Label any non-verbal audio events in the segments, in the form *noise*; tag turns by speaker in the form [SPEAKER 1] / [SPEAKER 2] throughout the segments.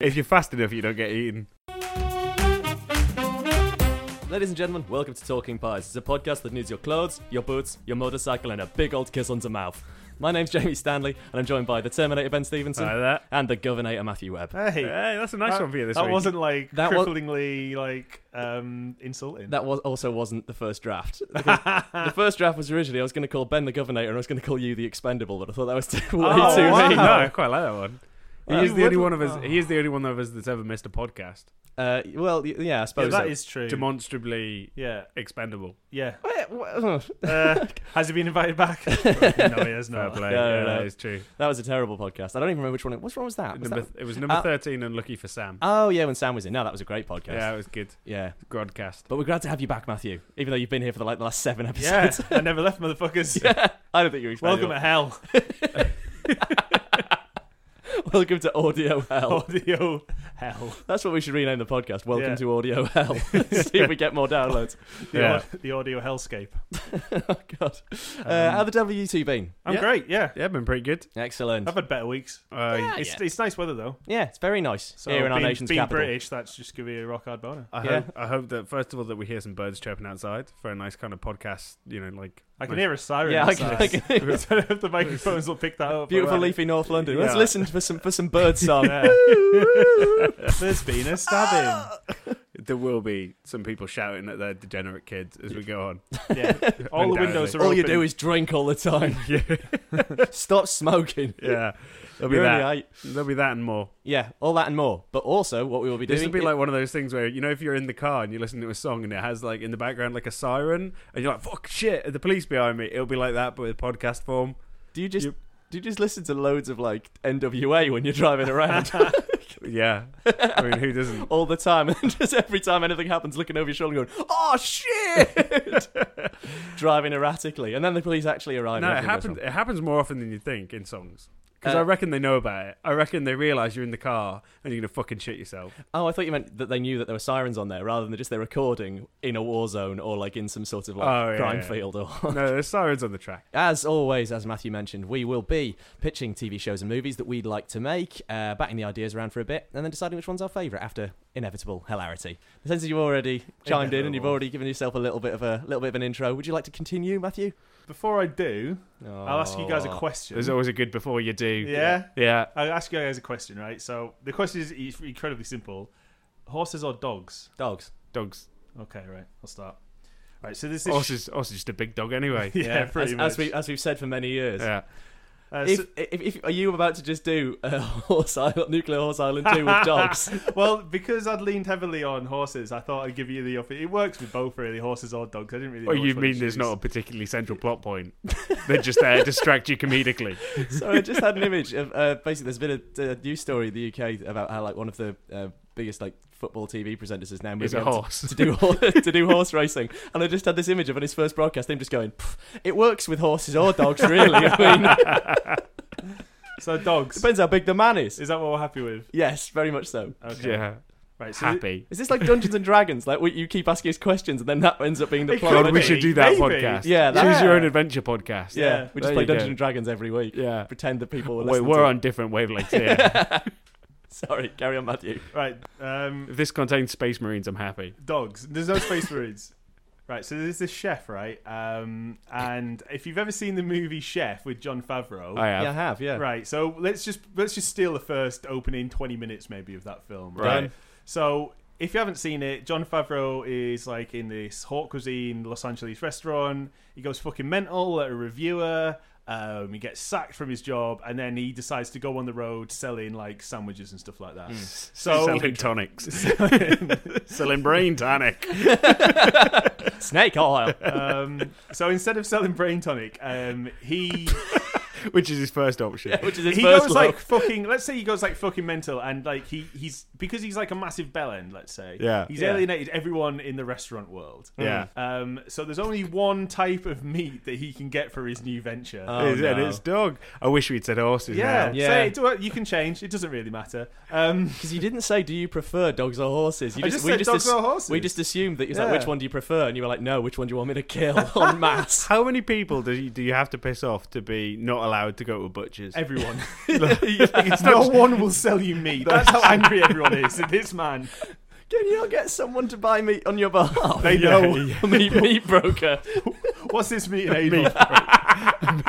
[SPEAKER 1] If you're fast enough, you don't get eaten.
[SPEAKER 2] Ladies and gentlemen, welcome to Talking Pies. It's a podcast that needs your clothes, your boots, your motorcycle, and a big old kiss on the mouth. My name's Jamie Stanley, and I'm joined by the Terminator Ben Stevenson
[SPEAKER 1] Hi there.
[SPEAKER 2] and the Governator Matthew Webb.
[SPEAKER 3] Hey,
[SPEAKER 1] Hey, that's a nice
[SPEAKER 3] that,
[SPEAKER 1] one for you this
[SPEAKER 3] that
[SPEAKER 1] week.
[SPEAKER 2] *laughs*
[SPEAKER 3] wasn't like
[SPEAKER 2] That wa-
[SPEAKER 3] cripplingly like um, insulting.
[SPEAKER 2] That was also wasn't the first
[SPEAKER 3] *laughs*
[SPEAKER 2] draft. Because the first draft was originally I was going to call Ben the Governator and I was going to call you the Expendable, but I thought that was *laughs* too, way
[SPEAKER 3] Oh,
[SPEAKER 2] too
[SPEAKER 3] wow.
[SPEAKER 2] mean.
[SPEAKER 1] No, I quite like that one. He
[SPEAKER 3] Well,
[SPEAKER 1] is
[SPEAKER 3] you
[SPEAKER 1] the only
[SPEAKER 3] would-
[SPEAKER 1] one of us.
[SPEAKER 3] oh.
[SPEAKER 1] He is the only one of us that's ever missed a podcast.
[SPEAKER 2] Uh, well, y- yeah, I
[SPEAKER 3] yeah,
[SPEAKER 2] suppose
[SPEAKER 3] that
[SPEAKER 2] so.
[SPEAKER 3] is true.
[SPEAKER 1] Demonstrably
[SPEAKER 3] yeah,
[SPEAKER 1] expendable.
[SPEAKER 3] yeah.
[SPEAKER 2] Wait, wha- *laughs*
[SPEAKER 3] Uh, *laughs* has he been invited back? no, he has
[SPEAKER 1] Fair
[SPEAKER 3] not.
[SPEAKER 1] play.
[SPEAKER 2] No, no,
[SPEAKER 1] yeah,
[SPEAKER 2] no.
[SPEAKER 1] that is true.
[SPEAKER 2] that was a terrible podcast. I don't even remember which one it was. Wrong was that? Was
[SPEAKER 1] Number
[SPEAKER 2] that-
[SPEAKER 1] th- it was number
[SPEAKER 2] Uh,
[SPEAKER 1] thirteen, and lucky for Sam.
[SPEAKER 2] Oh yeah, when Sam was in. No, that was a great podcast.
[SPEAKER 1] yeah, it was good.
[SPEAKER 2] Yeah.
[SPEAKER 1] Broadcast.
[SPEAKER 2] But we're glad to have you back, Matthew. Even though you've been here for the, like the last seven
[SPEAKER 3] Yeah,
[SPEAKER 2] episodes.
[SPEAKER 3] I never
[SPEAKER 2] *laughs*
[SPEAKER 3] left, motherfuckers.
[SPEAKER 2] I don't think you're
[SPEAKER 3] Welcome to hell.
[SPEAKER 2] *laughs* Welcome to Audio Hell.
[SPEAKER 3] *laughs* Audio hell.
[SPEAKER 2] *laughs* That's what we should rename the podcast. Welcome
[SPEAKER 3] Yeah.
[SPEAKER 2] to Audio Hell. *laughs* See if we get more downloads.
[SPEAKER 3] The,
[SPEAKER 1] Yeah.
[SPEAKER 3] au- the audio hellscape.
[SPEAKER 2] *laughs* oh God. uh, how the devil have you two been?
[SPEAKER 3] I'm
[SPEAKER 1] Yeah.
[SPEAKER 3] great. Yeah,
[SPEAKER 1] Yeah, been pretty good.
[SPEAKER 2] Excellent.
[SPEAKER 3] I've had better weeks.
[SPEAKER 1] Uh,
[SPEAKER 2] Yeah.
[SPEAKER 3] It's
[SPEAKER 2] yeah.
[SPEAKER 3] it's nice weather though.
[SPEAKER 2] Yeah, it's very nice
[SPEAKER 3] So
[SPEAKER 2] here in our
[SPEAKER 3] being,
[SPEAKER 2] nation's
[SPEAKER 3] being
[SPEAKER 2] capital.
[SPEAKER 3] British, that's just gonna be a rock hard boner.
[SPEAKER 1] I
[SPEAKER 2] Yeah.
[SPEAKER 1] hope I hope that first of all that we hear some birds chirping outside for a nice kind of podcast. You know, like
[SPEAKER 3] I can hear a siren.
[SPEAKER 2] Yeah, I can, I
[SPEAKER 3] outside.
[SPEAKER 2] can
[SPEAKER 3] *laughs* I don't know if the microphones will pick that up.
[SPEAKER 2] Beautiful
[SPEAKER 3] but-
[SPEAKER 2] leafy North London. Let's
[SPEAKER 1] Yeah.
[SPEAKER 2] listen for some for some bird song. *laughs*
[SPEAKER 3] Yeah. *laughs* Oh, There's been a stabbing.
[SPEAKER 2] Ah.
[SPEAKER 1] there will be some people shouting at their degenerate kids as we
[SPEAKER 2] *laughs*
[SPEAKER 1] go on.
[SPEAKER 3] Yeah. All the windows
[SPEAKER 1] Undoubtedly.
[SPEAKER 3] are
[SPEAKER 2] All
[SPEAKER 3] open.
[SPEAKER 2] you do is drink all the time. *laughs* Stop smoking.
[SPEAKER 1] Yeah, there'll be
[SPEAKER 2] You're only
[SPEAKER 1] that.
[SPEAKER 2] eight.
[SPEAKER 1] There'll be that and more.
[SPEAKER 2] Yeah, all that and more. But also, what we will be doing.
[SPEAKER 1] This would be like one of those things where you know if you're in the car and you listen to a song and it has like in the background like a siren and you're like fuck shit and the police behind me. It'll be like that but with podcast form.
[SPEAKER 2] do you just
[SPEAKER 1] you-
[SPEAKER 2] do you just listen to loads of like NWA when you're driving
[SPEAKER 1] *laughs*
[SPEAKER 2] around
[SPEAKER 1] Yeah, I mean who doesn't?
[SPEAKER 2] all the time, and *laughs* just every time anything happens, looking over your shoulder, and going, "Oh
[SPEAKER 1] *laughs*
[SPEAKER 2] shit!" driving erratically, and then the police actually arrive.
[SPEAKER 1] No,
[SPEAKER 2] and
[SPEAKER 1] it
[SPEAKER 2] everything goes
[SPEAKER 1] happens. It happens more often than you think in songs. Because
[SPEAKER 2] Uh,
[SPEAKER 1] I reckon they know about it. I reckon they realise you're in the car and you're gonna fucking shit yourself.
[SPEAKER 2] *laughs* wrong. Oh, I thought you meant that they knew that there were sirens on there, rather than just they're recording in a war zone or like in some sort of like
[SPEAKER 1] Oh, yeah,
[SPEAKER 2] crime
[SPEAKER 1] yeah.
[SPEAKER 2] field or
[SPEAKER 1] No, there's sirens on the track.
[SPEAKER 2] As always, as Matthew mentioned, we will be pitching TV shows and movies that we'd like to make, uh, batting the ideas around for a bit, and then deciding which one's our favourite after inevitable hilarity. Since you've already chimed in and you've
[SPEAKER 3] Inevitable.
[SPEAKER 2] already given yourself a little bit of a little bit of an intro, would you like to continue, Matthew?
[SPEAKER 3] Before I do, I'll ask you guys a
[SPEAKER 2] Oh.
[SPEAKER 3] question.
[SPEAKER 1] There's always a good before you do.
[SPEAKER 3] yeah?
[SPEAKER 1] Yeah.
[SPEAKER 3] I'll ask you guys a question, right? So the question is e- incredibly simple: horses or dogs?
[SPEAKER 2] Dogs.
[SPEAKER 1] Dogs.
[SPEAKER 3] Okay, right. I'll start. Right. So this is
[SPEAKER 1] Horse is, horse is just a big dog anyway.
[SPEAKER 3] *laughs* *laughs* yeah, pretty
[SPEAKER 2] as,
[SPEAKER 3] much.
[SPEAKER 2] as we as we've said for many years.
[SPEAKER 1] yeah.
[SPEAKER 3] Uh,
[SPEAKER 2] If,
[SPEAKER 3] so-
[SPEAKER 2] if, if are you about to just do uh, *laughs* horse island, nuclear horse island two
[SPEAKER 3] *laughs*
[SPEAKER 2] with dogs?
[SPEAKER 3] well, because I'd leaned heavily on horses, I thought I'd give you the offer. It works with both, really, horses or dogs. I didn't really.
[SPEAKER 1] Or
[SPEAKER 3] know
[SPEAKER 1] Oh, you
[SPEAKER 3] which one to
[SPEAKER 1] mean there's
[SPEAKER 3] choose.
[SPEAKER 1] not a particularly central plot point? They're just there to distract you comedically.
[SPEAKER 2] Sorry, I just had an image of uh, basically there's been a, a news story in the UK about how like one of the uh, biggest like football TV presenters is now
[SPEAKER 1] It's
[SPEAKER 2] moving
[SPEAKER 1] a
[SPEAKER 2] on to-
[SPEAKER 1] horse. *laughs*
[SPEAKER 2] to do hor- *laughs* to do horse racing, and I just had this image of on his first broadcast him just going, "Pff, "It works with horses or dogs, really." I mean, *laughs*
[SPEAKER 3] So dogs.
[SPEAKER 2] depends how big the man is.
[SPEAKER 3] Is that what we're happy with?
[SPEAKER 2] Yes, very much so.
[SPEAKER 1] *laughs*
[SPEAKER 3] Okay.
[SPEAKER 1] Yeah.
[SPEAKER 3] Right. So
[SPEAKER 1] Happy.
[SPEAKER 2] Is this like Dungeons and Dragons? Like where you keep asking us questions, and then that ends up being the
[SPEAKER 3] It
[SPEAKER 2] plot.
[SPEAKER 3] could
[SPEAKER 1] God,
[SPEAKER 2] of
[SPEAKER 1] we
[SPEAKER 2] it.
[SPEAKER 1] should do that
[SPEAKER 3] Maybe.
[SPEAKER 1] podcast.
[SPEAKER 2] Yeah, that-
[SPEAKER 1] Choose your own
[SPEAKER 3] Yeah.
[SPEAKER 1] adventure podcast.
[SPEAKER 2] Yeah,
[SPEAKER 3] Yeah.
[SPEAKER 2] we just
[SPEAKER 1] There
[SPEAKER 2] play
[SPEAKER 1] you go.
[SPEAKER 2] Dungeons and Dragons every week.
[SPEAKER 1] Yeah.
[SPEAKER 2] Pretend that people are
[SPEAKER 1] Wait,
[SPEAKER 2] listening.
[SPEAKER 1] we're
[SPEAKER 2] to
[SPEAKER 1] on different wavelengths here.
[SPEAKER 2] *laughs* Sorry, carry on, Matthew.
[SPEAKER 3] Right. Um,
[SPEAKER 1] if this contains space marines, I'm happy.
[SPEAKER 3] dogs. There's no space marines. Right, so there's this chef, right? Um, and if you've ever seen the movie Chef with John Favreau,
[SPEAKER 1] I have.
[SPEAKER 2] Yeah, I have. Yeah.
[SPEAKER 3] right? So let's just let's just steal the first opening 20 minutes maybe of that film, right?
[SPEAKER 1] Right.
[SPEAKER 2] Done.
[SPEAKER 3] So if you haven't seen it, John Favreau is like in this haute cuisine Los Angeles restaurant. He goes fucking mental at a reviewer. Um, he gets sacked from his job, and then he decides to go on the road selling like sandwiches and stuff like that.
[SPEAKER 1] *laughs*
[SPEAKER 3] So
[SPEAKER 1] Selling tonics. Selling brain tonic.
[SPEAKER 2] Snake oil.
[SPEAKER 3] um, so instead of selling brain tonic, um, he
[SPEAKER 1] *laughs* Which *laughs* is his first option.
[SPEAKER 2] Which is *laughs* his
[SPEAKER 3] he
[SPEAKER 2] first
[SPEAKER 3] goes
[SPEAKER 2] love.
[SPEAKER 3] like fucking. Let's say he goes like fucking mental, and like he he's because he's like a massive bell end. Let's say
[SPEAKER 1] Yeah.
[SPEAKER 3] he's
[SPEAKER 2] Yeah.
[SPEAKER 3] alienated everyone in the restaurant world.
[SPEAKER 1] Yeah.
[SPEAKER 3] Um. So there's only one type of meat that he can get for his new venture.
[SPEAKER 2] Oh,
[SPEAKER 1] It's- And
[SPEAKER 2] no.
[SPEAKER 1] it's dog. I wish we'd said horses.
[SPEAKER 3] yeah,
[SPEAKER 1] now.
[SPEAKER 2] Yeah.
[SPEAKER 3] So it, well, you can change. It doesn't really matter. Um,
[SPEAKER 2] Because you didn't say, "Do you prefer dogs or horses?" You
[SPEAKER 3] I just said dogs or horses.
[SPEAKER 2] We just assumed that you was like,
[SPEAKER 3] Yeah.
[SPEAKER 2] "Which one do you
[SPEAKER 1] *laughs*
[SPEAKER 2] prefer?" *laughs* And you were like, "No, which one do you want me to kill on mass?"
[SPEAKER 1] How many people do you, do you have to piss off to be not allowed to go to a butcher's.
[SPEAKER 3] *laughs* Everyone. *laughs* no *laughs* one will sell you meat. *laughs* That's how angry everyone is *laughs* at this man.
[SPEAKER 2] Can you not get someone to buy meat on your *laughs* behalf?
[SPEAKER 3] They know.
[SPEAKER 2] A meat, meat broker.
[SPEAKER 3] What's this meat in April?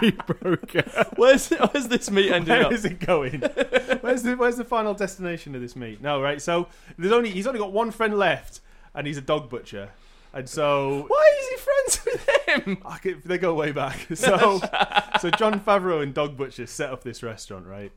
[SPEAKER 1] meat broker.
[SPEAKER 2] *laughs* Where's, where's this meat ending
[SPEAKER 3] Where
[SPEAKER 2] up?
[SPEAKER 3] is it going? *laughs* Where's the Where's the final destination of this meat? No, right. So there's only he's only got one friend left, and he's a dog butcher, and so
[SPEAKER 2] Why is he friends with him?
[SPEAKER 3] I could, they go way back. *laughs* So, so John Favreau and Dog Butcher set up this restaurant, right?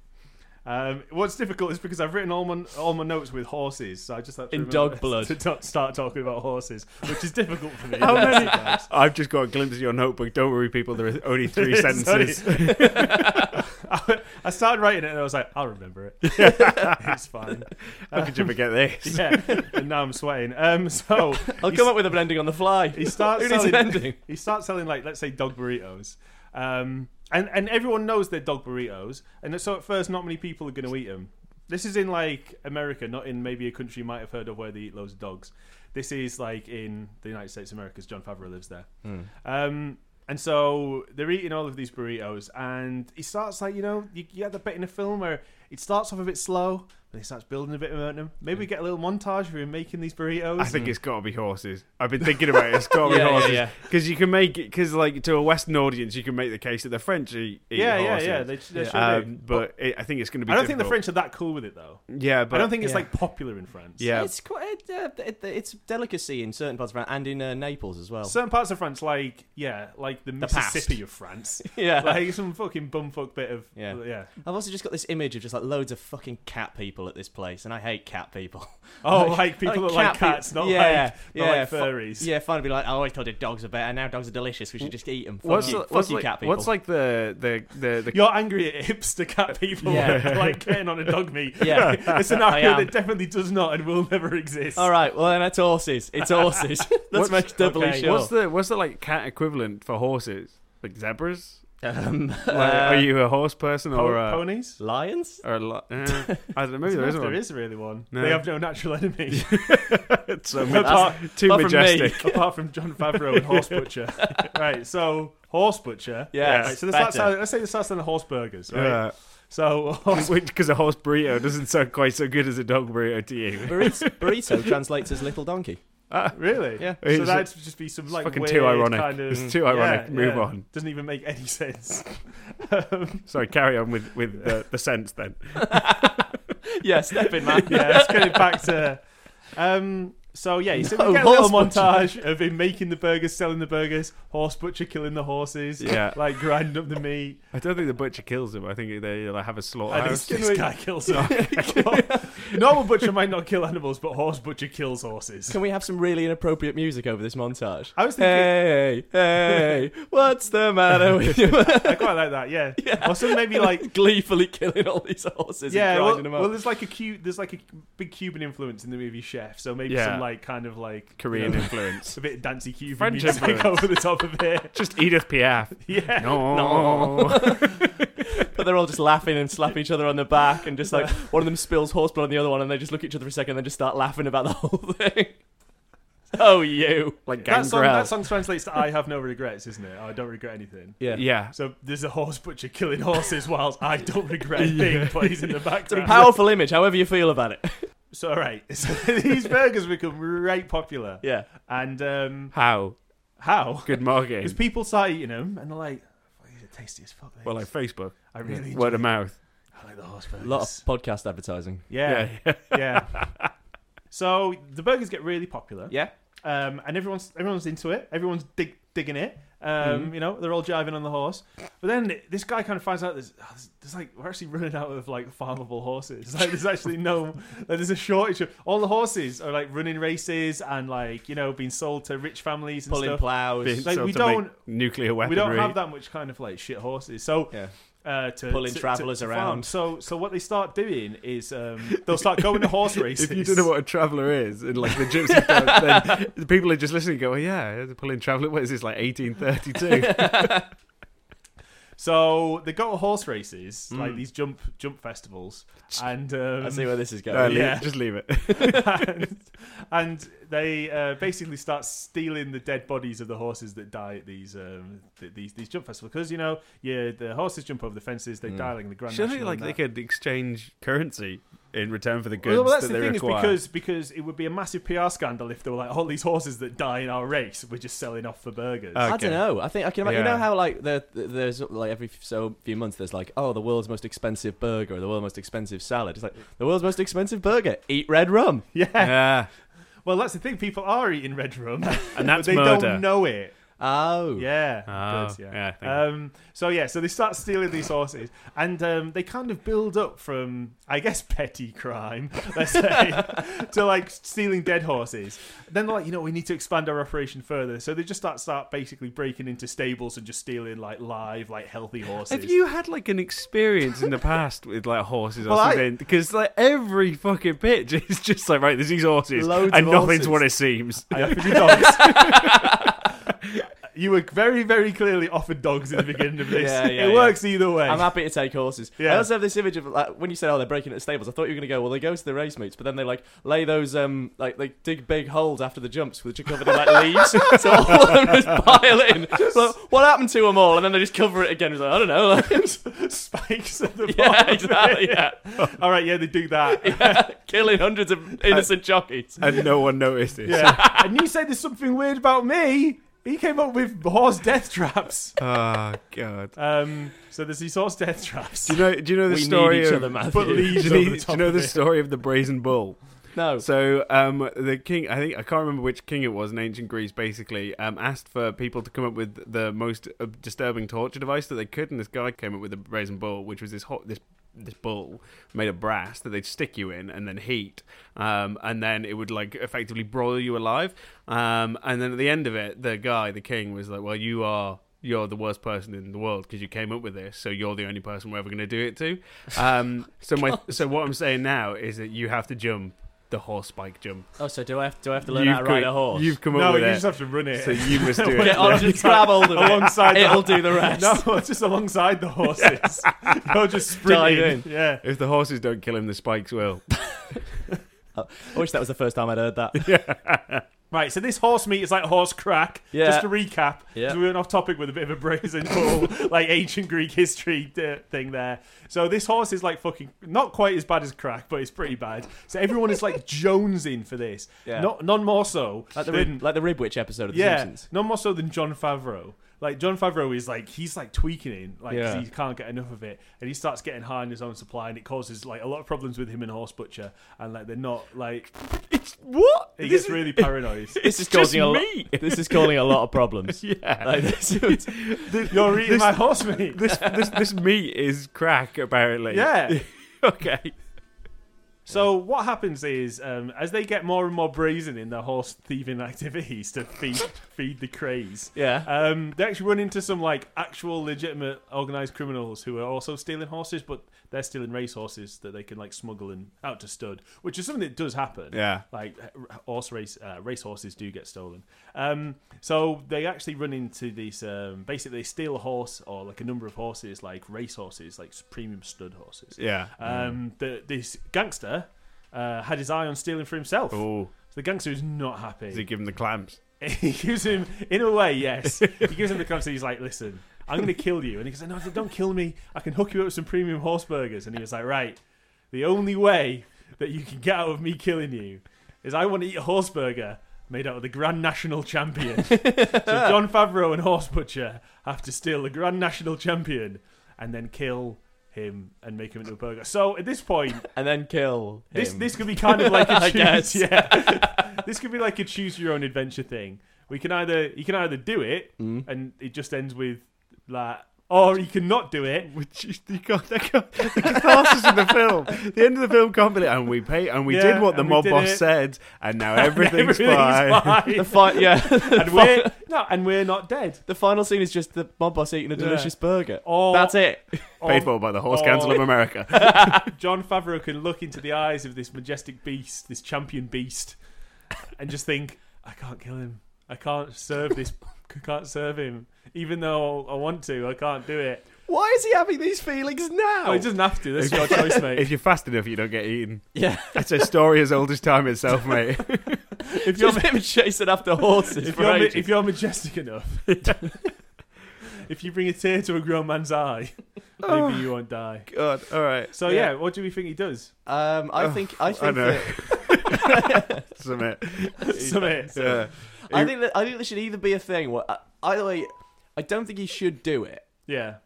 [SPEAKER 3] Um, what's difficult is because I've written all my all my notes with horses, so I just have to
[SPEAKER 2] In
[SPEAKER 3] remember
[SPEAKER 2] dog blood.
[SPEAKER 3] *laughs* to not start talking about horses, which is difficult for me.
[SPEAKER 1] How many?
[SPEAKER 3] Sometimes.
[SPEAKER 1] I've just got a glimpse of your notebook. Don't worry, people. There are only three
[SPEAKER 3] Sorry.
[SPEAKER 1] sentences.
[SPEAKER 3] I, *laughs* I started writing it and I was like, I'll
[SPEAKER 2] *laughs*
[SPEAKER 3] remember it. *laughs* it's fine.
[SPEAKER 1] How could you forget this?
[SPEAKER 3] *laughs* Yeah, and now I'm sweating. Um, *laughs* so
[SPEAKER 2] I'll
[SPEAKER 3] he
[SPEAKER 2] come up with a blending on the fly.
[SPEAKER 3] he starts
[SPEAKER 2] Who needs
[SPEAKER 3] selling,
[SPEAKER 2] an ending?
[SPEAKER 3] He starts selling like let's say dog burritos, um, and and everyone knows they're dog burritos, and so at first not many people are going to eat them. This is in like America, not in maybe a country you might have heard of where they eat loads of dogs. This is like in the United States of America, 'cause John Favreau lives there. Um, and so they're eating all of these burritos, and it starts like you know you, you had the bit in a film where it starts off a bit slow, but it starts building a bit of momentum. Maybe we get a little montage of him making these burritos.
[SPEAKER 1] I think it's got to be horses. I've been thinking about it. It's got to
[SPEAKER 3] *laughs*
[SPEAKER 1] be
[SPEAKER 2] Yeah, yeah,
[SPEAKER 1] horses
[SPEAKER 2] yeah.
[SPEAKER 1] because you can make it because like to a Western audience, you can make the case that the French eat eat
[SPEAKER 3] yeah, yeah,
[SPEAKER 1] horses.
[SPEAKER 3] yeah, They, they
[SPEAKER 2] Yeah.
[SPEAKER 3] sure do.
[SPEAKER 1] um, but it, I think it's going to be.
[SPEAKER 3] I don't think the
[SPEAKER 1] difficult.
[SPEAKER 3] French are that cool with it though.
[SPEAKER 1] Yeah, but
[SPEAKER 3] I don't think it's
[SPEAKER 2] yeah.
[SPEAKER 3] like popular in France.
[SPEAKER 1] Yeah,
[SPEAKER 2] It's quite. Uh, it, it's delicacy in certain parts of France and in uh, Naples as well.
[SPEAKER 3] Certain parts of France, like yeah, like the,
[SPEAKER 2] past.
[SPEAKER 3] Mississippi of France,
[SPEAKER 2] *laughs* yeah.
[SPEAKER 3] *laughs* like some fucking bumfuck bit of yeah.
[SPEAKER 2] Yeah. *laughs* I've also just got this image of just like loads of fucking cat people at this place, and I hate cat people.
[SPEAKER 3] *laughs* Oh, like people that like
[SPEAKER 2] cat pe-
[SPEAKER 3] cats, not
[SPEAKER 2] yeah,
[SPEAKER 3] like not
[SPEAKER 2] yeah,
[SPEAKER 3] like
[SPEAKER 2] fu-
[SPEAKER 3] furries.
[SPEAKER 2] yeah, finally be like, I always told you dogs are better. Now dogs are delicious. We should just eat them. Fuck
[SPEAKER 1] what's
[SPEAKER 2] you,
[SPEAKER 1] the-
[SPEAKER 2] fuck
[SPEAKER 1] what's
[SPEAKER 2] you
[SPEAKER 1] like,
[SPEAKER 2] cat people.
[SPEAKER 1] what's like the the the, the
[SPEAKER 3] You're angry at hipster cat people *laughs*
[SPEAKER 2] Yeah.
[SPEAKER 3] that like getting on a dog meat.
[SPEAKER 2] *laughs* Yeah.
[SPEAKER 3] *laughs* a
[SPEAKER 2] I
[SPEAKER 3] scenario
[SPEAKER 2] am.
[SPEAKER 3] that definitely does not and will never exist.
[SPEAKER 2] All right, well then that's horses.
[SPEAKER 3] *laughs*
[SPEAKER 2] It's horses. *laughs*
[SPEAKER 1] What's-
[SPEAKER 2] Let's make doubly
[SPEAKER 3] okay,
[SPEAKER 2] sure.
[SPEAKER 1] what's the what's the like cat equivalent for horses? Like
[SPEAKER 3] *laughs*
[SPEAKER 1] zebras?
[SPEAKER 2] um,
[SPEAKER 1] Like,
[SPEAKER 2] uh,
[SPEAKER 1] are you a horse person
[SPEAKER 3] Po-
[SPEAKER 1] or a,
[SPEAKER 3] ponies?
[SPEAKER 2] lions?
[SPEAKER 1] or a
[SPEAKER 3] *laughs*
[SPEAKER 1] lo- eh, I don't know. Maybe
[SPEAKER 3] I
[SPEAKER 1] there
[SPEAKER 3] don't know
[SPEAKER 1] is
[SPEAKER 3] if
[SPEAKER 1] one.
[SPEAKER 3] there is really one.
[SPEAKER 1] No.
[SPEAKER 3] They have no
[SPEAKER 2] *laughs*
[SPEAKER 3] natural enemy.
[SPEAKER 1] So
[SPEAKER 3] *laughs* Apart-
[SPEAKER 1] too
[SPEAKER 2] apart from me.
[SPEAKER 1] majestic.
[SPEAKER 3] *laughs* apart from John Favreau
[SPEAKER 1] *laughs*
[SPEAKER 3] and Horse Butcher. *laughs* right, so Horse Butcher.
[SPEAKER 2] Yes,
[SPEAKER 3] Right, so this
[SPEAKER 2] better.
[SPEAKER 3] starts, let's say this starts on the horse burgers, right?
[SPEAKER 1] Yeah.
[SPEAKER 3] So *laughs*
[SPEAKER 1] *laughs*
[SPEAKER 3] horse,
[SPEAKER 1] Because Uh, a horse burrito doesn't sound quite so good as a dog burrito to you.
[SPEAKER 2] Burrito, burrito translates as little
[SPEAKER 3] *laughs*
[SPEAKER 2] donkey.
[SPEAKER 3] really?
[SPEAKER 2] Yeah.
[SPEAKER 3] So
[SPEAKER 1] It's-
[SPEAKER 3] that'd just be some like
[SPEAKER 1] fucking
[SPEAKER 3] weird
[SPEAKER 1] too ironic.
[SPEAKER 3] Kind of,
[SPEAKER 1] It's too ironic.
[SPEAKER 3] Yeah,
[SPEAKER 1] Move
[SPEAKER 3] yeah.
[SPEAKER 1] on.
[SPEAKER 3] Doesn't even make
[SPEAKER 1] *laughs*
[SPEAKER 3] any sense. um,
[SPEAKER 1] Sorry, carry on with with the, the sense then.
[SPEAKER 2] Yeah, step in, man.
[SPEAKER 3] *laughs* yeah, let's get it back to. Um, so yeah, so
[SPEAKER 2] No,
[SPEAKER 3] we get a little
[SPEAKER 2] Horse Butcher.
[SPEAKER 3] montage of him making the burgers, selling the burgers, horse butcher killing the horses,
[SPEAKER 1] Yeah.
[SPEAKER 3] like grinding up the meat.
[SPEAKER 1] I don't think the butcher kills him. I think they like, have a
[SPEAKER 3] And
[SPEAKER 1] slaughterhouse.
[SPEAKER 3] this, this guy kills *laughs* him. Normal butcher might not kill animals, but horse butcher kills horses.
[SPEAKER 2] Can we have some really inappropriate music over this montage?
[SPEAKER 3] I was thinking,
[SPEAKER 2] Hey, hey, what's the matter with you?
[SPEAKER 3] *laughs* I quite like that. Yeah,
[SPEAKER 2] Uh, Yeah.
[SPEAKER 3] or some
[SPEAKER 2] *laughs*
[SPEAKER 3] maybe like
[SPEAKER 2] gleefully killing all these horses
[SPEAKER 3] yeah.
[SPEAKER 2] and grinding
[SPEAKER 3] Well,
[SPEAKER 2] them up.
[SPEAKER 3] well, there's like a cu there's like a big Cuban influence in the movie Chef, so maybe
[SPEAKER 1] Yeah.
[SPEAKER 3] some like kind of like
[SPEAKER 1] Korean
[SPEAKER 3] you know,
[SPEAKER 1] influence.
[SPEAKER 3] a bit of dancey Cuban
[SPEAKER 1] French
[SPEAKER 3] music
[SPEAKER 1] influence.
[SPEAKER 3] *laughs* over the top of
[SPEAKER 1] *laughs*
[SPEAKER 3] it.
[SPEAKER 1] Just Edith Piaf.
[SPEAKER 3] Yeah,
[SPEAKER 1] No.
[SPEAKER 2] *laughs* No. *laughs* but they're all just laughing and slapping each other on the back, and just like one of them spills horse blood on the other one, and they just look at each other for a second, and then just start laughing about the whole *laughs* thing. oh, *laughs* you.
[SPEAKER 1] Like
[SPEAKER 3] that song,
[SPEAKER 1] Gangrel.
[SPEAKER 3] that song translates to "I have no regrets," isn't it? I don't regret anything.
[SPEAKER 2] Yeah.
[SPEAKER 1] yeah.
[SPEAKER 3] So there's a horse butcher killing horses, whilst I don't regret anything, but he's in the
[SPEAKER 2] It's a
[SPEAKER 3] background.
[SPEAKER 2] powerful image, however you feel about it. *laughs*
[SPEAKER 3] so all right, *laughs* so these burgers become right popular,
[SPEAKER 2] Yeah.
[SPEAKER 3] and um,
[SPEAKER 1] How?
[SPEAKER 3] how?
[SPEAKER 1] Good marketing.
[SPEAKER 3] Because people start eating them and they're like, "Fuck, these are tasty as fuck. these."
[SPEAKER 1] Well, like Facebook.
[SPEAKER 3] I really enjoy
[SPEAKER 1] Word of mouth.
[SPEAKER 3] I like the horse burgers.
[SPEAKER 2] A lot of podcast advertising.
[SPEAKER 3] yeah,
[SPEAKER 1] yeah.
[SPEAKER 3] yeah. so the burgers get really popular,
[SPEAKER 2] Yeah.
[SPEAKER 3] um, and everyone's everyone's into it. Everyone's dig, digging it. Um,
[SPEAKER 2] Mhm.
[SPEAKER 3] You know, they're all jiving on the horse. But then this guy kind of finds out there's, oh, there's, there's like we're actually running out of like farmable horses. *laughs* Like there's actually no, like, there's a shortage of all the horses are like running races and like you know being sold to rich families and
[SPEAKER 2] Pulling
[SPEAKER 3] stuff.
[SPEAKER 2] plows.
[SPEAKER 3] Like,
[SPEAKER 1] So
[SPEAKER 3] we
[SPEAKER 1] to make
[SPEAKER 3] don't-
[SPEAKER 1] nuclear weaponry.
[SPEAKER 3] we don't have that much kind of like shit horses. So
[SPEAKER 2] Yeah.
[SPEAKER 3] uh, to
[SPEAKER 2] Pulling
[SPEAKER 3] to-
[SPEAKER 2] travellers
[SPEAKER 3] to- to
[SPEAKER 2] around.
[SPEAKER 3] farm. So so what they start doing is um, they'll start going
[SPEAKER 2] *laughs*
[SPEAKER 3] to horse
[SPEAKER 1] *laughs*
[SPEAKER 3] races.
[SPEAKER 1] If you don't know what a traveller is, and like the gypsy, *laughs* code, then the people are just listening. Go, oh, yeah, they're pulling traveller. What is this like? 1832?
[SPEAKER 3] So they go to horse races, like
[SPEAKER 1] Mm.
[SPEAKER 3] these jump jump festivals,
[SPEAKER 1] *laughs*
[SPEAKER 3] and um,
[SPEAKER 2] I see where this is going.
[SPEAKER 1] No, Uh, leave-
[SPEAKER 3] yeah.
[SPEAKER 1] just leave it.
[SPEAKER 3] *laughs* and, and they uh, basically start stealing the dead bodies of the horses that die at these um, th- these these jump festivals because you know yeah the horses jump over the fences they
[SPEAKER 2] Mm.
[SPEAKER 3] die like the grand.
[SPEAKER 1] Surely,
[SPEAKER 3] National
[SPEAKER 1] like
[SPEAKER 3] and
[SPEAKER 1] they
[SPEAKER 3] that.
[SPEAKER 1] could exchange currency in return for the goods
[SPEAKER 3] Well, well, that's
[SPEAKER 1] that
[SPEAKER 3] the
[SPEAKER 1] they
[SPEAKER 3] thing
[SPEAKER 1] require.
[SPEAKER 3] is because because it would be a massive PR scandal if there were like all these horses that die in our race we're just selling off for burgers.
[SPEAKER 1] Uh,
[SPEAKER 2] I
[SPEAKER 1] Okay.
[SPEAKER 2] don't know. I think I can. Imagine, You
[SPEAKER 1] Yeah.
[SPEAKER 2] know how like there, there's like every so few months there's like oh the world's most expensive burger or the world's most expensive salad. It's like the world's most expensive burger. Eat red rum.
[SPEAKER 3] *laughs* yeah. *laughs*
[SPEAKER 1] yeah,
[SPEAKER 3] Well, that's the thing. People are eating red rum,
[SPEAKER 1] *laughs* and that's
[SPEAKER 3] but they
[SPEAKER 1] murder.
[SPEAKER 3] don't know it.
[SPEAKER 2] Oh.
[SPEAKER 3] Yeah.
[SPEAKER 1] Oh,
[SPEAKER 3] good,
[SPEAKER 1] yeah,
[SPEAKER 3] yeah.
[SPEAKER 1] thank you.
[SPEAKER 3] um, so yeah, so they start stealing these horses, and um, they kind of build up from, I guess, *laughs* petty crime, let's
[SPEAKER 2] *laughs*
[SPEAKER 3] say, to like stealing dead horses. Then they're like, you know, we need to expand our operation further. So they just start start basically breaking into stables and just stealing like live, like healthy horses.
[SPEAKER 1] Have you had like an experience in the past with like horses or
[SPEAKER 3] Well, I-
[SPEAKER 1] something? Because like every fucking pitch *laughs* is just like right, there's these horses,
[SPEAKER 2] Loads
[SPEAKER 1] and
[SPEAKER 2] of
[SPEAKER 1] nothing's
[SPEAKER 2] horses.
[SPEAKER 1] what it seems. *laughs*
[SPEAKER 3] I offered you dogs. *laughs* you were very, very clearly offered dogs at the beginning of this.
[SPEAKER 2] Yeah, yeah,
[SPEAKER 3] it
[SPEAKER 2] yeah.
[SPEAKER 3] works either way.
[SPEAKER 2] I'm happy to take horses.
[SPEAKER 3] Yeah.
[SPEAKER 2] I also have this image of like when you said, "Oh, they're breaking at stables." I thought you were going to go, "Well, they go to the race meets," but then they like lay those um like they dig big holes after the jumps, which are covered in like leaves, so all of them just pile in. Well, what happened to them all? And then they just cover it again. It's like I don't know.
[SPEAKER 3] *laughs*
[SPEAKER 2] *laughs*
[SPEAKER 3] Spikes at the
[SPEAKER 2] yeah,
[SPEAKER 3] bottom.
[SPEAKER 2] exactly. Yeah.
[SPEAKER 3] *laughs* All right, yeah, they do that.
[SPEAKER 2] yeah, killing hundreds of innocent jockeys.
[SPEAKER 1] And no one noticed it.
[SPEAKER 3] Yeah. *laughs* and you said there's something weird about me. He came up with horse death traps.
[SPEAKER 1] Oh god.
[SPEAKER 3] Um, so there's these horse death traps.
[SPEAKER 1] Do you know? Do you know the
[SPEAKER 2] we
[SPEAKER 1] story?
[SPEAKER 2] need each
[SPEAKER 1] of,
[SPEAKER 2] other, Matthew.
[SPEAKER 3] But
[SPEAKER 1] do you, need-
[SPEAKER 3] leaves over
[SPEAKER 1] do
[SPEAKER 3] the
[SPEAKER 1] you
[SPEAKER 3] top
[SPEAKER 1] know
[SPEAKER 3] of
[SPEAKER 1] the
[SPEAKER 3] it.
[SPEAKER 1] story of the brazen bull?
[SPEAKER 2] no.
[SPEAKER 1] So um, the king, I think I can't remember which king it was in ancient Greece. Basically, um, asked for people to come up with the most uh, disturbing torture device that they could, and this guy came up with a brazen bull, which was this hot this this bull made of brass that they'd stick you in and then heat, um, and then it would like effectively broil you alive. Um, and then at the end of it, the guy, the king, was like, "Well, you are." You're the worst person in the world because you came up with this, so you're the only person we're ever going to do it to. Um, so my, so what I'm saying now is that you have to jump the horse spike jump.
[SPEAKER 2] oh, so do I have, do I have to learn how to ride
[SPEAKER 1] got-
[SPEAKER 2] a horse?
[SPEAKER 1] You've come
[SPEAKER 3] no,
[SPEAKER 1] up
[SPEAKER 3] you
[SPEAKER 1] with
[SPEAKER 3] just
[SPEAKER 1] it,
[SPEAKER 3] have to run it.
[SPEAKER 1] so you must *laughs* do it.
[SPEAKER 2] Get on, just grab hold of it.
[SPEAKER 3] Alongside the-
[SPEAKER 2] It'll do the rest.
[SPEAKER 3] *laughs* no, just alongside
[SPEAKER 2] *laughs*
[SPEAKER 3] the horses. *laughs* You're just
[SPEAKER 2] Dive
[SPEAKER 3] sprinting. Yeah.
[SPEAKER 1] If the horses don't kill him, the spikes will.
[SPEAKER 2] I wish that was the first time I'd heard that.
[SPEAKER 3] Right, so this horse meat is like horse crack.
[SPEAKER 2] Yeah.
[SPEAKER 3] Just to recap,
[SPEAKER 2] Yeah.
[SPEAKER 3] 'cause we went off topic with a bit of a brazen bull, *laughs* like ancient Greek history uh, thing there. So this horse is like fucking not quite as bad as crack, but it's pretty bad. So everyone
[SPEAKER 2] *laughs*
[SPEAKER 3] is like jonesing for this.
[SPEAKER 2] Yeah.
[SPEAKER 3] Not none more so
[SPEAKER 2] Like the,
[SPEAKER 3] than
[SPEAKER 2] rib, like the Rib Witch episode of The
[SPEAKER 3] yeah,
[SPEAKER 2] Simpsons.
[SPEAKER 3] no more so than John Favreau. Like John Favreau is like he's like tweaking in, like 'cause
[SPEAKER 2] Yeah.
[SPEAKER 3] he can't get enough of it, and he starts getting high on his own supply, and it causes like a lot of problems with him and Horse Butcher, and like they're not like
[SPEAKER 1] *laughs* It's what?
[SPEAKER 3] he gets really paranoid.
[SPEAKER 2] This is
[SPEAKER 1] It's just
[SPEAKER 2] causing a lot.
[SPEAKER 1] meat.
[SPEAKER 2] *laughs* This is causing a lot of
[SPEAKER 1] *laughs*
[SPEAKER 2] problems.
[SPEAKER 1] Yeah.
[SPEAKER 2] Like,
[SPEAKER 1] *laughs*
[SPEAKER 2] this is-
[SPEAKER 3] You're eating
[SPEAKER 1] This-
[SPEAKER 3] my horse meat.
[SPEAKER 1] this this this meat is crack apparently.
[SPEAKER 3] *laughs* Yeah.
[SPEAKER 1] *laughs* okay.
[SPEAKER 3] So what happens is, um, as they get more and more brazen in their horse thieving activities to feed feed the craze,
[SPEAKER 2] yeah.
[SPEAKER 3] um, they actually run into some like actual legitimate organized criminals who are also stealing horses, but they're stealing race horses that they can like smuggle and out to stud, which is something that does happen.
[SPEAKER 1] Yeah.
[SPEAKER 3] like h- horse race uh, race horses do get stolen. Um, so they actually run into these. Um, basically, they steal a horse or like a number of horses, like race horses, like premium stud horses.
[SPEAKER 1] Yeah. Mm.
[SPEAKER 3] Um, the, this gangster uh, had his eye on stealing for himself.
[SPEAKER 1] oh,
[SPEAKER 3] The gangster is not happy.
[SPEAKER 1] does he give him the clamps?
[SPEAKER 3] *laughs* he gives him, in a way, yes. he gives him the concept. He's like, listen, I'm going to kill you. And he goes, no, don't kill me. I can hook you up with some premium horse burgers. And he was like, right, the only way that you can get out of me killing you is I want to eat a horse burger made out of the Grand National Champion. so John Favreau and Horse Butcher have to steal the Grand National Champion and then kill him and make him into a burger. So at this point,
[SPEAKER 2] and then kill him.
[SPEAKER 3] this this could be kind of like a
[SPEAKER 2] I
[SPEAKER 3] choose,
[SPEAKER 2] guess.
[SPEAKER 3] yeah. this could be like a choose your own adventure thing. We can either you can either do it and it just ends with like, or you can not do it.
[SPEAKER 1] Which is- you can't, that
[SPEAKER 3] *laughs*
[SPEAKER 1] can't, *laughs* the catharsis of the film. The end of the film can't be like, and we pay, and we
[SPEAKER 3] Yeah,
[SPEAKER 1] did what the
[SPEAKER 3] and we
[SPEAKER 1] mob
[SPEAKER 3] did
[SPEAKER 1] boss
[SPEAKER 3] it.
[SPEAKER 1] said, and now everything's, fine.
[SPEAKER 2] *laughs* the
[SPEAKER 3] fine.
[SPEAKER 2] fight. Yeah.
[SPEAKER 3] and we're no, and we're not dead.
[SPEAKER 2] The final scene is just the mob boss eating a
[SPEAKER 3] Yeah. Oh.
[SPEAKER 2] delicious burger.
[SPEAKER 3] Or-
[SPEAKER 2] That's it.
[SPEAKER 1] Paid for by the Horse
[SPEAKER 3] Oh.
[SPEAKER 1] Council of America.
[SPEAKER 3] John Favreau can look into the eyes of this majestic beast, this *laughs* champion beast, and just think, I can't kill him. I can't serve this I can't serve him, even though I want to. I can't do it.
[SPEAKER 2] Why is he having these feelings now?
[SPEAKER 3] Oh, he doesn't have to. That's your
[SPEAKER 1] *laughs*
[SPEAKER 3] choice, mate.
[SPEAKER 1] If you're fast enough, you don't get eaten.
[SPEAKER 2] *laughs* yeah,
[SPEAKER 1] That's a story as old as time itself, mate. *laughs*
[SPEAKER 2] if you're him chasing after horses,
[SPEAKER 3] if
[SPEAKER 2] for
[SPEAKER 3] you're, ma-
[SPEAKER 2] ages.
[SPEAKER 3] if you're majestic *laughs* enough, if you bring a tear to a grown man's eye,
[SPEAKER 1] Oh.
[SPEAKER 3] maybe you won't die.
[SPEAKER 1] God, all right.
[SPEAKER 3] So
[SPEAKER 2] Yeah.
[SPEAKER 3] yeah. what do we think he *laughs* does?
[SPEAKER 2] um, I
[SPEAKER 1] Oh,
[SPEAKER 2] think I
[SPEAKER 1] I
[SPEAKER 2] think
[SPEAKER 1] know.
[SPEAKER 2] that,
[SPEAKER 1] Submit.
[SPEAKER 3] Summit.
[SPEAKER 1] Yeah.
[SPEAKER 2] I think that I think this should either be a thing. What either way, I don't think he should do it.
[SPEAKER 3] Yeah.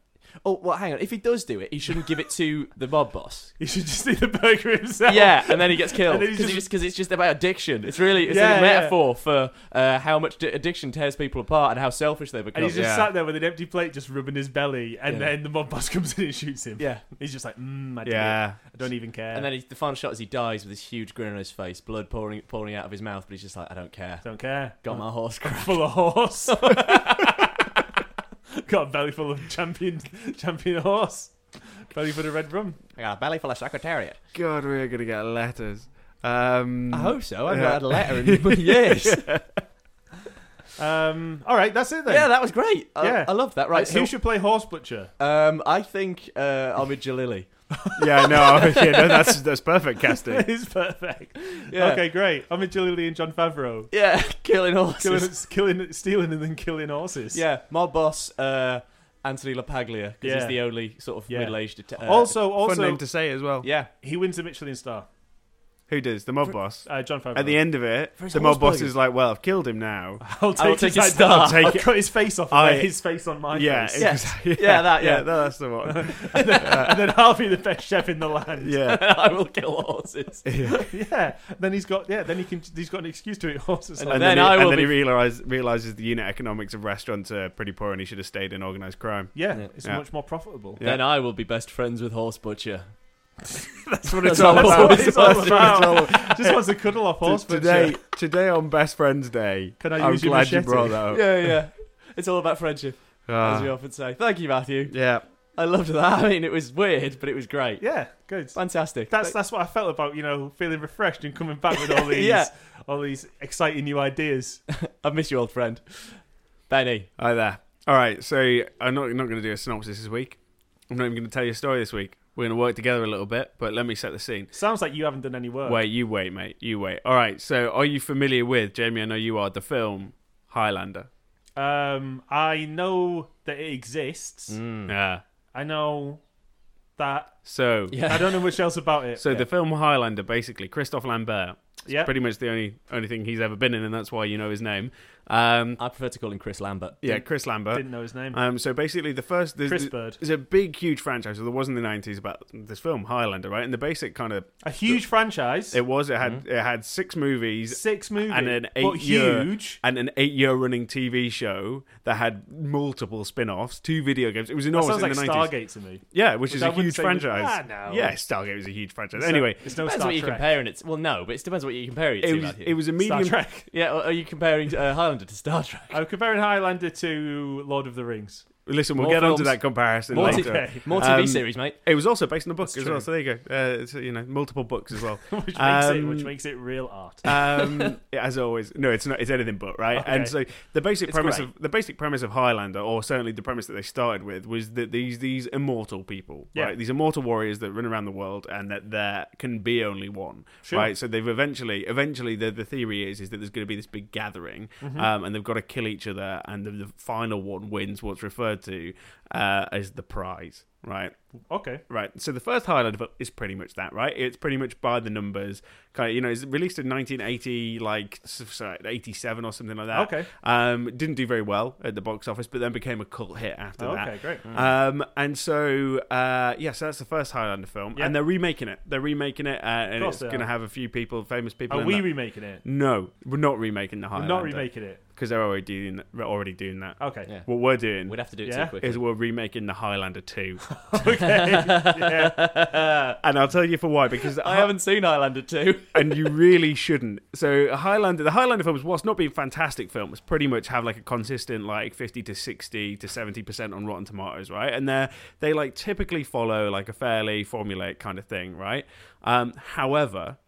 [SPEAKER 2] Oh well, hang on. If he does do it, he shouldn't give it to the mob
[SPEAKER 3] *laughs*
[SPEAKER 2] boss.
[SPEAKER 3] He should just eat the burger himself.
[SPEAKER 2] Yeah, and then he gets killed
[SPEAKER 3] And then he's
[SPEAKER 2] because
[SPEAKER 3] just-
[SPEAKER 2] it's just about addiction. It's really it's
[SPEAKER 3] Yeah,
[SPEAKER 2] a
[SPEAKER 3] yeah.
[SPEAKER 2] metaphor for uh, how much d- addiction tears people apart and how selfish they become.
[SPEAKER 3] And he's just
[SPEAKER 1] Yeah.
[SPEAKER 3] sat there with an empty plate, just rubbing his belly, and
[SPEAKER 2] Yeah.
[SPEAKER 3] then the mob boss *laughs* comes in and shoots him.
[SPEAKER 2] yeah.
[SPEAKER 3] He's just like, mm, I, did it.
[SPEAKER 1] Yeah.
[SPEAKER 3] I don't even care.
[SPEAKER 2] And then he, the final shot is he dies with this huge grin on his face, blood pouring pouring out of his mouth, but he's just like, I don't care.
[SPEAKER 3] don't care.
[SPEAKER 2] Got my horse crap.
[SPEAKER 3] full of *laughs* horse. Got a belly full of champion champion horse. Belly full of red rum.
[SPEAKER 2] I got a belly full of secretariat.
[SPEAKER 1] God, we are going to get letters. Um,
[SPEAKER 2] I hope so. I've
[SPEAKER 1] Yeah.
[SPEAKER 2] not had a letter in *laughs*
[SPEAKER 3] *laughs*
[SPEAKER 2] years. yeah.
[SPEAKER 3] Um, all right, that's it then.
[SPEAKER 2] that was great. I,
[SPEAKER 3] Yeah.
[SPEAKER 2] I loved that. Right.
[SPEAKER 3] Who
[SPEAKER 2] So,
[SPEAKER 3] should play horse butcher?
[SPEAKER 2] um, I think uh, Ahmed Jalili.
[SPEAKER 1] Yeah, no, *laughs* yeah, no that's, that's perfect
[SPEAKER 2] *laughs*
[SPEAKER 1] casting.
[SPEAKER 3] It's perfect.
[SPEAKER 2] Yeah.
[SPEAKER 3] Okay, great. I'm with Julie Lee and John Favreau.
[SPEAKER 2] Yeah, *laughs* killing horses.
[SPEAKER 3] Killing, *laughs* killing, stealing, and then killing horses.
[SPEAKER 2] Yeah, mob boss uh, Anthony LaPaglia because he's
[SPEAKER 3] Yeah.
[SPEAKER 2] the only sort of
[SPEAKER 3] Yeah.
[SPEAKER 2] middle-aged. det- Uh,
[SPEAKER 3] Also,
[SPEAKER 1] Fun
[SPEAKER 3] also,
[SPEAKER 1] name to say as well. *laughs*
[SPEAKER 2] yeah, *laughs*
[SPEAKER 3] he wins a Michelin star.
[SPEAKER 1] Who does? The mob boss.
[SPEAKER 3] Uh, John Favreau.
[SPEAKER 1] At the end of it,
[SPEAKER 2] For his
[SPEAKER 1] the mob
[SPEAKER 2] horse
[SPEAKER 1] boss
[SPEAKER 2] burger.
[SPEAKER 1] is like, well, I've killed him now.
[SPEAKER 2] *laughs*
[SPEAKER 3] I'll
[SPEAKER 2] I will
[SPEAKER 3] take,
[SPEAKER 2] take his star.
[SPEAKER 3] down.
[SPEAKER 1] I'll take
[SPEAKER 3] *laughs* I'll
[SPEAKER 1] it.
[SPEAKER 3] cut his face off.
[SPEAKER 1] I-
[SPEAKER 3] I, his face on my
[SPEAKER 1] *laughs* yeah,
[SPEAKER 3] *laughs* face.
[SPEAKER 2] Yes.
[SPEAKER 1] exactly.
[SPEAKER 2] Yeah, that, yeah.
[SPEAKER 1] that's the
[SPEAKER 2] *laughs*
[SPEAKER 1] one.
[SPEAKER 3] and then I'll be the best chef in the land.
[SPEAKER 1] Yeah.
[SPEAKER 2] I will kill horses.
[SPEAKER 1] Yeah.
[SPEAKER 3] *laughs* Yeah. Then he's got yeah. Then he can. He's got an excuse to eat horses.
[SPEAKER 2] And
[SPEAKER 1] And
[SPEAKER 2] then
[SPEAKER 1] then, he,
[SPEAKER 2] I
[SPEAKER 1] and
[SPEAKER 2] will
[SPEAKER 1] then he
[SPEAKER 2] be-
[SPEAKER 1] realize, realizes the unit economics of restaurants are pretty poor and he should have stayed in organized crime.
[SPEAKER 3] yeah,
[SPEAKER 2] Yeah.
[SPEAKER 3] it's
[SPEAKER 1] Yeah.
[SPEAKER 3] much more profitable.
[SPEAKER 1] Yeah.
[SPEAKER 2] Then I will be best friends with Horse Butcher.
[SPEAKER 1] *laughs* That's what it's
[SPEAKER 2] That's
[SPEAKER 1] all
[SPEAKER 2] what
[SPEAKER 1] about.
[SPEAKER 2] it's all
[SPEAKER 1] That's what it's all about.
[SPEAKER 3] Just wants to cuddle off horse
[SPEAKER 1] T-
[SPEAKER 3] butcher.
[SPEAKER 1] Today, today on Best Friends Day,
[SPEAKER 3] Can I
[SPEAKER 1] I'm
[SPEAKER 3] use your
[SPEAKER 1] glad you
[SPEAKER 3] machete?
[SPEAKER 1] brought that up.
[SPEAKER 2] *laughs* Yeah, yeah. It's all about friendship, as we
[SPEAKER 1] Ah,
[SPEAKER 2] often say. Thank you, Matthew.
[SPEAKER 1] yeah.
[SPEAKER 2] I loved that. *laughs* I mean, it was weird, but it was great.
[SPEAKER 3] Yeah, good.
[SPEAKER 2] Fantastic.
[SPEAKER 3] That's
[SPEAKER 2] Thank-
[SPEAKER 3] that's what I felt about you know feeling refreshed and coming back with all these
[SPEAKER 2] Yeah.
[SPEAKER 3] all these exciting new ideas.
[SPEAKER 2] I miss you, old friend. Benny.
[SPEAKER 1] Hi there. All right, so I'm not, not going to do a synopsis this week. I'm not even going to tell you a story this week. We're going to work together a little bit, but let me set the scene.
[SPEAKER 3] Sounds like you haven't done any work.
[SPEAKER 1] Wait, you wait, mate. You wait. All right, so are you familiar with, Jamie, I know you are, the film Highlander?
[SPEAKER 3] Um, I know that it exists.
[SPEAKER 1] Mm. Yeah.
[SPEAKER 3] I know that.
[SPEAKER 1] So,
[SPEAKER 2] Yeah.
[SPEAKER 3] I don't know much else about it.
[SPEAKER 1] *laughs* so the film Highlander, basically, Christophe Lambert,
[SPEAKER 3] yeah,
[SPEAKER 1] pretty much the only only thing he's ever been in, and that's why you know his name. Um,
[SPEAKER 2] I prefer to call him Chris Lambert.
[SPEAKER 1] yeah, Chris Lambert.
[SPEAKER 3] didn't know his name.
[SPEAKER 1] Um, so basically, the first there's,
[SPEAKER 3] Chris Bird.
[SPEAKER 1] there's a big, huge franchise that there was in the '90s about this film Highlander, right? And the basic kind of
[SPEAKER 3] A huge franchise.
[SPEAKER 1] it was it had it had six movies
[SPEAKER 3] Mm-hmm. six movies
[SPEAKER 1] and an
[SPEAKER 3] but
[SPEAKER 1] eight-year-
[SPEAKER 3] huge.
[SPEAKER 1] and an eight-year running TV show that had multiple spin-offs, two video games. It was
[SPEAKER 3] That
[SPEAKER 1] enormous
[SPEAKER 3] sounds
[SPEAKER 1] in
[SPEAKER 3] like
[SPEAKER 1] the '90s.
[SPEAKER 3] Stargate to me.
[SPEAKER 1] Yeah, which, is
[SPEAKER 3] I
[SPEAKER 1] a
[SPEAKER 3] wouldn't
[SPEAKER 1] huge
[SPEAKER 3] say was-
[SPEAKER 1] franchise.
[SPEAKER 3] Ah, no.
[SPEAKER 1] Yeah, Stargate was a huge franchise.
[SPEAKER 3] So-
[SPEAKER 1] anyway,
[SPEAKER 3] it's no
[SPEAKER 2] Depends
[SPEAKER 3] Star
[SPEAKER 2] what you're
[SPEAKER 3] Trek.
[SPEAKER 2] comparing it. To. Well, no, but it depends what you're comparing it,
[SPEAKER 1] it
[SPEAKER 2] to.
[SPEAKER 1] was
[SPEAKER 2] Matthew.
[SPEAKER 1] it was a
[SPEAKER 3] Star
[SPEAKER 1] medium.
[SPEAKER 3] Trek. *laughs*
[SPEAKER 2] Yeah, are you comparing uh, Highlander to Star Trek?
[SPEAKER 3] I'm comparing Highlander to Lord of the Rings. *laughs*
[SPEAKER 1] Listen, we'll
[SPEAKER 2] More
[SPEAKER 1] get onto
[SPEAKER 2] films.
[SPEAKER 1] that comparison
[SPEAKER 2] More,
[SPEAKER 1] later.
[SPEAKER 3] Okay.
[SPEAKER 2] t- more TV
[SPEAKER 1] Um,
[SPEAKER 2] series, mate.
[SPEAKER 1] It was also based on a book
[SPEAKER 3] That's
[SPEAKER 1] as well,
[SPEAKER 3] true.
[SPEAKER 1] so there you go. Uh, it's, you know, multiple books as well.
[SPEAKER 3] *laughs* which makes it
[SPEAKER 1] Um,
[SPEAKER 3] which makes it real art.
[SPEAKER 1] um, *laughs* as always, no, it's not. It's anything but right. And so
[SPEAKER 3] Okay.
[SPEAKER 1] the basic
[SPEAKER 2] It's
[SPEAKER 1] premise
[SPEAKER 2] great.
[SPEAKER 1] of the basic premise of Highlander, or certainly the premise that they started with, was that these these immortal people,
[SPEAKER 3] Yeah.
[SPEAKER 1] right? These immortal warriors that run around the world, and that there can be only one,
[SPEAKER 3] Sure.
[SPEAKER 1] right? So they've eventually, eventually, the the theory is is that there's going to be this big gathering,
[SPEAKER 3] Mm-hmm.
[SPEAKER 1] um, and they've got to kill each other, and the, the final one wins what's referred to uh, as the prize, right?
[SPEAKER 3] Okay.
[SPEAKER 1] Right. So the first Highlander film is pretty much that, right? It's pretty much by the numbers. Kind of, you know, it's released in 1980, like s- sorry, 87 or something like that.
[SPEAKER 3] Okay.
[SPEAKER 1] Um, didn't do very well at the box office, but then became a cult hit after that.
[SPEAKER 3] Okay, Hmm. great.
[SPEAKER 1] Um, and so, uh, yeah, so that's the first Highlander film,
[SPEAKER 3] Yeah.
[SPEAKER 1] and they're remaking it. They're remaking it, uh, and
[SPEAKER 3] Of course
[SPEAKER 1] it's
[SPEAKER 3] they
[SPEAKER 1] going to
[SPEAKER 3] are.
[SPEAKER 1] have a few people, famous people.
[SPEAKER 3] Are
[SPEAKER 1] in
[SPEAKER 3] we
[SPEAKER 1] that.
[SPEAKER 3] remaking it?
[SPEAKER 1] no, we're not remaking the
[SPEAKER 3] We're
[SPEAKER 1] Highlander.
[SPEAKER 3] not remaking it.
[SPEAKER 1] because they're already doing that- already doing that.
[SPEAKER 3] Okay. *laughs*
[SPEAKER 2] Yeah.
[SPEAKER 1] What we're doing
[SPEAKER 2] We'd have to do it
[SPEAKER 3] Yeah.
[SPEAKER 2] too quick.
[SPEAKER 1] is we're remaking the Highlander two, *laughs*
[SPEAKER 3] yeah.
[SPEAKER 1] and I'll tell you for why because
[SPEAKER 2] I haven't seen Highlander 2.
[SPEAKER 1] and you really shouldn't. So Highlander, the Highlander films, whilst not being fantastic films, pretty much have like a consistent like fifty to sixty to seventy percent on Rotten Tomatoes, right? And they they like typically follow like a fairly formulaic kind of thing, right? Um, however,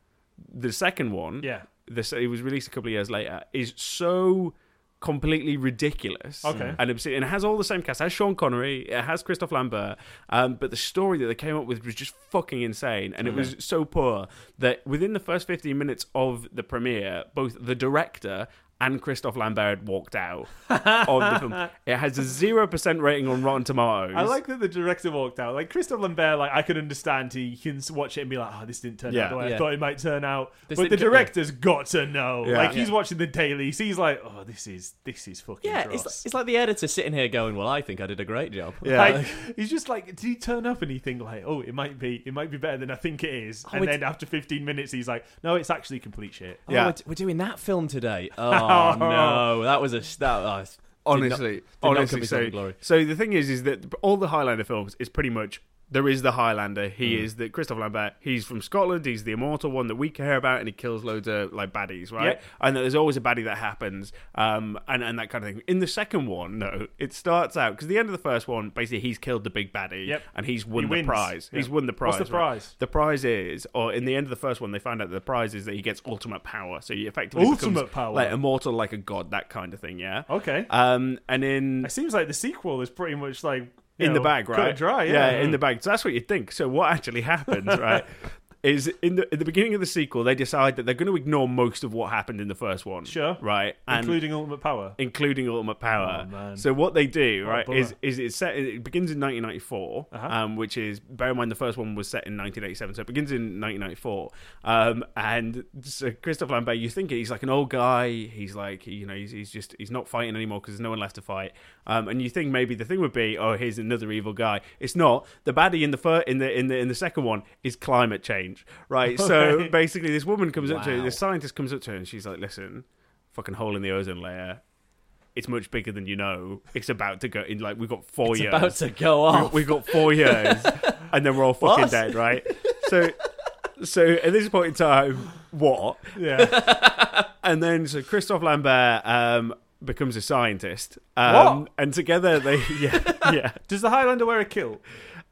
[SPEAKER 1] the second one,
[SPEAKER 3] Yeah.
[SPEAKER 1] this it was released a couple of years later, is so completely ridiculous
[SPEAKER 3] Okay.
[SPEAKER 1] and obscene. And it has all the same cast. It has Sean Connery. It has Christoph Lambert. Um, but the story that they came up with was just fucking insane, and it was so poor that within the first fifteen minutes of the premiere, both the director. And Christoph Lambert walked out of the
[SPEAKER 3] *laughs*
[SPEAKER 1] film. It has a zero percent rating on Rotten Tomatoes.
[SPEAKER 3] I like that the director walked out. Like Christophe Lambert, like I could understand he can s- watch it and be like, "Oh, this didn't turn
[SPEAKER 1] Yeah.
[SPEAKER 3] out the way
[SPEAKER 2] Yeah.
[SPEAKER 3] I thought it might turn out."
[SPEAKER 2] This
[SPEAKER 3] but the
[SPEAKER 2] didn't get-
[SPEAKER 3] director's got to know.
[SPEAKER 1] Yeah.
[SPEAKER 3] Like he's
[SPEAKER 2] Yeah.
[SPEAKER 3] watching the dailies. He's like, "Oh, this is this is fucking
[SPEAKER 2] *laughs* Yeah,
[SPEAKER 3] dross."
[SPEAKER 2] it's, it's like the editor sitting here going, "Well, I think I did a great job."
[SPEAKER 1] Yeah.
[SPEAKER 3] Like, *laughs* he's just like, did he turn up and he think like, oh, it might be, it might be better than I think it is, and
[SPEAKER 2] it's-
[SPEAKER 3] then after 15 minutes, he's like, no, it's actually complete shit.
[SPEAKER 2] Oh,
[SPEAKER 1] Yeah.
[SPEAKER 2] we're, we're doing that film *laughs* today. Oh no, that was a s- that. Oh, it's- did not-
[SPEAKER 1] honestly,
[SPEAKER 2] not
[SPEAKER 1] honestly.
[SPEAKER 2] come
[SPEAKER 1] so,
[SPEAKER 2] with glory.
[SPEAKER 1] so the thing is, is that all the Highlander films is pretty much there is the Highlander. He
[SPEAKER 3] Mm.
[SPEAKER 1] is the Christopher Lambert. He's from Scotland. He's the immortal one that we care about, and he kills loads of like baddies, right?
[SPEAKER 3] Yep.
[SPEAKER 1] And there's always a baddie that happens, um, and and that kind of thing. In the second one, no, it starts out because the end of the first one, basically, he's killed the big baddie,
[SPEAKER 3] Yep.
[SPEAKER 1] and he's won
[SPEAKER 3] He
[SPEAKER 1] the
[SPEAKER 3] wins.
[SPEAKER 1] prize. He's
[SPEAKER 3] Yeah.
[SPEAKER 1] won the prize.
[SPEAKER 3] What's the
[SPEAKER 1] right?
[SPEAKER 3] prize?
[SPEAKER 1] The prize is, or in the end of the first one, they find out that the prize is that he gets ultimate power. So he effectively becomes,
[SPEAKER 3] Ultimate power.
[SPEAKER 1] like immortal, like a god, that kind of thing. Yeah.
[SPEAKER 3] Okay,
[SPEAKER 1] Um, and in
[SPEAKER 3] it seems like the sequel is pretty much like you
[SPEAKER 1] in the
[SPEAKER 3] know,
[SPEAKER 1] bag,
[SPEAKER 3] cut and
[SPEAKER 1] right?
[SPEAKER 3] dry, yeah,
[SPEAKER 1] in the bag. So that's what you think. So what actually
[SPEAKER 3] *laughs*
[SPEAKER 1] happens, right? Is in the at the beginning of the sequel, they decide that they're going to ignore most of what happened in the first one.
[SPEAKER 3] Sure.
[SPEAKER 1] Right. And
[SPEAKER 3] including
[SPEAKER 1] *laughs*
[SPEAKER 3] Ultimate Power.
[SPEAKER 1] including Ultimate Power.
[SPEAKER 3] Oh, man.
[SPEAKER 1] So what they do,
[SPEAKER 3] What a
[SPEAKER 1] right,
[SPEAKER 3] bummer.
[SPEAKER 1] is is it's set. It begins in 1994,
[SPEAKER 3] Uh-huh.
[SPEAKER 1] um, which is bear in mind the first one was set in 1987, so it begins in 1994. Um, and so Christophe Lambert, you think he's like an old guy. He's like you know he's, he's just he's not fighting anymore because there's no one left to fight. Um, and you think maybe the thing would be oh here's another evil guy. It's not. The baddie in the fir- in the in the in the second one is climate change,
[SPEAKER 3] *laughs*
[SPEAKER 1] right? So
[SPEAKER 3] Okay.
[SPEAKER 1] basically this woman comes up to
[SPEAKER 2] Wow.
[SPEAKER 1] this scientist comes up to her and she's like listen fucking hole in the ozone layer. It's much bigger than you know. It's about to go in like we've got four
[SPEAKER 2] It's
[SPEAKER 1] years.
[SPEAKER 2] about to go off.
[SPEAKER 1] We've
[SPEAKER 3] *laughs*
[SPEAKER 1] got four years, and then we're all fucking
[SPEAKER 2] What?
[SPEAKER 1] dead, right? So, so at this point in time, what?
[SPEAKER 3] Yeah,
[SPEAKER 1] And then so Christophe Lambert um, becomes a scientist, um,
[SPEAKER 3] What?
[SPEAKER 1] and together they *laughs* yeah yeah.
[SPEAKER 3] does the Highlander wear a kilt?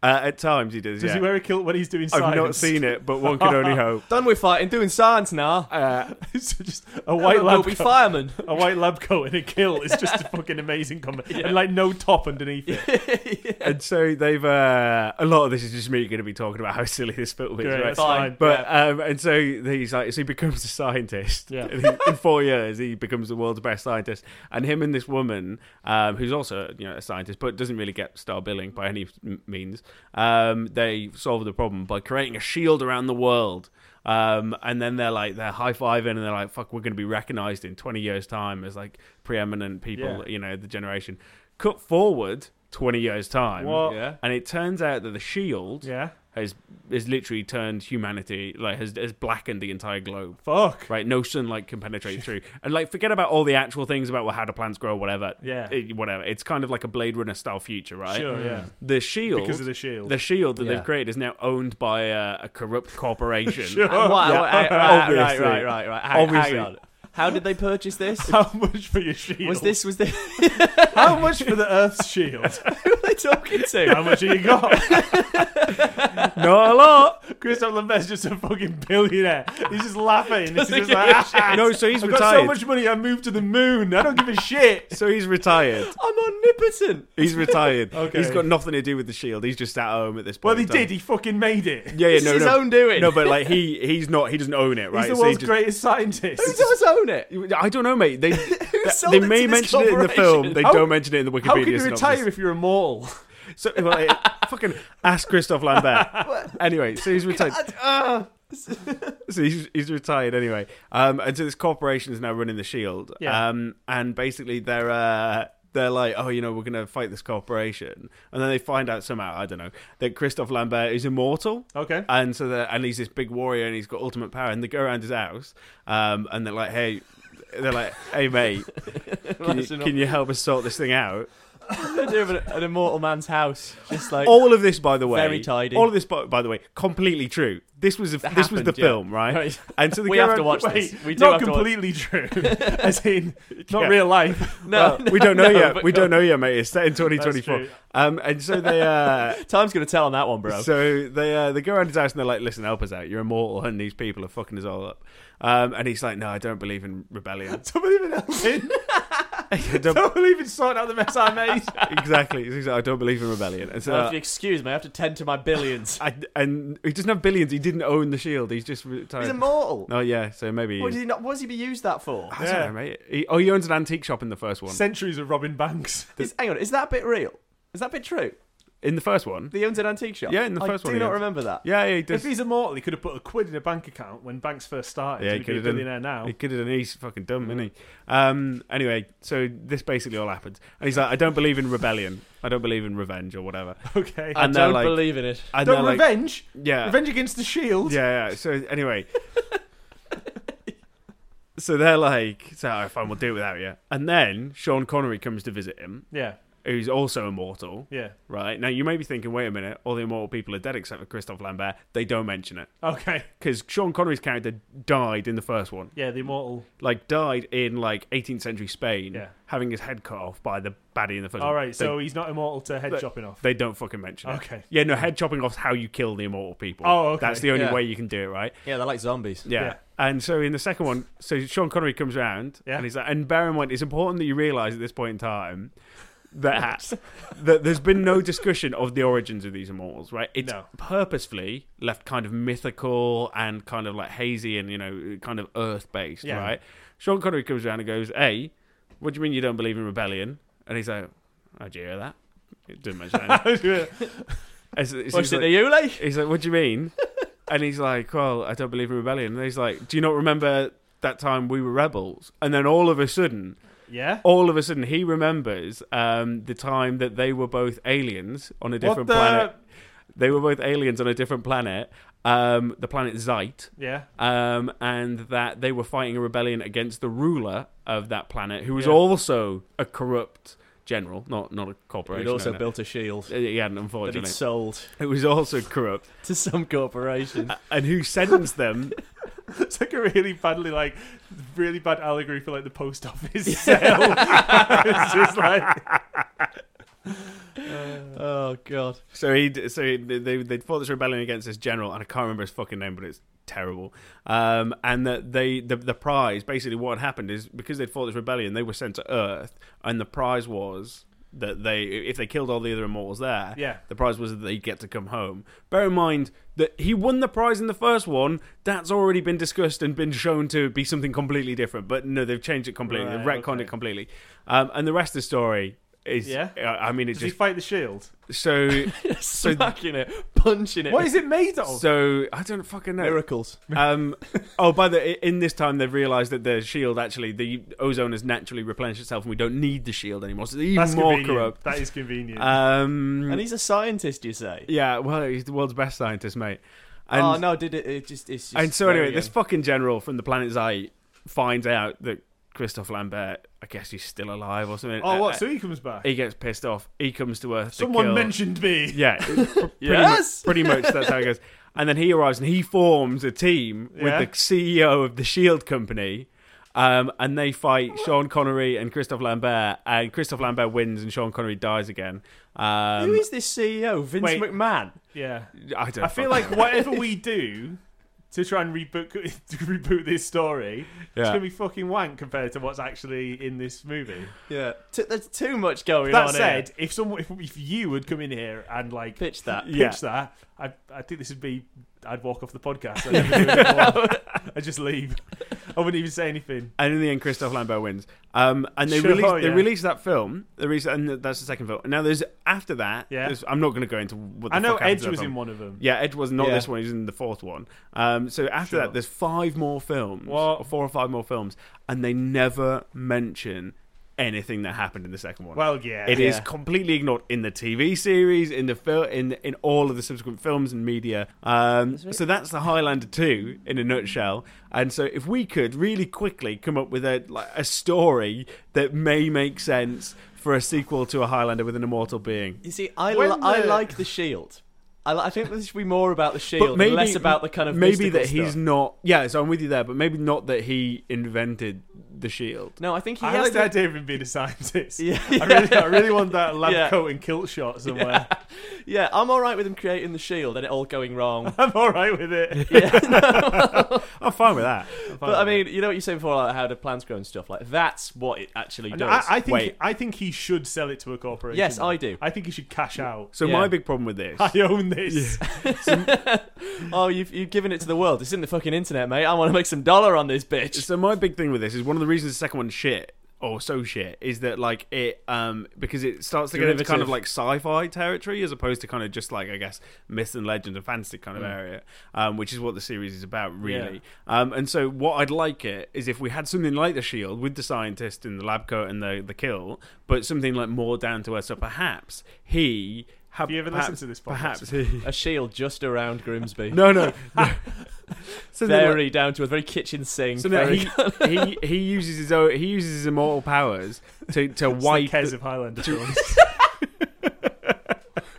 [SPEAKER 1] Uh, at times he does.
[SPEAKER 3] Does
[SPEAKER 1] yeah.
[SPEAKER 3] he wear a kilt when he's doing
[SPEAKER 1] I've
[SPEAKER 3] science?
[SPEAKER 1] not seen it, but one can
[SPEAKER 3] *laughs*
[SPEAKER 1] only hope.
[SPEAKER 2] Done with fighting, doing science now.
[SPEAKER 1] Uh,
[SPEAKER 3] it's just
[SPEAKER 1] *laughs*
[SPEAKER 3] a white
[SPEAKER 2] we'll
[SPEAKER 3] lab
[SPEAKER 2] be
[SPEAKER 3] coat.
[SPEAKER 2] firemen.
[SPEAKER 3] A white lab coat and a kilt is just a fucking amazing combination, and like no top underneath it.
[SPEAKER 1] and so they've uh, a lot of this is just me going to be talking about how silly this film is,
[SPEAKER 3] Great,
[SPEAKER 1] right?
[SPEAKER 3] that's
[SPEAKER 2] Fine.
[SPEAKER 3] fine.
[SPEAKER 1] But um, and so he's like, so he becomes a scientist.
[SPEAKER 3] Yeah.
[SPEAKER 1] And he- *laughs* in four years, he becomes the world's best scientist. And him and this woman, um, who's also you know a scientist, but doesn't really get star billing by any m- means, um, they solve the problem by creating a shield around the world. Um, and then they're like they're high fiving and they're like, "Fuck, we're going to be recognized in twenty years' time as like preeminent people,
[SPEAKER 3] Yeah.
[SPEAKER 1] you know, the generation." Cut forward twenty years' time,
[SPEAKER 3] What?
[SPEAKER 1] *laughs*
[SPEAKER 2] Yeah.
[SPEAKER 1] and it turns out that the shield
[SPEAKER 3] yeah,
[SPEAKER 1] has has literally turned humanity like has, has blackened the entire globe.
[SPEAKER 3] fuck.
[SPEAKER 1] Right, no sunlight can
[SPEAKER 3] *laughs*
[SPEAKER 1] penetrate through, and like forget about all the actual things about well, how do plants grow, whatever.
[SPEAKER 3] Yeah.
[SPEAKER 1] It- whatever. It's kind of like a Blade Runner style future, right? Mm.
[SPEAKER 3] Sure, yeah.
[SPEAKER 1] The shield,
[SPEAKER 3] Because of the shield.
[SPEAKER 1] the shield that
[SPEAKER 2] Yeah.
[SPEAKER 1] they've created is now owned by a, a
[SPEAKER 3] *laughs*
[SPEAKER 1] corrupt corporation.
[SPEAKER 2] Wow,
[SPEAKER 1] Yeah.
[SPEAKER 2] right, right, right,
[SPEAKER 1] Obviously.
[SPEAKER 2] right, right, right. Hang,
[SPEAKER 1] Obviously.
[SPEAKER 2] hang on. How did they
[SPEAKER 1] *laughs*
[SPEAKER 2] purchase this?
[SPEAKER 3] *laughs* How much for your shield?
[SPEAKER 2] Was this was this *laughs*
[SPEAKER 3] How much for the
[SPEAKER 1] *laughs*
[SPEAKER 3] Earth's shield?
[SPEAKER 2] who are they talking
[SPEAKER 3] How
[SPEAKER 2] to?
[SPEAKER 3] much have you got?
[SPEAKER 1] Not a
[SPEAKER 3] *laughs*
[SPEAKER 1] lot.
[SPEAKER 3] Christophe Lambert's just a fucking billionaire. He's
[SPEAKER 1] *laughs*
[SPEAKER 3] just laughing. He's
[SPEAKER 2] Doesn't
[SPEAKER 3] just
[SPEAKER 2] give
[SPEAKER 3] like,
[SPEAKER 2] a
[SPEAKER 3] "Ah,
[SPEAKER 2] shit.
[SPEAKER 1] No, so he's
[SPEAKER 3] I've got
[SPEAKER 1] retired.
[SPEAKER 3] so much money, I moved to the moon. I don't give a shit.
[SPEAKER 1] *laughs* So he's retired.
[SPEAKER 2] I'm omnipotent.
[SPEAKER 1] He's retired.
[SPEAKER 3] *laughs* Okay.
[SPEAKER 1] He's got nothing to do with the shield. He's just at home at this point.
[SPEAKER 3] Well, he
[SPEAKER 1] in time.
[SPEAKER 3] did. He fucking made it.
[SPEAKER 1] Yeah, yeah,
[SPEAKER 2] It's
[SPEAKER 1] no,
[SPEAKER 2] his
[SPEAKER 1] no.
[SPEAKER 2] own doing.
[SPEAKER 1] No, but like he he's not. He doesn't own it, right?
[SPEAKER 3] He's the
[SPEAKER 1] So he
[SPEAKER 3] world's
[SPEAKER 1] just-
[SPEAKER 3] greatest scientist.
[SPEAKER 2] who does own it?
[SPEAKER 1] I don't know, mate.
[SPEAKER 2] *laughs*
[SPEAKER 1] They
[SPEAKER 2] sold
[SPEAKER 1] they
[SPEAKER 2] it to
[SPEAKER 1] may
[SPEAKER 2] this
[SPEAKER 1] mention it in the film.
[SPEAKER 2] corporation?
[SPEAKER 1] They
[SPEAKER 3] How-
[SPEAKER 1] don't mention it in the Wikipedia.
[SPEAKER 3] How can you
[SPEAKER 1] synopsis.
[SPEAKER 3] retire if you're immortal?
[SPEAKER 1] So, well, like, fucking ask Christophe
[SPEAKER 2] *laughs*
[SPEAKER 1] Lambert. anyway, so he's retired.
[SPEAKER 2] Uh,
[SPEAKER 1] So he's, he's retired anyway. Um, and so this corporation is now running the Shield.
[SPEAKER 3] Yeah.
[SPEAKER 1] Um, and basically they're uh, they're like, oh, you know, we're gonna fight this corporation, and then they find out somehow, I don't know, that Christophe Lambert is immortal.
[SPEAKER 3] Okay.
[SPEAKER 1] And so they're, and he's this big warrior and he's got ultimate power, and they go around his house, um, and they're like, hey. They're like, hey
[SPEAKER 2] *laughs*
[SPEAKER 1] mate, can you,
[SPEAKER 2] Imagine
[SPEAKER 1] can you help us sort this thing out?
[SPEAKER 2] the idea of an, an immortal man's house, just like
[SPEAKER 1] All of this, by the way,
[SPEAKER 2] Very tidy. *laughs*
[SPEAKER 1] All of this, by, by the way, completely true. This was a, this
[SPEAKER 2] That
[SPEAKER 1] was the
[SPEAKER 2] happened, yeah.
[SPEAKER 1] film,
[SPEAKER 2] *laughs*
[SPEAKER 1] right?
[SPEAKER 2] Right.
[SPEAKER 1] And so they
[SPEAKER 2] We
[SPEAKER 1] go
[SPEAKER 2] have to
[SPEAKER 1] around-
[SPEAKER 2] watch
[SPEAKER 3] *laughs* Wait,
[SPEAKER 2] this. We do
[SPEAKER 3] not
[SPEAKER 2] have to watch-
[SPEAKER 3] completely true.
[SPEAKER 2] *laughs*
[SPEAKER 1] *laughs*
[SPEAKER 3] As in, not
[SPEAKER 1] Yeah.
[SPEAKER 3] real life.
[SPEAKER 2] no,
[SPEAKER 1] we don't know
[SPEAKER 2] *laughs* no,
[SPEAKER 1] yet.
[SPEAKER 2] but
[SPEAKER 1] We
[SPEAKER 2] no.
[SPEAKER 1] don't know yet, mate. It's set in 2024.
[SPEAKER 3] That's true.
[SPEAKER 1] Um, and so they,
[SPEAKER 2] *laughs*
[SPEAKER 1] uh,
[SPEAKER 2] Time's gonna tell on that one, *laughs* bro.
[SPEAKER 1] so they, uh, they go around his house and they're like, "Listen, help us out. You're immortal, and these people are
[SPEAKER 2] *laughs*
[SPEAKER 1] fucking us all up." Um, and he's like, "No, I don't believe in rebellion." *laughs*
[SPEAKER 3] Somebody even else in. Don't believe in sorting out the mess I made.
[SPEAKER 1] exactly, it's exactly. I don't believe in rebellion. And so,
[SPEAKER 2] Well, *laughs* if you excuse me, I have to tend to my billions.
[SPEAKER 1] I, and he doesn't have billions. He didn't own the shield. He's just retired.
[SPEAKER 2] *laughs* He's immortal.
[SPEAKER 1] oh yeah, so maybe. he
[SPEAKER 2] What
[SPEAKER 1] is.
[SPEAKER 2] does he Ah, not? What does he be used that for?
[SPEAKER 1] I don't know, mate. He, oh, he owns an antique shop in the first one.
[SPEAKER 3] Centuries of robbing
[SPEAKER 1] *laughs*
[SPEAKER 3] banks.
[SPEAKER 2] Is, hang on, is that bit real? Is that bit true?
[SPEAKER 1] In the first one.
[SPEAKER 2] That He owns an antique shop.
[SPEAKER 1] Yeah, in the
[SPEAKER 2] I
[SPEAKER 1] first one
[SPEAKER 2] do
[SPEAKER 1] he
[SPEAKER 2] not
[SPEAKER 1] owns.
[SPEAKER 2] remember that.
[SPEAKER 1] Yeah, yeah, he does.
[SPEAKER 3] If he's immortal, he could have put a quid in a bank account when banks first started.
[SPEAKER 1] Yeah, he
[SPEAKER 3] Yeah, he'd be a
[SPEAKER 1] could have done.
[SPEAKER 3] billionaire now.
[SPEAKER 1] He could have done. He's fucking dumb, isn't he? Um, anyway, so this basically all happens, and he's like, "I don't believe in rebellion. I don't believe in revenge or whatever."
[SPEAKER 3] *laughs* Okay.
[SPEAKER 1] And they're
[SPEAKER 2] Don't
[SPEAKER 1] like,
[SPEAKER 2] believe in it.
[SPEAKER 1] and
[SPEAKER 3] Don't
[SPEAKER 1] they're like,
[SPEAKER 3] revenge.
[SPEAKER 1] yeah,
[SPEAKER 3] Revenge against the shield.
[SPEAKER 1] yeah, yeah. So
[SPEAKER 3] *laughs*
[SPEAKER 1] anyway, so they're like, "So all right, fine, we'll do it without you." And then Sean Connery comes to visit him,
[SPEAKER 3] Yeah.
[SPEAKER 1] who's also immortal,
[SPEAKER 3] Yeah.
[SPEAKER 1] right? Now you may be thinking, "Wait a minute, all the immortal people are dead except for Christophe Lambert." They don't mention it
[SPEAKER 3] Okay.
[SPEAKER 1] because Sean Connery's character died in the first one.
[SPEAKER 3] Yeah, the immortal.
[SPEAKER 1] like died in like 18th century Spain,
[SPEAKER 3] Yeah.
[SPEAKER 1] having his head cut off by the baddie in the first.
[SPEAKER 3] All
[SPEAKER 1] one.
[SPEAKER 3] right, so
[SPEAKER 1] they,
[SPEAKER 3] he's not immortal to head
[SPEAKER 1] But-
[SPEAKER 3] chopping off.
[SPEAKER 1] they don't fucking mention it.
[SPEAKER 3] Okay. *laughs*
[SPEAKER 1] Yeah, no, head chopping off's how you kill the immortal people.
[SPEAKER 3] Oh, okay.
[SPEAKER 1] That's the only
[SPEAKER 2] Yeah.
[SPEAKER 1] way you can do it, right?
[SPEAKER 2] Yeah, they're like zombies.
[SPEAKER 1] Yeah.
[SPEAKER 3] Yeah.
[SPEAKER 1] And so in the second one, so Sean Connery comes around
[SPEAKER 3] Yeah.
[SPEAKER 1] and he's like, and bear in mind, it's important that you realise at this point in time
[SPEAKER 3] *laughs*
[SPEAKER 1] that that there's been no discussion of the origins of these immortals, right? It's
[SPEAKER 3] No.
[SPEAKER 1] purposefully left kind of mythical and kind of like hazy and you know kind of earth based,
[SPEAKER 3] Yeah.
[SPEAKER 1] right? Sean Connery comes around and goes, "Hey, what do you mean you don't believe in rebellion?" And he's like, "How'd you hear that?" It didn't mention
[SPEAKER 3] *laughs*
[SPEAKER 1] that. It's- it's-
[SPEAKER 2] What's
[SPEAKER 1] he's,
[SPEAKER 2] it,
[SPEAKER 1] like,
[SPEAKER 2] you, Lee?
[SPEAKER 1] he's like, "What do you
[SPEAKER 2] *laughs*
[SPEAKER 1] mean?" And he's like, "Well, I don't believe in rebellion." And he's like, "Do you not remember that time we were rebels?" And then all of a sudden,
[SPEAKER 3] yeah.
[SPEAKER 1] all of a sudden he remembers um, the time that they were both aliens on a different
[SPEAKER 3] the-
[SPEAKER 1] planet. They were both aliens on a different planet, um, the planet Zeit,
[SPEAKER 3] Yeah.
[SPEAKER 1] um, and that they were fighting a rebellion against the ruler of that planet, who was
[SPEAKER 3] Yeah.
[SPEAKER 1] also a corrupt general, not not a corporation.
[SPEAKER 2] He'd also
[SPEAKER 1] no, no.
[SPEAKER 2] built a shield
[SPEAKER 1] Uh, Yeah,
[SPEAKER 2] that he'd
[SPEAKER 1] unfortunately,
[SPEAKER 2] sold
[SPEAKER 1] it was also
[SPEAKER 2] *laughs*
[SPEAKER 1] corrupt,
[SPEAKER 2] to some corporation.
[SPEAKER 1] and who sentenced them?
[SPEAKER 3] It's like a really badly like really bad allegory for like the post office sale. *laughs* it's just like
[SPEAKER 2] *laughs* oh *laughs* God.
[SPEAKER 1] So he, so he, they, they fought this rebellion against this general, and I can't remember his fucking name, but it's terrible. Um, and that they, the, the prize, basically, what had happened is because they'd fought this rebellion, they were sent to Earth, and the prize was that they, if they killed all the other immortals there,
[SPEAKER 3] Yeah.
[SPEAKER 1] the prize was that they get to come home. Bear in mind that he won the prize in the first one. That's already been discussed and been shown to be something completely different. But no, they've changed it completely. they've
[SPEAKER 3] Right,
[SPEAKER 1] retconned
[SPEAKER 3] okay.
[SPEAKER 1] it completely. Um, and the rest of the story is,
[SPEAKER 3] Yeah?
[SPEAKER 1] I I mean, it
[SPEAKER 3] does he
[SPEAKER 1] just
[SPEAKER 3] fight the shield?
[SPEAKER 1] so.
[SPEAKER 2] Smacking it, punching it.
[SPEAKER 3] What is it made of?
[SPEAKER 1] So I don't fucking know.
[SPEAKER 2] miracles?
[SPEAKER 1] Um, oh, by the in this time they've realised that the shield actually the ozone has naturally replenished itself, and we don't need the shield anymore. So they're even
[SPEAKER 3] That's
[SPEAKER 1] more
[SPEAKER 3] convenient.
[SPEAKER 1] corrupt.
[SPEAKER 3] That is convenient.
[SPEAKER 1] Um,
[SPEAKER 2] And he's a scientist, you say?
[SPEAKER 1] yeah, well, he's the world's best scientist, mate. And,
[SPEAKER 2] oh no, did it? It just. It's just
[SPEAKER 1] and so anyway,
[SPEAKER 2] very
[SPEAKER 1] this
[SPEAKER 2] young.
[SPEAKER 1] fucking general from the planet Zeit finds out that Christophe Lambert, I guess he's still alive or something.
[SPEAKER 3] oh, what?
[SPEAKER 1] Uh,
[SPEAKER 3] So he comes back.
[SPEAKER 1] he gets pissed off. He comes to Earth. to
[SPEAKER 3] Someone
[SPEAKER 1] kill-
[SPEAKER 3] mentioned me. *laughs*
[SPEAKER 1] Yeah, it- pr- pretty,
[SPEAKER 2] Yes!
[SPEAKER 1] mu- *laughs* pretty much that's how it goes. And then he arrives and he forms a team
[SPEAKER 3] Yeah.
[SPEAKER 1] with the CEO of the Shield E Company, um, and they fight Sean Connery and Christophe Lambert. And Christophe Lambert wins, and Sean Connery dies again. Um,
[SPEAKER 2] Who is this CEO? Vince
[SPEAKER 3] Wait.
[SPEAKER 2] McMahon.
[SPEAKER 3] Yeah.
[SPEAKER 1] I don't.
[SPEAKER 3] I feel like whatever we do to try and reboot *laughs* to reboot this story, it's
[SPEAKER 1] Yeah.
[SPEAKER 3] gonna be fucking wank compared to what's actually in this movie.
[SPEAKER 2] Yeah. T- there's too much going on.
[SPEAKER 3] That
[SPEAKER 2] here.
[SPEAKER 3] said, if someone if, if you would come in here and like pitch
[SPEAKER 2] pitch that.
[SPEAKER 1] Yeah.
[SPEAKER 3] that, I I think this would be I'd walk off the
[SPEAKER 2] *laughs*
[SPEAKER 3] podcast. I'd, never do it anymore. I'd just leave. I wouldn't even say anything.
[SPEAKER 1] And in the end, Christophe Lambert wins. Um, and they
[SPEAKER 3] Sure,
[SPEAKER 1] release they
[SPEAKER 3] yeah.
[SPEAKER 1] release that film. The reason and that's the second film. Now there's after that.
[SPEAKER 3] Yeah.
[SPEAKER 1] there's- I'm not going to go into what the
[SPEAKER 3] I know
[SPEAKER 1] fuck happened to
[SPEAKER 3] Edge
[SPEAKER 1] that
[SPEAKER 3] was
[SPEAKER 1] film.
[SPEAKER 3] in one of them.
[SPEAKER 1] Yeah, Edge was not
[SPEAKER 2] Yeah.
[SPEAKER 1] this one. He was in the fourth one. Um, so after
[SPEAKER 3] Sure.
[SPEAKER 1] that, there's five more films,
[SPEAKER 3] What?
[SPEAKER 1] or four or five more films, and they never mention anything that happened in the second one.
[SPEAKER 3] Well, yeah.
[SPEAKER 1] it is
[SPEAKER 2] yeah.
[SPEAKER 1] completely ignored in the TV series, in the fil- in in all of the subsequent films and media. Um, so that's the Highlander two in a nutshell. And so, if we could really quickly come up with a like, a story that may make sense for a sequel to a Highlander with an immortal being,
[SPEAKER 2] *laughs* You see, I, li-
[SPEAKER 3] When
[SPEAKER 2] I
[SPEAKER 3] the-
[SPEAKER 2] like the shield. I, li- I think there should be more about the shield, and less about the kind of
[SPEAKER 1] maybe
[SPEAKER 2] mystical
[SPEAKER 1] that he's
[SPEAKER 2] stuff.
[SPEAKER 1] not. Yeah, so I'm with you there, but maybe not that he invented the shield.
[SPEAKER 2] No, I think he
[SPEAKER 3] I
[SPEAKER 2] has
[SPEAKER 3] like
[SPEAKER 2] to.
[SPEAKER 3] the idea of him being a scientist.
[SPEAKER 2] Yeah.
[SPEAKER 3] I, really, I really want that lab
[SPEAKER 2] Yeah.
[SPEAKER 3] coat and kilt shot somewhere.
[SPEAKER 2] yeah, I'm all right with him creating the shield and it all going *laughs* wrong.
[SPEAKER 3] *laughs* I'm all right with it.
[SPEAKER 1] I'm fine with that.
[SPEAKER 2] But I mean, you know what you said before, like how the plants grow and stuff. Like that's what it actually does. *laughs*
[SPEAKER 3] I, I think
[SPEAKER 2] Wait,
[SPEAKER 3] I think he should sell it to a corporation.
[SPEAKER 2] Yes, I do.
[SPEAKER 3] I think he should cash out.
[SPEAKER 1] So
[SPEAKER 2] Yeah.
[SPEAKER 1] my big problem with this,
[SPEAKER 2] *laughs*
[SPEAKER 3] I own this.
[SPEAKER 2] oh, you've you've given it to the world. It's in the fucking internet, mate. I want to make some dollar on this bitch.
[SPEAKER 1] so my big thing with this is one of the reasons the second one's shit or so shit is that like it um because it starts to get into kind of
[SPEAKER 2] Derivative.
[SPEAKER 1] like sci-fi territory as opposed to kind of just like I guess myth and legend and fantasy kind
[SPEAKER 3] Mm.
[SPEAKER 1] of area, um, which is what the series is about really. Um, and so what I'd like it is if we had something like the Shield with the scientist in the lab coat and the the kill, but something like more down to earth. So perhaps he. Have
[SPEAKER 3] you ever
[SPEAKER 1] perhaps,
[SPEAKER 3] listened to this podcast?
[SPEAKER 1] Perhaps he. *laughs*
[SPEAKER 2] A shield just around Grimsby.
[SPEAKER 1] No, no.
[SPEAKER 3] *laughs*
[SPEAKER 1] no. Something like-
[SPEAKER 2] very down to a very kitchen sink.
[SPEAKER 1] So no,
[SPEAKER 2] very
[SPEAKER 1] he,
[SPEAKER 2] *laughs*
[SPEAKER 1] he he uses his own he uses his immortal powers
[SPEAKER 2] *laughs*
[SPEAKER 1] to to
[SPEAKER 3] Why
[SPEAKER 1] wipe.
[SPEAKER 3] cares of Highlander films?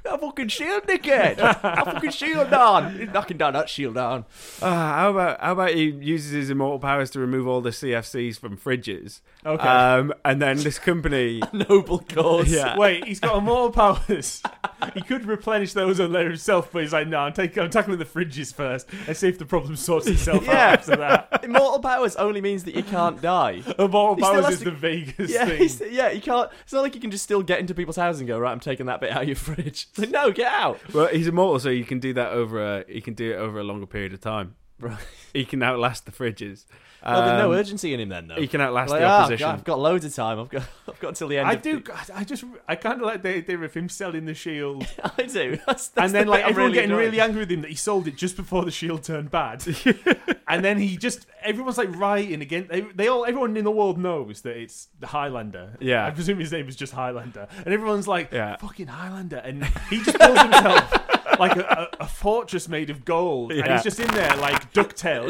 [SPEAKER 2] That fucking shield, dickhead! that fucking shield on! He's knocking down that shield on.
[SPEAKER 1] Ah, how about how about he uses his immortal powers to remove all the CFCs from fridges?
[SPEAKER 3] Okay.
[SPEAKER 1] Um, and then this
[SPEAKER 2] *laughs*
[SPEAKER 1] company.
[SPEAKER 2] Noble cause.
[SPEAKER 1] Yeah.
[SPEAKER 3] Wait, he's got immortal powers. *laughs* he could replenish those on there himself, but he's like, no, I'm taking, I'm tackling the fridges first and see if the problem sorts itself
[SPEAKER 2] *laughs* Yeah.
[SPEAKER 3] out after
[SPEAKER 2] *laughs*
[SPEAKER 3] that.
[SPEAKER 2] Immortal powers only means that you can't
[SPEAKER 3] *laughs*
[SPEAKER 2] die.
[SPEAKER 3] Immortal
[SPEAKER 2] He still
[SPEAKER 3] powers
[SPEAKER 2] has
[SPEAKER 3] is
[SPEAKER 2] to-
[SPEAKER 3] the Vegas
[SPEAKER 2] Yeah,
[SPEAKER 3] thing.
[SPEAKER 2] he's- yeah, you can't. It's not like you can just still get into people's houses and go, right, I'm taking that bit out of your fridge. It's like, no, get out.
[SPEAKER 1] Well, he's immortal, so you can do that over a he can do it over a longer period of time.
[SPEAKER 2] Right. Oh,
[SPEAKER 1] He can outlast the fridges.
[SPEAKER 2] Well, there's no
[SPEAKER 1] Um,
[SPEAKER 2] urgency in him then, though.
[SPEAKER 1] He can outlast
[SPEAKER 2] Like,
[SPEAKER 1] the
[SPEAKER 2] "Ah, I've
[SPEAKER 1] opposition.
[SPEAKER 2] got- I've got loads of time. I've got, *laughs* I've got until the end.
[SPEAKER 3] I
[SPEAKER 2] of
[SPEAKER 3] do.
[SPEAKER 2] The,
[SPEAKER 3] God, I just. I kind of like the idea of him selling the shield,
[SPEAKER 2] *laughs* I do. That's, that's
[SPEAKER 3] and then
[SPEAKER 2] the
[SPEAKER 3] like
[SPEAKER 2] bit I'm
[SPEAKER 3] everyone
[SPEAKER 2] really
[SPEAKER 3] getting
[SPEAKER 2] enjoying.
[SPEAKER 3] really angry with him that he sold it just before the shield turned
[SPEAKER 2] *laughs*
[SPEAKER 3] bad, and then he just everyone's like rioting again. They, they all everyone in the world knows that it's the Highlander.
[SPEAKER 1] Yeah.
[SPEAKER 3] I presume his name is just Highlander, and everyone's like,
[SPEAKER 1] Yeah.
[SPEAKER 3] "Fucking Highlander," and he just calls himself. *laughs* Like a, a, a fortress made of gold, and
[SPEAKER 1] Yeah.
[SPEAKER 3] he's just in there like Ducktail,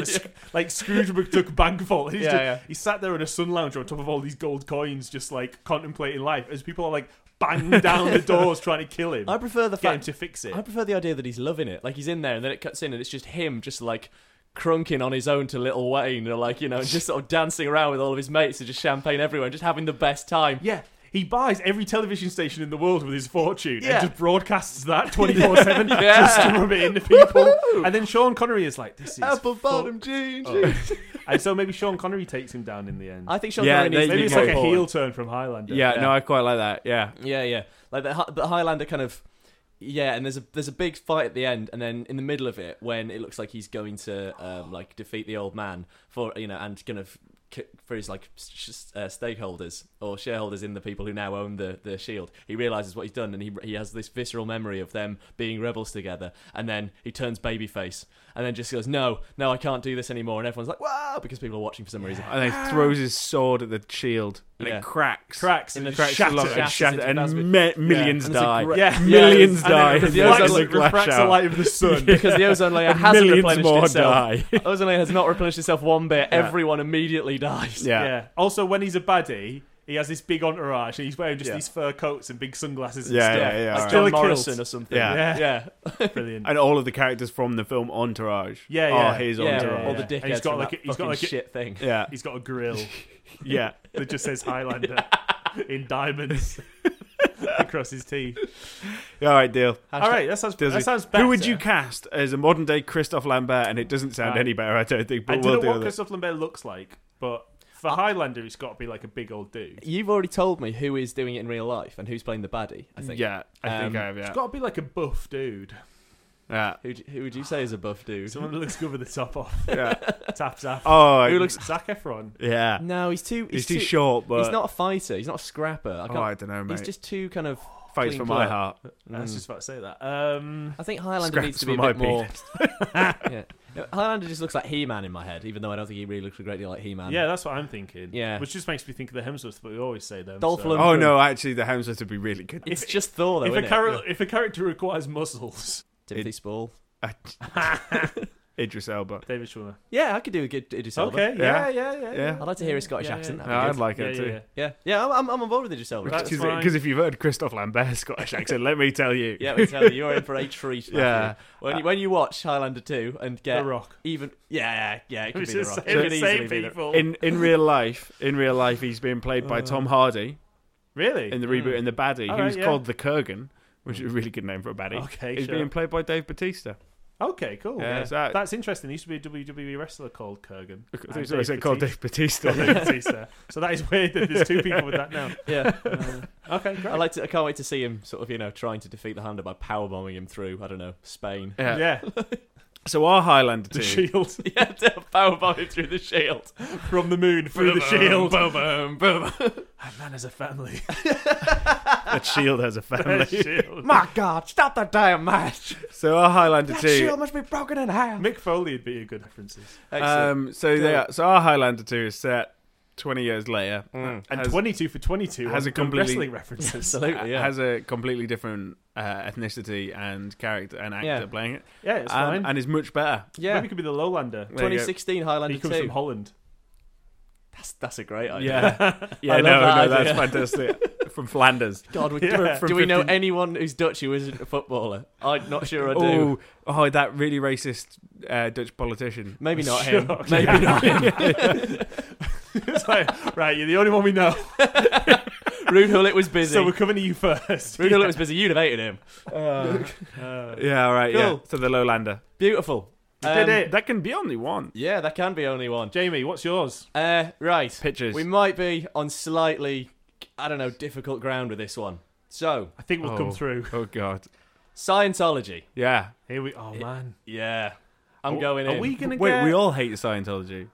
[SPEAKER 2] *laughs*
[SPEAKER 3] it's like Scrooge McDuck Bankfold. He's
[SPEAKER 2] Yeah,
[SPEAKER 3] just,
[SPEAKER 2] yeah.
[SPEAKER 3] He sat there in a sun lounger on top of all these gold coins, just like contemplating life as people are like bang down
[SPEAKER 2] *laughs*
[SPEAKER 3] the doors trying to kill him.
[SPEAKER 2] I prefer the
[SPEAKER 3] get him
[SPEAKER 2] fact
[SPEAKER 3] to fix it.
[SPEAKER 2] I prefer the idea that he's loving it. Like he's in there, and then it cuts in, and it's just him, just like crunking on his own to Little Wayne, or like you know, just sort of dancing around with all of his mates, and just champagne everywhere, and just having the best time.
[SPEAKER 3] yeah. He buys every television station in the world with his fortune
[SPEAKER 2] Yeah.
[SPEAKER 3] and just
[SPEAKER 2] *laughs*
[SPEAKER 3] broadcasts that 24 7
[SPEAKER 2] Yeah.
[SPEAKER 3] just to rub it into people. and then Sean Connery is like, this is.
[SPEAKER 2] Apple
[SPEAKER 3] fuck- Oh.
[SPEAKER 2] bottom jeans.
[SPEAKER 3] *laughs* And so maybe Sean Connery takes him down in the end.
[SPEAKER 2] I think Sean
[SPEAKER 1] Yeah,
[SPEAKER 2] Connery needs
[SPEAKER 1] there
[SPEAKER 2] to
[SPEAKER 3] maybe
[SPEAKER 2] be
[SPEAKER 1] you
[SPEAKER 3] it's
[SPEAKER 1] go.
[SPEAKER 2] more
[SPEAKER 3] like a
[SPEAKER 2] forward.
[SPEAKER 3] heel turn from Highlander.
[SPEAKER 1] yeah,
[SPEAKER 2] Yeah.
[SPEAKER 1] no, I quite like that. Yeah,
[SPEAKER 2] Yeah, yeah. Like the, Hi- the Highlander kind of. Yeah, and there's a there's a big fight at the end, and then in the middle of it, when it looks like he's going to um, like defeat the old man for you know, and kind of ki- for his like s- s- uh, stakeholders or shareholders in the people who now own the, the shield, he realizes what he's done, and he he has this visceral memory of them being rebels together, and then he turns babyface, and then just goes, no, no, I can't do this anymore, and everyone's like, wow, because people are watching for some reason.
[SPEAKER 1] and then he throws his sword at the shield, and
[SPEAKER 2] Ah. Yeah.
[SPEAKER 1] it cracks,
[SPEAKER 3] Cracks
[SPEAKER 2] In
[SPEAKER 3] and
[SPEAKER 2] the
[SPEAKER 1] cracks
[SPEAKER 3] shatters.
[SPEAKER 1] the lock and
[SPEAKER 2] Shatters
[SPEAKER 1] shatter,
[SPEAKER 2] into
[SPEAKER 1] and
[SPEAKER 2] plasma.
[SPEAKER 1] mi- millions
[SPEAKER 2] And it's a
[SPEAKER 1] die.
[SPEAKER 2] great- *laughs*
[SPEAKER 3] Yeah.
[SPEAKER 1] Millions
[SPEAKER 3] And then
[SPEAKER 1] die. It
[SPEAKER 3] it
[SPEAKER 2] reflects-
[SPEAKER 1] doesn't look
[SPEAKER 3] refracts
[SPEAKER 1] glass
[SPEAKER 3] the
[SPEAKER 1] out.
[SPEAKER 3] light of
[SPEAKER 2] *laughs*
[SPEAKER 3] the sun.
[SPEAKER 2] because the ozone layer hasn't
[SPEAKER 1] Millions
[SPEAKER 2] replenished
[SPEAKER 1] more
[SPEAKER 2] itself.
[SPEAKER 1] die.
[SPEAKER 2] *laughs*
[SPEAKER 1] *laughs*
[SPEAKER 2] ozone layer has not replenished itself one bit. Everyone immediately dies.
[SPEAKER 1] Yeah.
[SPEAKER 3] Yeah. Also, when he's a baddie, he has this big entourage. And he's wearing just
[SPEAKER 2] Yeah.
[SPEAKER 3] these fur coats and big sunglasses. And
[SPEAKER 1] Yeah,
[SPEAKER 3] stuff.
[SPEAKER 1] yeah, yeah,
[SPEAKER 2] *laughs* Like
[SPEAKER 1] alright.
[SPEAKER 2] John
[SPEAKER 3] Killer kilt.
[SPEAKER 2] Morrison or something.
[SPEAKER 1] Yeah.
[SPEAKER 3] Yeah.
[SPEAKER 1] *laughs*
[SPEAKER 2] yeah. *laughs*
[SPEAKER 3] Brilliant.
[SPEAKER 1] And all of the characters from the film Entourage.
[SPEAKER 3] Yeah,
[SPEAKER 1] Are
[SPEAKER 3] yeah.
[SPEAKER 1] his
[SPEAKER 2] Yeah,
[SPEAKER 1] entourage.
[SPEAKER 2] all the
[SPEAKER 3] Yeah.
[SPEAKER 2] dickheads.
[SPEAKER 3] And he's got
[SPEAKER 2] from
[SPEAKER 3] like
[SPEAKER 2] that
[SPEAKER 3] a- he's got
[SPEAKER 2] fucking
[SPEAKER 3] like a-
[SPEAKER 2] shit thing.
[SPEAKER 3] *laughs*
[SPEAKER 1] Yeah.
[SPEAKER 3] He's got a grill
[SPEAKER 1] Yeah.
[SPEAKER 3] that just says Highlander in diamonds across his teeth.
[SPEAKER 1] Yeah, All right, deal.
[SPEAKER 3] All right, that sounds
[SPEAKER 1] Does
[SPEAKER 3] that
[SPEAKER 1] it-
[SPEAKER 3] sounds better.
[SPEAKER 1] Who would you cast as a modern day Christophe Lambert? And it doesn't sound
[SPEAKER 3] Uh,
[SPEAKER 1] any better, I don't think.
[SPEAKER 3] I
[SPEAKER 1] But
[SPEAKER 3] don't
[SPEAKER 1] we'll
[SPEAKER 3] know
[SPEAKER 1] do
[SPEAKER 3] what
[SPEAKER 1] that.
[SPEAKER 3] Christophe Lambert looks like, but for Highlander, it's got to be like a big old dude.
[SPEAKER 2] You've already told me who is doing it in real life and who's playing the baddie. I think.
[SPEAKER 1] Yeah, I think
[SPEAKER 2] Um,
[SPEAKER 1] I have. Yeah.
[SPEAKER 3] It's got to be like a buff dude.
[SPEAKER 1] yeah.
[SPEAKER 2] Who, d- who would you say is a buff dude?
[SPEAKER 3] Someone that looks good with the
[SPEAKER 1] *laughs*
[SPEAKER 3] top off,
[SPEAKER 1] Yeah.
[SPEAKER 3] taps off.
[SPEAKER 1] Oh, I-
[SPEAKER 2] Who looks?
[SPEAKER 3] Zac Efron.
[SPEAKER 1] yeah.
[SPEAKER 2] No, he's too.
[SPEAKER 1] he's, too, short, but
[SPEAKER 2] He's not a fighter. He's not a scrapper. I
[SPEAKER 1] oh,
[SPEAKER 2] can't,
[SPEAKER 1] I don't know, mate.
[SPEAKER 2] he's just too kind of.
[SPEAKER 1] Fights
[SPEAKER 2] clean
[SPEAKER 1] for my
[SPEAKER 2] cut.
[SPEAKER 1] heart.
[SPEAKER 3] I was just about to say that. Um,
[SPEAKER 2] I think Highlander
[SPEAKER 1] Scraps
[SPEAKER 2] needs to
[SPEAKER 1] for
[SPEAKER 2] be a
[SPEAKER 1] my
[SPEAKER 2] bit more. *laughs*
[SPEAKER 3] *laughs*
[SPEAKER 2] yeah. No, Highlander just looks like He-Man in my head, even though I don't think he really looks a great deal like He-Man.
[SPEAKER 3] yeah, that's what I'm thinking.
[SPEAKER 2] Yeah.
[SPEAKER 3] which just makes me think of the Hemsworths, but we always say them.
[SPEAKER 2] Dolph
[SPEAKER 3] so-
[SPEAKER 2] Lundgren.
[SPEAKER 1] Oh no, actually, the Hemsworth would be really good.
[SPEAKER 2] *laughs*
[SPEAKER 1] *laughs*
[SPEAKER 2] It's just Thor, though,
[SPEAKER 3] if
[SPEAKER 2] isn't
[SPEAKER 3] a
[SPEAKER 2] it?
[SPEAKER 3] character if a character requires muscles, *laughs*
[SPEAKER 2] Timothy Spall.
[SPEAKER 1] Idris Elba.
[SPEAKER 3] David Schwimmer.
[SPEAKER 2] Yeah, I could do a good Idris Elba.
[SPEAKER 3] Okay,
[SPEAKER 1] Yeah.
[SPEAKER 3] yeah, yeah, yeah,
[SPEAKER 1] Yeah.
[SPEAKER 2] I'd like to hear a Scottish
[SPEAKER 3] Yeah,
[SPEAKER 2] accent.
[SPEAKER 3] yeah.
[SPEAKER 1] Yeah,
[SPEAKER 2] That'd
[SPEAKER 1] I'd
[SPEAKER 2] be
[SPEAKER 1] like
[SPEAKER 3] Yeah,
[SPEAKER 1] it
[SPEAKER 3] yeah,
[SPEAKER 1] too.
[SPEAKER 3] yeah.
[SPEAKER 2] good. yeah, yeah. I'm, I'm on board with Idris Elba.
[SPEAKER 3] That's fine.
[SPEAKER 1] Because if you've heard Christophe Lambert's Scottish accent, let me tell you.
[SPEAKER 2] *laughs* yeah,
[SPEAKER 1] *laughs*
[SPEAKER 2] we tell you, you're in for a
[SPEAKER 3] *laughs*
[SPEAKER 2] treat. Matthew.
[SPEAKER 1] Yeah.
[SPEAKER 2] When you, when you watch Highlander 2 and get
[SPEAKER 3] The Rock.
[SPEAKER 2] even yeah yeah yeah, it could
[SPEAKER 3] We
[SPEAKER 2] be the
[SPEAKER 3] just
[SPEAKER 2] rock.
[SPEAKER 3] say
[SPEAKER 2] It
[SPEAKER 3] the
[SPEAKER 2] could easily
[SPEAKER 3] same
[SPEAKER 2] be The-
[SPEAKER 3] people.
[SPEAKER 1] In
[SPEAKER 3] *laughs*
[SPEAKER 1] in real life, in real life, he's being played by Tom Hardy
[SPEAKER 3] really?
[SPEAKER 1] in the reboot in the baddie,
[SPEAKER 3] Mm. All
[SPEAKER 1] who's
[SPEAKER 3] right, yeah.
[SPEAKER 1] called the Kurgan. which is a really good name for a baddie.
[SPEAKER 3] Okay,
[SPEAKER 1] He's
[SPEAKER 3] sure.
[SPEAKER 1] being played by Dave Batista.
[SPEAKER 3] Okay, cool.
[SPEAKER 1] Yeah, so Uh, that-
[SPEAKER 3] That's interesting. There used to be a WWE wrestler called Kurgan.
[SPEAKER 1] I
[SPEAKER 3] And
[SPEAKER 1] think it's
[SPEAKER 3] Dave
[SPEAKER 1] called
[SPEAKER 3] Batista-
[SPEAKER 1] Dave Batista.
[SPEAKER 3] Dave Batista. So that is weird that there's two people with that now. *laughs*
[SPEAKER 2] Yeah.
[SPEAKER 3] Okay,
[SPEAKER 2] I
[SPEAKER 3] great.
[SPEAKER 2] like to, I can't wait to see him sort of, you know, trying to defeat the Hondo by powerbombing him through, I don't know,
[SPEAKER 3] *laughs*
[SPEAKER 2] Spain.
[SPEAKER 1] *laughs*
[SPEAKER 2] *laughs*
[SPEAKER 1] yeah.
[SPEAKER 3] yeah,
[SPEAKER 1] So our Highlander *laughs*
[SPEAKER 3] the
[SPEAKER 1] team.
[SPEAKER 3] shield.
[SPEAKER 2] yeah, powerbomb him through the shield.
[SPEAKER 3] From the moon through the shield.
[SPEAKER 1] Boom, boom,
[SPEAKER 3] *laughs*
[SPEAKER 1] boom.
[SPEAKER 3] And man has a family. *laughs*
[SPEAKER 1] That shield has a
[SPEAKER 3] The
[SPEAKER 1] family.
[SPEAKER 3] shield.
[SPEAKER 2] My God, stop that damn *laughs* match.
[SPEAKER 1] So our Highlander team.
[SPEAKER 2] must be broken in half.
[SPEAKER 3] Mick Foley would be a good references.
[SPEAKER 2] Excellent.
[SPEAKER 1] Um, so they are, so our Highlander two is set twenty years later.
[SPEAKER 2] Mm.
[SPEAKER 3] And
[SPEAKER 1] Has-
[SPEAKER 3] 22 for 22
[SPEAKER 1] has
[SPEAKER 3] on
[SPEAKER 1] a completely- *laughs*
[SPEAKER 3] wrestling references.
[SPEAKER 2] Absolutely, yeah.
[SPEAKER 1] has a completely different uh, ethnicity and character and actor
[SPEAKER 2] Yeah.
[SPEAKER 1] playing it,
[SPEAKER 3] yeah, it's
[SPEAKER 1] and,
[SPEAKER 3] fine.
[SPEAKER 1] and is much better.
[SPEAKER 2] yeah.
[SPEAKER 3] Maybe he could be the Lowlander.
[SPEAKER 1] There you go.
[SPEAKER 2] 2016 Highlander
[SPEAKER 3] He comes
[SPEAKER 2] 2.
[SPEAKER 1] *laughs*
[SPEAKER 3] from Holland. *laughs*
[SPEAKER 2] that's, that's a great idea.
[SPEAKER 1] Yeah, *laughs* yeah,
[SPEAKER 2] I
[SPEAKER 1] no, no,
[SPEAKER 2] love that
[SPEAKER 1] that's fantastic. From Flanders.
[SPEAKER 2] *laughs* God, we,
[SPEAKER 3] Yeah.
[SPEAKER 2] do,
[SPEAKER 1] From
[SPEAKER 2] do we know
[SPEAKER 1] 15
[SPEAKER 2] anyone who's Dutch who isn't a footballer? I'm not sure I do.
[SPEAKER 1] Oh, oh, that really racist uh, Dutch politician.
[SPEAKER 2] Maybe not
[SPEAKER 3] Sure.
[SPEAKER 2] him. Maybe not him.
[SPEAKER 3] It's like, right, you're the only one we know.
[SPEAKER 2] Rude Hullet was busy.
[SPEAKER 3] *laughs* So we're coming to you first.
[SPEAKER 2] Rude Hullet was busy. You'd have hated him.
[SPEAKER 3] *laughs* Uh,
[SPEAKER 1] *laughs* Yeah, all right, yeah.
[SPEAKER 2] Cool.
[SPEAKER 1] So the Lowlander.
[SPEAKER 2] Beautiful.
[SPEAKER 3] did
[SPEAKER 2] Um,
[SPEAKER 3] it.
[SPEAKER 1] That can be only one.
[SPEAKER 2] Yeah, that can be only one.
[SPEAKER 3] Jamie, what's yours?
[SPEAKER 2] Uh, right.
[SPEAKER 1] Pictures.
[SPEAKER 2] We might be on slightly, I don't know, difficult ground with this one. So,
[SPEAKER 3] I think we'll
[SPEAKER 1] Oh.
[SPEAKER 3] come through.
[SPEAKER 1] Oh God.
[SPEAKER 2] Scientology.
[SPEAKER 1] Yeah.
[SPEAKER 3] Here we. Oh man.
[SPEAKER 2] Yeah. I'm
[SPEAKER 3] Oh,
[SPEAKER 2] going
[SPEAKER 3] are
[SPEAKER 2] in.
[SPEAKER 3] we gonna
[SPEAKER 1] Wait,
[SPEAKER 3] get?
[SPEAKER 1] we all hate Scientology.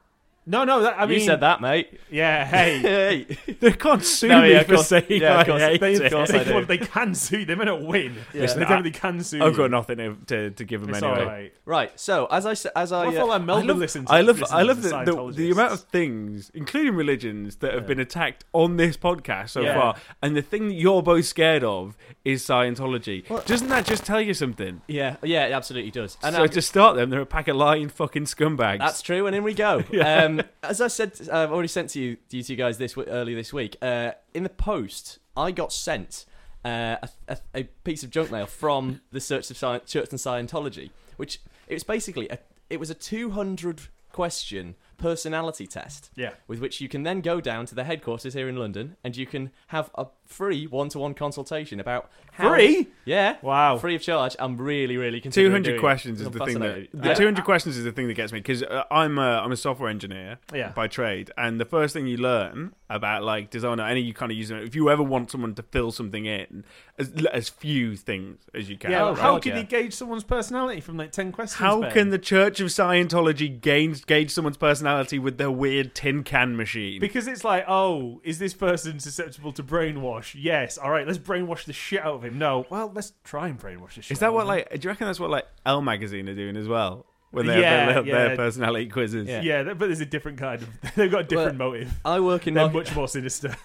[SPEAKER 3] No, no. That, I
[SPEAKER 2] you
[SPEAKER 3] mean,
[SPEAKER 2] said that, mate.
[SPEAKER 1] *laughs*
[SPEAKER 3] Yeah. *laughs* Hey.
[SPEAKER 2] *laughs* Hey.
[SPEAKER 1] They can't sue
[SPEAKER 2] No,
[SPEAKER 1] me
[SPEAKER 2] yeah, of
[SPEAKER 1] for
[SPEAKER 2] course-
[SPEAKER 1] saying
[SPEAKER 2] yeah, of
[SPEAKER 1] I
[SPEAKER 2] course.
[SPEAKER 1] hate
[SPEAKER 3] They,
[SPEAKER 1] *laughs* it.
[SPEAKER 2] Of course
[SPEAKER 3] they,
[SPEAKER 2] I do.
[SPEAKER 3] well, they can sue. They may not win.
[SPEAKER 2] Yeah.
[SPEAKER 3] Listen, they
[SPEAKER 1] I-
[SPEAKER 3] definitely can sue.
[SPEAKER 1] I've got
[SPEAKER 3] you.
[SPEAKER 1] nothing to, to give them
[SPEAKER 3] It's
[SPEAKER 1] anyway.
[SPEAKER 3] all right.
[SPEAKER 2] Right. So, as I s- as I
[SPEAKER 3] What if
[SPEAKER 2] uh,
[SPEAKER 3] all our Melbourne
[SPEAKER 1] I love,
[SPEAKER 3] listen-
[SPEAKER 1] I love,
[SPEAKER 3] listeners
[SPEAKER 1] I love
[SPEAKER 3] are
[SPEAKER 1] the, the, the
[SPEAKER 3] Scientologists?
[SPEAKER 1] amount of things, including religions, that have been attacked on this podcast so
[SPEAKER 3] Yeah.
[SPEAKER 1] far. And the thing that you're both scared of is Scientology. Doesn't that just tell you something?
[SPEAKER 2] yeah, yeah, it absolutely does. And
[SPEAKER 1] so
[SPEAKER 2] I'm-
[SPEAKER 1] to start them, they're a pack of lying fucking scumbags.
[SPEAKER 2] That's true, and in we
[SPEAKER 3] *laughs*
[SPEAKER 2] go. um, as I said, I've already sent to you, to you two guys this w- early this week. Uh, in the post, I got sent uh, a, a, a piece of junk mail from the Church of Sci- Church and Scientology, which it was basically a, it was a two hundred question personality test
[SPEAKER 3] Yeah.
[SPEAKER 2] with which you can then go down to the headquarters here in London and you can have a free one-to-one consultation about how,
[SPEAKER 3] Free?
[SPEAKER 2] yeah
[SPEAKER 3] Wow.
[SPEAKER 2] free of charge I'm really really considering
[SPEAKER 1] Two hundred
[SPEAKER 2] doing it.
[SPEAKER 1] questions is
[SPEAKER 2] I'm
[SPEAKER 1] the thing that
[SPEAKER 2] fascinated.
[SPEAKER 1] the
[SPEAKER 2] Yeah.
[SPEAKER 1] two hundred questions is the thing that gets me because uh, I'm a, I'm a software engineer
[SPEAKER 3] Yeah.
[SPEAKER 1] by trade, and the first thing you learn about like design or any you kind of use if you ever want someone to fill something in, as, as few things as you can.
[SPEAKER 3] Yeah.
[SPEAKER 2] Oh,
[SPEAKER 3] how
[SPEAKER 2] right,
[SPEAKER 3] can
[SPEAKER 2] yeah.
[SPEAKER 3] you gauge someone's personality from like ten questions?
[SPEAKER 1] How
[SPEAKER 3] Ben?
[SPEAKER 1] can the Church of Scientology gauge, gauge someone's personality with their weird tin can machine?
[SPEAKER 3] Because it's like, oh, is this person susceptible to brainwash? Yes. All right, let's brainwash the shit out of him. No. Well, let's try and brainwash the shit.
[SPEAKER 1] is that
[SPEAKER 3] out
[SPEAKER 1] what
[SPEAKER 3] of him.
[SPEAKER 1] like? Do you reckon that's what like L magazine are doing as well when they
[SPEAKER 3] Yeah,
[SPEAKER 1] have their, their
[SPEAKER 3] yeah.
[SPEAKER 1] personality quizzes?
[SPEAKER 2] Yeah.
[SPEAKER 3] Yeah, th- but there's a different kind of. *laughs* They've got a different motive.
[SPEAKER 2] I work in
[SPEAKER 3] They're
[SPEAKER 2] market-
[SPEAKER 3] much
[SPEAKER 1] *laughs*
[SPEAKER 3] more sinister.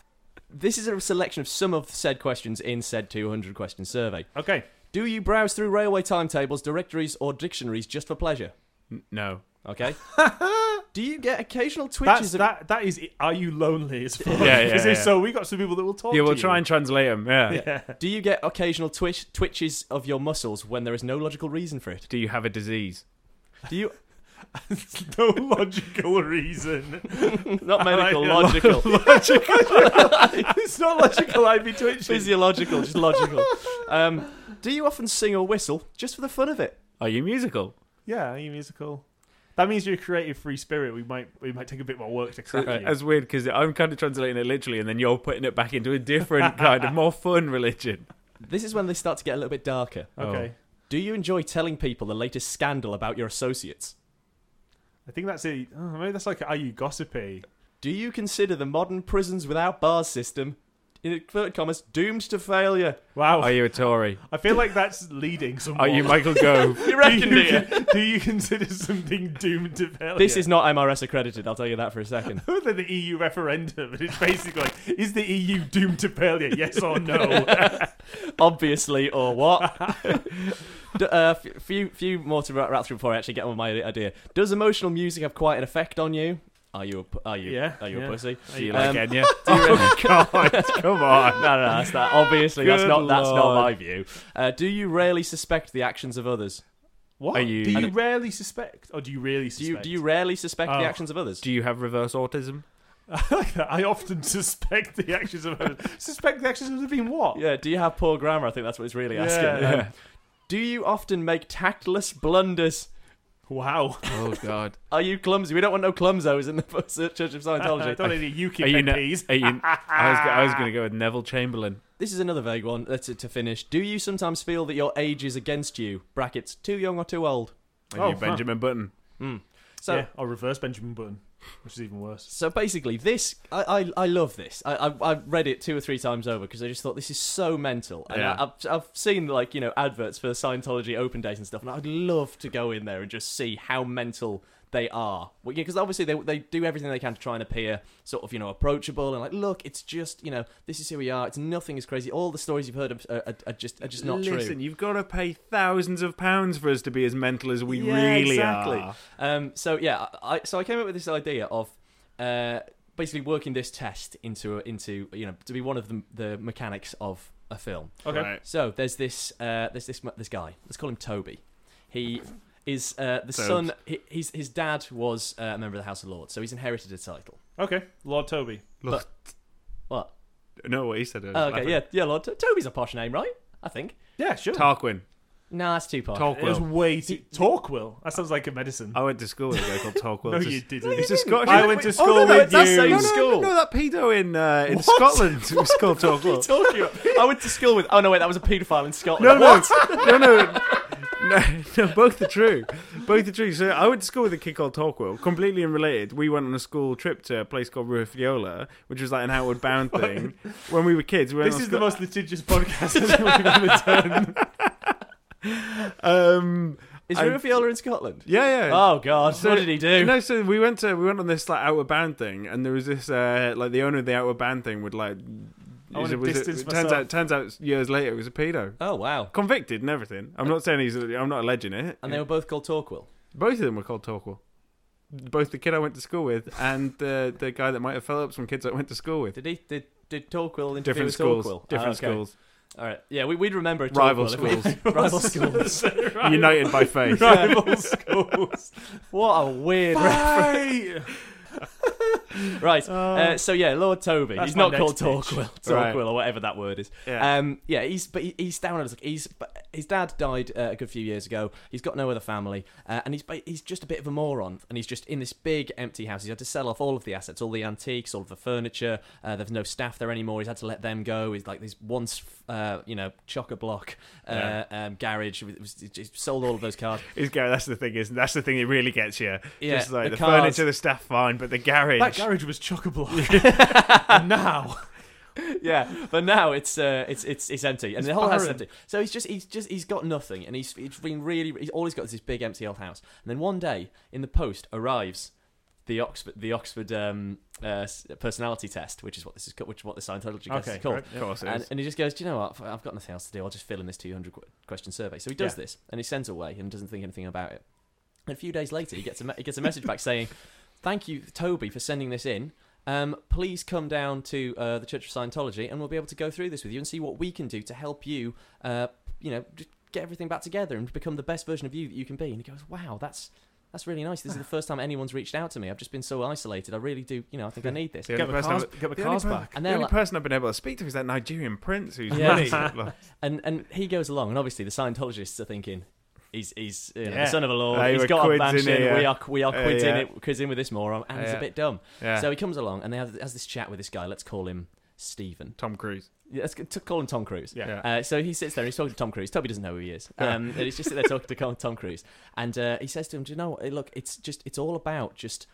[SPEAKER 2] This is a selection of some of said questions in said 200 question survey.
[SPEAKER 3] Okay.
[SPEAKER 2] Do you browse through railway timetables, directories, or dictionaries just for pleasure?
[SPEAKER 1] N- No.
[SPEAKER 3] *laughs*
[SPEAKER 2] Okay. Do you get occasional
[SPEAKER 3] That's,
[SPEAKER 2] twitches? of...
[SPEAKER 3] that, that is. Are you lonely as fuck? *laughs*
[SPEAKER 1] Yeah, yeah,
[SPEAKER 3] Is this-
[SPEAKER 1] yeah.
[SPEAKER 3] So we got some people that will talk
[SPEAKER 1] Yeah,
[SPEAKER 3] to
[SPEAKER 1] we'll
[SPEAKER 3] you.
[SPEAKER 1] try and translate them. Yeah.
[SPEAKER 2] Do you get occasional twitch- twitches of your muscles when there is no logical reason for it?
[SPEAKER 1] Do you have a *laughs* disease?
[SPEAKER 2] Do you
[SPEAKER 3] *laughs* no logical
[SPEAKER 1] *laughs*
[SPEAKER 3] reason. *laughs*
[SPEAKER 2] not medical,
[SPEAKER 3] I like
[SPEAKER 2] logical,
[SPEAKER 3] it's not logical, I'd be twitching.
[SPEAKER 2] physiological, just logical? Um, do you often sing or whistle just for the fun of it?
[SPEAKER 1] Are you musical?
[SPEAKER 3] Yeah, are you musical? That means you're a creative free spirit. We might we might take a bit more work to crack you.
[SPEAKER 1] uh, That's weird because I'm kind of translating it literally, and then you're putting it back into a different kind of more fun *laughs* religion.
[SPEAKER 2] This is when they start to get a little bit darker.
[SPEAKER 1] oh.
[SPEAKER 3] Okay.
[SPEAKER 2] Do you enjoy telling people the latest scandal about your associates?
[SPEAKER 3] I think that's it. Oh, maybe that's like, are you gossipy?
[SPEAKER 2] Do you consider the modern prisons without bars system, in inverted commas, doomed to failure?
[SPEAKER 3] Wow.
[SPEAKER 1] Oh. Are you a *laughs* Tory?
[SPEAKER 3] I feel like that's leading somewhere.
[SPEAKER 1] Are you Michael *laughs* Gove?
[SPEAKER 2] You reckon,
[SPEAKER 3] do,
[SPEAKER 2] do
[SPEAKER 3] *laughs* you,
[SPEAKER 2] you?
[SPEAKER 3] con- *laughs* do you consider something doomed to failure?
[SPEAKER 2] This is not MRS accredited, I'll tell you that for a second. *laughs*
[SPEAKER 3] other than the EU referendum, and it's basically like, is the EU doomed to failure? Yes
[SPEAKER 2] *laughs*
[SPEAKER 3] or no?
[SPEAKER 2] Obviously, or
[SPEAKER 3] *laughs*
[SPEAKER 2] what? D- uh, f- few, few more to rat, rat through before I actually get on with my idea. Does emotional music have quite an effect on you? Are you a, p- are you,
[SPEAKER 3] Yeah,
[SPEAKER 2] are you
[SPEAKER 3] yeah.
[SPEAKER 2] a pussy?
[SPEAKER 1] Do you like
[SPEAKER 2] Um,
[SPEAKER 1] Enya?
[SPEAKER 2] Do
[SPEAKER 3] *laughs*
[SPEAKER 2] you
[SPEAKER 3] Oh,
[SPEAKER 2] re-
[SPEAKER 1] God, come on.
[SPEAKER 2] *laughs* no, no, no, that's that. Obviously, that's
[SPEAKER 1] Good
[SPEAKER 2] not that's not
[SPEAKER 1] lord.
[SPEAKER 2] my view. Uh, do you rarely suspect the actions of others?
[SPEAKER 3] What?
[SPEAKER 1] Are you-
[SPEAKER 3] do you
[SPEAKER 1] I-
[SPEAKER 3] rarely suspect, or do you really
[SPEAKER 2] Do you
[SPEAKER 3] suspect?
[SPEAKER 2] do you rarely suspect
[SPEAKER 3] Oh.
[SPEAKER 2] the actions of others?
[SPEAKER 1] Do you have reverse autism?
[SPEAKER 3] *laughs* I like that. I often suspect the actions of others. Suspect the actions of others being what?
[SPEAKER 2] Yeah, do you have poor grammar? I think that's what it's really asking.
[SPEAKER 3] Yeah.
[SPEAKER 2] Um, do you often make tactless blunders? *laughs*
[SPEAKER 3] Wow.
[SPEAKER 1] Oh God.
[SPEAKER 2] Are you clumsy? We don't want no clumsos in the *laughs* Church of
[SPEAKER 3] *laughs* I
[SPEAKER 2] Scientology.
[SPEAKER 3] don't need any
[SPEAKER 1] Are
[SPEAKER 3] UKIP
[SPEAKER 1] you ne-
[SPEAKER 3] MPs.
[SPEAKER 1] are you- I was I was going to go with Neville Chamberlain.
[SPEAKER 2] This is another vague one. Let's to finish. Do you sometimes feel that your age is against you? Brackets too young or too old.
[SPEAKER 1] I
[SPEAKER 3] Oh,
[SPEAKER 1] knew Benjamin Button.
[SPEAKER 2] Hmm. So
[SPEAKER 3] yeah, or reverse Benjamin Button, which is even worse.
[SPEAKER 2] so basically, this I I, I love this. I, I I read it two or three times over because I just thought this is so mental. And
[SPEAKER 1] Yeah.
[SPEAKER 2] I, I've I've seen like you know adverts for Scientology open days and stuff, and I'd love to go in there and just see how mental they are. Because well, yeah, 'cause obviously they they do everything they can to try and appear sort of you know approachable and like look, it's just you know this is who we are. It's nothing is crazy. All the stories you've heard of uh, are, are, are just are just not
[SPEAKER 1] Listen,
[SPEAKER 2] true.
[SPEAKER 1] you've got to pay thousands of pounds for us to be as mental as we
[SPEAKER 2] Yeah,
[SPEAKER 1] really
[SPEAKER 2] exactly.
[SPEAKER 1] are.
[SPEAKER 2] Um, so yeah, I, so I came up with this idea of uh, basically working this test into a, into you know to be one of the, the mechanics of a film.
[SPEAKER 3] Okay.
[SPEAKER 1] Right.
[SPEAKER 2] So there's this uh, there's this mu- this guy. Let's call him Toby. He is uh, the
[SPEAKER 1] Tobes.
[SPEAKER 2] son. He, he's, his dad was uh, a member of the House of Lords, so he's inherited a title.
[SPEAKER 3] Okay. Lord Toby.
[SPEAKER 1] Look,
[SPEAKER 2] What?
[SPEAKER 1] no, what he said. I was
[SPEAKER 2] Oh, okay,
[SPEAKER 1] laughing.
[SPEAKER 2] yeah, yeah. Lord To- Toby's a posh name, right? I think.
[SPEAKER 3] Yeah, sure.
[SPEAKER 1] Tarquin.
[SPEAKER 2] Nah, that's too
[SPEAKER 1] Oh,
[SPEAKER 2] posh.
[SPEAKER 3] it was
[SPEAKER 1] Torquil.
[SPEAKER 3] way too. Torquil. That sounds like a medicine.
[SPEAKER 1] I went to school with a guy called Torquil.
[SPEAKER 3] no,
[SPEAKER 1] It's a-
[SPEAKER 3] you didn't.
[SPEAKER 2] *laughs*
[SPEAKER 1] He's a Scottish.
[SPEAKER 3] I went to
[SPEAKER 1] Wait,
[SPEAKER 3] school
[SPEAKER 1] oh, no, no,
[SPEAKER 3] with
[SPEAKER 1] that's the
[SPEAKER 3] you.
[SPEAKER 1] same
[SPEAKER 3] No, no,
[SPEAKER 1] school. No, that pedo in uh, in Scotland *laughs* was called Torquil.
[SPEAKER 2] Talking about- *laughs* I went to school with. Oh no, wait, that was a paedophile in Scotland.
[SPEAKER 1] No, no, no, no, no, *laughs* no, both are true. Both are true. So I went to school with a kid called Torquil, completely unrelated. We went on a school trip to a place called Ruffiola, which was like an outward
[SPEAKER 3] *laughs*
[SPEAKER 1] bound thing. When we were kids, we went
[SPEAKER 3] This
[SPEAKER 1] on
[SPEAKER 3] is
[SPEAKER 1] scho-
[SPEAKER 3] the most litigious podcast *laughs* we've ever done.
[SPEAKER 1] Um,
[SPEAKER 2] Is
[SPEAKER 1] I-
[SPEAKER 2] Rufiola in Scotland?
[SPEAKER 1] yeah,
[SPEAKER 3] Ah,
[SPEAKER 1] yeah.
[SPEAKER 2] Oh God,
[SPEAKER 1] So-
[SPEAKER 2] what did he do?
[SPEAKER 1] No, so we went to we went on this like outward bound thing, and there was this uh, like the owner of the outward bound thing would like.
[SPEAKER 3] I wanna
[SPEAKER 1] is it- was it-
[SPEAKER 3] distance
[SPEAKER 1] it turns
[SPEAKER 3] myself.
[SPEAKER 1] out, turns out, years later, it was a pedo,
[SPEAKER 2] Oh wow.
[SPEAKER 1] convicted and everything. I'm not saying he's. I'm not alleging it.
[SPEAKER 2] And they were both called Torquil.
[SPEAKER 1] Both of them were called Torquil. Both the kid I went to school with and the the guy that might have fell up some kids I went to school with.
[SPEAKER 2] Did he? Did did Torquil interview
[SPEAKER 1] Different
[SPEAKER 2] with
[SPEAKER 1] schools,
[SPEAKER 2] Torquil?
[SPEAKER 1] different
[SPEAKER 2] Ah, okay.
[SPEAKER 1] schools,
[SPEAKER 2] All right. Yeah, we, we'd remember a Torquil
[SPEAKER 1] rival
[SPEAKER 2] if we-
[SPEAKER 1] schools,
[SPEAKER 2] *laughs* rival *laughs* schools.
[SPEAKER 1] united
[SPEAKER 2] *laughs*
[SPEAKER 1] by faith.
[SPEAKER 3] Rival schools.
[SPEAKER 2] What
[SPEAKER 1] *laughs*
[SPEAKER 2] a weird.
[SPEAKER 3] Bye. Um,
[SPEAKER 2] right. Uh, so yeah, Lord Toby.
[SPEAKER 3] That's
[SPEAKER 2] He's
[SPEAKER 3] my
[SPEAKER 2] not called
[SPEAKER 3] next
[SPEAKER 2] Torquil. Torquil
[SPEAKER 1] Right.
[SPEAKER 2] or whatever that word is.
[SPEAKER 1] Yeah.
[SPEAKER 2] Um, yeah, he's but he, he's down on his luck. He's but his dad died uh, a good few years ago. He's got no other family, uh, and he's ba- he's just a bit of a moron. And he's just in this big empty house. He's had to sell off all of the assets, all the antiques, all of the furniture. Uh, there's no staff there anymore. He's had to let them go. He's like this once, uh, you know, chock a block uh, um, garage. It was- it just sold all of those cars.
[SPEAKER 1] Is Gary? That's the thing. Is that's the thing that really gets you.
[SPEAKER 2] Yeah,
[SPEAKER 1] Just like
[SPEAKER 2] the
[SPEAKER 1] the,
[SPEAKER 2] cars.
[SPEAKER 1] furniture, the staff, fine, but the garage.
[SPEAKER 3] That garage was chock
[SPEAKER 2] *laughs*
[SPEAKER 3] a block. And now.
[SPEAKER 2] yeah, but now it's uh, it's it's it's empty, and
[SPEAKER 3] It's
[SPEAKER 2] the whole house is
[SPEAKER 3] barren.
[SPEAKER 2] empty. So he's just he's just he's got nothing, and he's he's been really he's, all he's got is this big empty old house. And then one day, in the post arrives the Oxford the Oxford um, uh, s- personality test, which is what this is co- which is what the Scientology test
[SPEAKER 3] Okay,
[SPEAKER 2] is called.
[SPEAKER 3] correct.
[SPEAKER 1] of course, it
[SPEAKER 2] And,
[SPEAKER 1] is.
[SPEAKER 2] and he just goes, do you know what? F- I've got nothing else to do. I'll just fill in this 200 qu- question survey. So he does
[SPEAKER 3] Yeah.
[SPEAKER 2] this, and he sends away and doesn't think anything about it. And a few days later, he gets a me- he gets a message back saying, "Thank you, Toby, for sending this in. Um, please come down to uh, the Church of Scientology, and we'll be able to go through this with you and see what we can do to help you. Uh, you know, just get everything back together and become the best version of you that you can be." And he goes, "Wow, that's." That's really nice. This is the first time anyone's reached out to me. I've just been so isolated. I really do, you know, I think I need this.
[SPEAKER 1] The
[SPEAKER 3] Get
[SPEAKER 1] only
[SPEAKER 3] my
[SPEAKER 1] person
[SPEAKER 3] cars,
[SPEAKER 1] I've-
[SPEAKER 3] get my
[SPEAKER 1] the only
[SPEAKER 3] cars
[SPEAKER 1] per-
[SPEAKER 3] back.
[SPEAKER 2] And
[SPEAKER 1] the
[SPEAKER 2] they're
[SPEAKER 1] only
[SPEAKER 2] like,
[SPEAKER 1] person I've been able to speak to is that Nigerian prince who's
[SPEAKER 2] Yeah. *laughs*
[SPEAKER 1] money.
[SPEAKER 2] And and he goes along, and obviously the Scientologists are thinking he's he's you know,
[SPEAKER 3] Yeah.
[SPEAKER 2] the son of a lord.
[SPEAKER 1] Hey,
[SPEAKER 2] he's
[SPEAKER 1] we're
[SPEAKER 2] got a
[SPEAKER 1] quids in
[SPEAKER 2] mansion.
[SPEAKER 1] here.
[SPEAKER 2] We are we are
[SPEAKER 1] Uh,
[SPEAKER 2] quids in
[SPEAKER 1] yeah.
[SPEAKER 2] it, quids in with this moron, and he's a
[SPEAKER 1] Yeah.
[SPEAKER 2] bit dumb.
[SPEAKER 1] yeah.
[SPEAKER 2] So he comes along, and they have has this chat with this guy. Let's call him Stephen.
[SPEAKER 1] Tom Cruise.
[SPEAKER 2] Yeah, Let's c- to call him Tom Cruise.
[SPEAKER 3] Yeah.
[SPEAKER 2] Uh, so he sits there and he's talking to Tom Cruise. Toby doesn't know who he is.
[SPEAKER 1] Yeah.
[SPEAKER 2] Um, and he's just sitting there talking to Con- Tom Cruise. And uh, he says to him, Do you know what? Look, it's just, it's all about just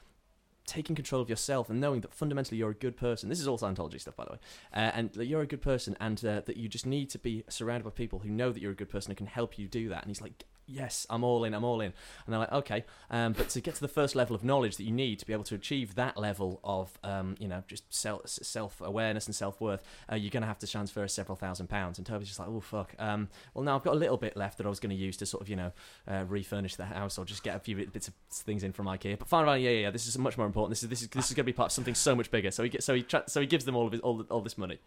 [SPEAKER 2] taking control of yourself and knowing that fundamentally you're a good person. This is all Scientology stuff, by the way. Uh, and that you're a good person and uh, that you just need to be surrounded by people who know that you're a good person and can help you do that. And he's like, Yes, I'm all in, I'm all in. And they're like, Okay. Um, but to get to the first level of knowledge that you need to be able to achieve that level of, um, you know, just self self awareness and self worth, uh, you're going to have to transfer several thousand pounds. And Toby's just like, oh, fuck. Um, well, now I've got a little bit left that I was going to use to sort of, you know, uh, refurnish the house or just get a few bit- bits of things in from Ikea. But finally, yeah, yeah, yeah, this is much more important. This is this is this is going to be part of something so much bigger. So he gets so he tra- so he gives them all of his all, all this money.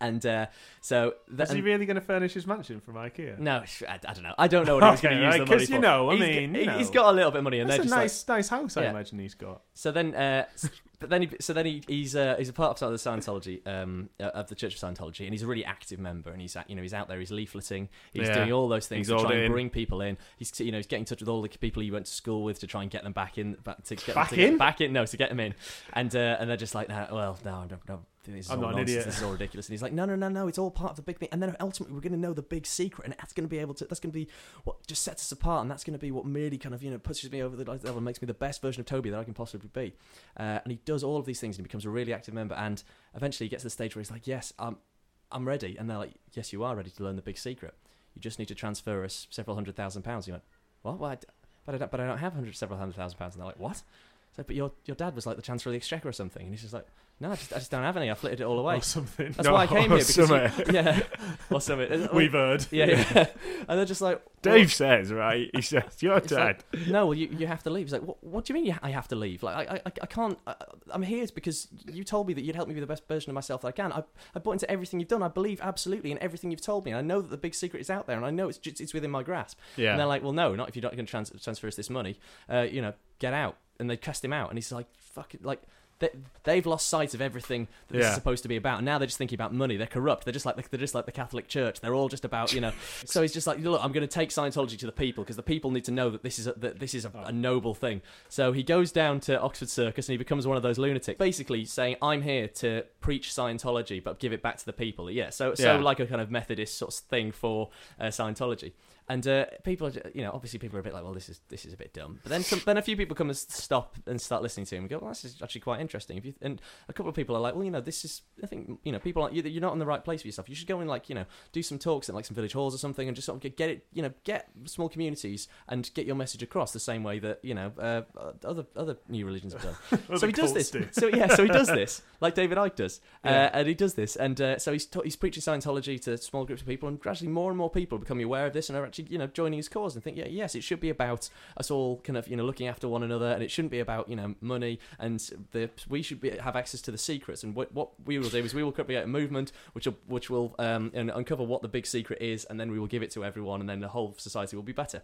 [SPEAKER 2] And uh, so that,
[SPEAKER 3] Is he really going to furnish his mansion from IKEA?
[SPEAKER 2] no, sh- I, I don't know. I don't know what he was going
[SPEAKER 3] Okay,
[SPEAKER 2] to use
[SPEAKER 3] right,
[SPEAKER 2] the money
[SPEAKER 3] 'cause you
[SPEAKER 2] for.
[SPEAKER 3] know, I
[SPEAKER 2] He's-
[SPEAKER 3] mean, you
[SPEAKER 2] he's
[SPEAKER 3] know.
[SPEAKER 2] got a little bit of money, and
[SPEAKER 3] That's
[SPEAKER 2] they're
[SPEAKER 3] a
[SPEAKER 2] just like,
[SPEAKER 3] nice, nice house. I
[SPEAKER 2] Yeah.
[SPEAKER 3] imagine he's got.
[SPEAKER 2] So then, uh, s- but then, he, so then he, he's uh, he's a part of sort of the Scientology um, uh, of the Church of Scientology, and he's a really active member. And he's at, you know he's out there, he's leafleting, he's
[SPEAKER 1] Yeah.
[SPEAKER 2] doing all those things
[SPEAKER 1] He's
[SPEAKER 2] to
[SPEAKER 1] all
[SPEAKER 2] try
[SPEAKER 1] in.
[SPEAKER 2] and bring people in. He's you know he's getting in touch with all the people he went to school with to try and get them back in, back to get
[SPEAKER 3] Back
[SPEAKER 2] them to get-
[SPEAKER 3] in?
[SPEAKER 2] back in, no, to get them in. And uh, and they're just like, nah, well, no, I don't know. This is
[SPEAKER 3] I'm
[SPEAKER 2] all
[SPEAKER 3] not an
[SPEAKER 2] nonsense.
[SPEAKER 3] idiot.
[SPEAKER 2] This is all ridiculous. And he's like, no, no, no, no. It's all part of the big thing. And then ultimately, we're going to know the big secret, and that's going to be able to. That's going to be what just sets us apart, and that's going to be what really kind of you know pushes me over the level and makes me the best version of Toby that I can possibly be. Uh, and he does all of these things, and he becomes a really active member. And eventually, he gets to the stage where he's like, "Yes, I'm, I'm ready." And they're like, "Yes, you are ready to learn the big secret. You just need to transfer us several hundred thousand pounds." He went, "What? Well, I d- but I don't, but I don't have hundred, several hundred thousand pounds." And they're like, "What?" So, but your your dad was like the Chancellor of the Exchequer or something, and he's just like, "No, I just, I just don't have any. I flitted it all away."
[SPEAKER 3] Or something. *laughs*
[SPEAKER 2] That's why I came
[SPEAKER 1] Oh, No,
[SPEAKER 2] here because you, *laughs* yeah, or something. oh,
[SPEAKER 3] We've heard.
[SPEAKER 2] *laughs* yeah,
[SPEAKER 3] *laughs*
[SPEAKER 2] yeah. and they're just like
[SPEAKER 1] Dave says, right? He says, "Your
[SPEAKER 2] *laughs* It's like-
[SPEAKER 1] dad."
[SPEAKER 2] no, well, you, you have to leave. He's like, what, what do you mean you, I have to leave? Like, I, I, I can't. I, I'm here because you told me that you'd help me be the best version of myself that I can. I, I bought into everything you've done. I believe absolutely in everything you've told me. And I know that the big secret is out there, and I know it's just, it's within my grasp.
[SPEAKER 1] yeah.
[SPEAKER 2] And they're like, well, no, not if you're not going to trans- transfer us this money. Uh, you know, get out. And they cast him out, and he's like, fuck it, like. They, they've lost sight of everything that this
[SPEAKER 1] Yeah.
[SPEAKER 2] is supposed to be about. And now they're just thinking about money. They're corrupt. They're just like the, they're just like the Catholic Church. They're all just about
[SPEAKER 1] *laughs*
[SPEAKER 2] you know. so he's just like, look, I'm going to take Scientology to the people because the people need to know that this is a, that this is
[SPEAKER 1] Oh.
[SPEAKER 2] a, a noble thing. So he goes down to Oxford Circus and he becomes one of those lunatics, basically saying, I'm here to preach Scientology but give it back to the people. Yeah. So so
[SPEAKER 1] Yeah.
[SPEAKER 2] like a kind of Methodist sort of thing for uh, Scientology. And uh, people, are, ju- you know, obviously people are a bit like, well, this is this is a bit dumb. But then, some, then a few people come and s- stop and start listening to him. and go, well, this is actually quite interesting. If you, and a couple of people are like, well, you know, this is, I think, you know, people aren't, you- you're not in the right place for yourself. You should go and like, you know, do some talks at like some village halls or something, and just sort of get- get it, you know, get small communities and get your message across the same way that you know uh, uh, other other new religions have done. so
[SPEAKER 3] *laughs* Other
[SPEAKER 2] he does this.
[SPEAKER 3] cults do.
[SPEAKER 2] So yeah, so he does
[SPEAKER 3] *laughs*
[SPEAKER 2] this like David Icke does,
[SPEAKER 3] Yeah.
[SPEAKER 2] uh, and he does this, and uh, so he's ta- he's preaching Scientology to small groups of people, and gradually more and more people become aware of this and are actually you know joining his cause and think yeah yes it should be about us all kind of you know looking after one another, and it shouldn't be about you know money and the we should be, have access to the secrets, and what what we will do is we will create a movement which will which will um, and uncover what the big secret is, and then we will give it to everyone, and then the whole society will be better.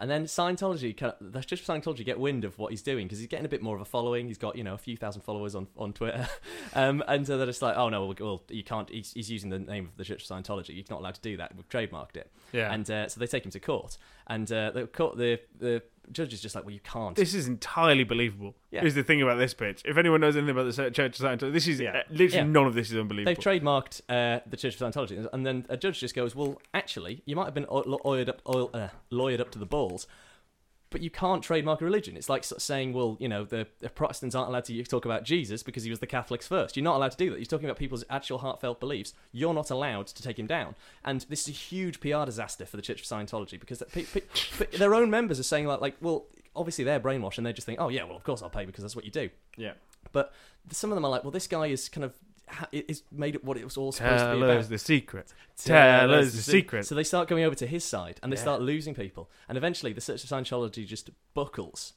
[SPEAKER 2] And then Scientology, kind of, the Church of Scientology get wind of what he's doing because he's getting a bit more of a following. He's got you know a few thousand followers on on Twitter, *laughs* um, and so they're just like, oh no, well, well you can't. He's, he's using the name of the Church of Scientology. You're not allowed to do that. We've trademarked it.
[SPEAKER 1] yeah.
[SPEAKER 2] And uh, so they take him to court, and uh, the court the the judge is just like, well, you can't.
[SPEAKER 1] this is entirely believable.
[SPEAKER 2] Yeah.
[SPEAKER 1] Is the thing about this pitch? If anyone knows anything about the Church of Scientology, this is
[SPEAKER 3] Yeah.
[SPEAKER 1] uh, literally
[SPEAKER 2] Yeah.
[SPEAKER 1] none of this is unbelievable.
[SPEAKER 2] They've trademarked uh, the Church of Scientology, and then a judge just goes, "Well, actually, you might have been o- lo- lawyered up, oil, uh, lawyered up to the balls, but you can't trademark a religion. It's like sort of saying, well, you know, the, the Protestants aren't allowed to talk about Jesus because he was the Catholics first. You're not allowed to do that. You're talking about people's actual heartfelt beliefs. You're not allowed to take him down. And this is a huge PR disaster for the Church of Scientology because pe- pe- pe- their own members are saying like, like, well, obviously they're brainwashed and they just think, oh yeah, well, of course I'll pay because that's what you do.
[SPEAKER 4] Yeah.
[SPEAKER 2] But some of them are like, well, this guy is kind of ha- is made it what it was all supposed to be
[SPEAKER 1] Tell
[SPEAKER 2] about. uh,
[SPEAKER 1] us the secret. Tell us the secret.
[SPEAKER 2] So they start going over to his side and they
[SPEAKER 1] Yeah.
[SPEAKER 2] start losing people. And eventually the Church of Scientology just buckles.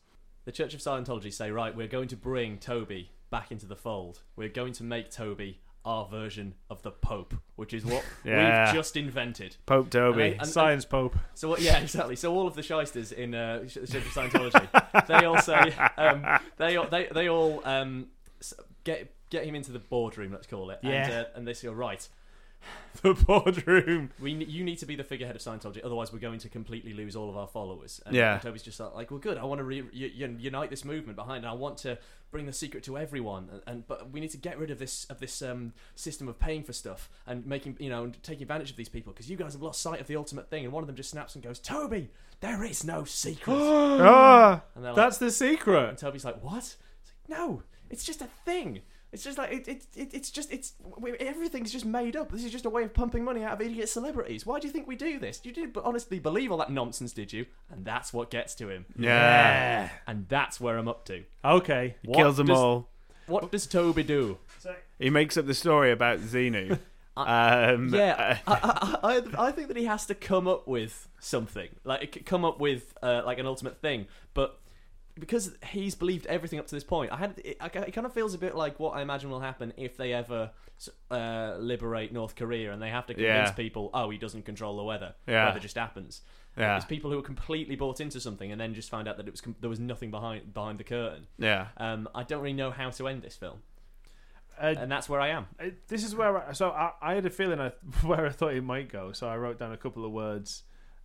[SPEAKER 2] The Church of Scientology say, right, we're going to bring Toby back into the fold. We're going to make Toby our version of the Pope, which is what
[SPEAKER 1] *laughs* Yeah.
[SPEAKER 2] we've just invented.
[SPEAKER 1] Pope Toby.
[SPEAKER 2] And they- and- *laughs*
[SPEAKER 3] Science Pope.
[SPEAKER 2] so what, yeah, exactly. So all of the shysters in uh, Sh- Church of Scientology, they all say *laughs* um, they all- they they all um, s- get get him into the boardroom. Let's call it. And,
[SPEAKER 3] Yeah.
[SPEAKER 2] uh, and they say, right,
[SPEAKER 3] The boardroom.
[SPEAKER 2] we ne- you need to be the figurehead of Scientology, otherwise we're going to completely lose all of our followers. And,
[SPEAKER 1] Yeah.
[SPEAKER 2] and Toby's just like, like, well, good. I want to re- u- un- unite this movement behind. it. I want to bring the secret to everyone. And, and but we need to get rid of this of this um, system of paying for stuff and making you know and taking advantage of these people because you guys have lost sight of the ultimate thing. And one of them just snaps and goes, Toby, there is no secret.
[SPEAKER 3] *gasps* Ah,
[SPEAKER 2] and they're like,
[SPEAKER 3] that's the
[SPEAKER 2] and
[SPEAKER 3] secret.
[SPEAKER 2] Toby's like, "What?" It's like, "No, it's just a thing. It's just like it, it, it it's just it's we, everything's just made up. This is just a way of pumping money out of idiot celebrities. Why do you think we do this? You didn't b- honestly believe all that nonsense, did you? And that's what gets to him.
[SPEAKER 1] yeah.
[SPEAKER 2] And that's where I'm up to.
[SPEAKER 3] Okay.
[SPEAKER 1] He
[SPEAKER 2] What
[SPEAKER 1] kills them
[SPEAKER 2] does-
[SPEAKER 1] all.
[SPEAKER 2] What does Toby do?
[SPEAKER 1] He makes up the story about
[SPEAKER 2] *laughs*
[SPEAKER 1] Xenu. um,
[SPEAKER 2] yeah,
[SPEAKER 1] uh,
[SPEAKER 2] I, I, I, I think that he has to come up with something, like c- come up with uh, like an ultimate thing. But because he's believed everything up to this point. I had it, I, it kind of feels a bit like what I imagine will happen if they ever uh, liberate North Korea and they have to convince
[SPEAKER 1] Yeah.
[SPEAKER 2] people, oh, he doesn't control the weather.
[SPEAKER 1] Yeah.
[SPEAKER 2] Weather just happens.
[SPEAKER 1] Yeah.
[SPEAKER 2] It's people who are completely bought into something and then just found out that it was com- there was nothing behind behind the curtain.
[SPEAKER 1] Yeah.
[SPEAKER 2] Um, I don't really know how to end this film,
[SPEAKER 3] Uh,
[SPEAKER 2] and that's where I am.
[SPEAKER 3] I- this is where I, so I, I had a feeling I, *laughs* where I thought it might go, so I wrote down a couple of words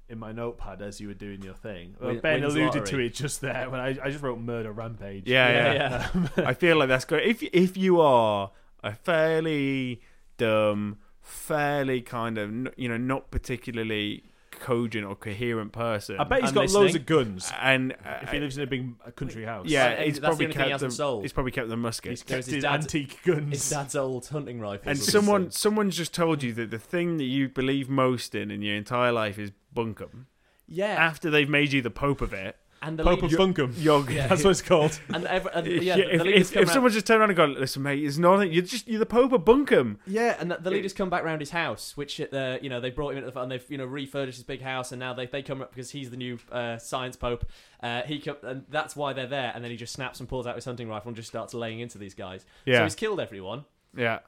[SPEAKER 3] in my notepad as you were doing your thing. Well,
[SPEAKER 2] Win-
[SPEAKER 3] ben
[SPEAKER 2] wins
[SPEAKER 3] alluded to
[SPEAKER 2] lottery.
[SPEAKER 3] it just there when I, I just wrote murder rampage.
[SPEAKER 1] Yeah, yeah. *laughs*
[SPEAKER 2] yeah.
[SPEAKER 1] I feel like that's good. If if you are a fairly dumb, fairly kind of n- you know not particularly cogent or coherent person,
[SPEAKER 3] I bet he's
[SPEAKER 2] I'm
[SPEAKER 3] got loads
[SPEAKER 2] listening.
[SPEAKER 3] of guns
[SPEAKER 1] and uh,
[SPEAKER 3] if he lives in a big uh, country house.
[SPEAKER 1] yeah,
[SPEAKER 2] And
[SPEAKER 1] he's
[SPEAKER 2] that's
[SPEAKER 1] probably
[SPEAKER 2] the only thing he
[SPEAKER 1] kept the
[SPEAKER 2] hasn't sold.
[SPEAKER 1] he's probably kept the musket.
[SPEAKER 3] he's
[SPEAKER 2] There's
[SPEAKER 3] kept
[SPEAKER 2] his
[SPEAKER 3] his
[SPEAKER 2] dad's-
[SPEAKER 3] antique guns.
[SPEAKER 2] His dad's old hunting rifle.
[SPEAKER 1] and someone someone's just told you that the thing that you believe most in in your entire life is bunkum.
[SPEAKER 2] yeah,
[SPEAKER 1] After they've made you the pope of
[SPEAKER 2] *laughs*
[SPEAKER 1] it,
[SPEAKER 2] and the
[SPEAKER 3] Pope of
[SPEAKER 2] lead-
[SPEAKER 3] Funkum.
[SPEAKER 1] you're
[SPEAKER 3] *laughs* That's what it's called.
[SPEAKER 2] and, ever,
[SPEAKER 3] *laughs*
[SPEAKER 1] *laughs*
[SPEAKER 2] and
[SPEAKER 1] If,
[SPEAKER 2] yeah,
[SPEAKER 1] you-
[SPEAKER 2] the-
[SPEAKER 1] if,
[SPEAKER 2] the leaders
[SPEAKER 1] if-
[SPEAKER 2] come
[SPEAKER 1] if
[SPEAKER 2] round-
[SPEAKER 1] someone just turned around and gone, listen, mate, it's not. You're just you're the Pope of Bunkum.
[SPEAKER 2] Yeah, and the, the leaders come back round his house, which uh, you know they brought him into the and they've you know refurbished his big house, and now they, they come up because he's the new uh, science pope. Uh, he co- and that's why they're there, and then he just snaps and pulls out his hunting rifle and just starts laying into these guys.
[SPEAKER 1] Yeah.
[SPEAKER 2] So he's killed everyone.
[SPEAKER 1] Yeah,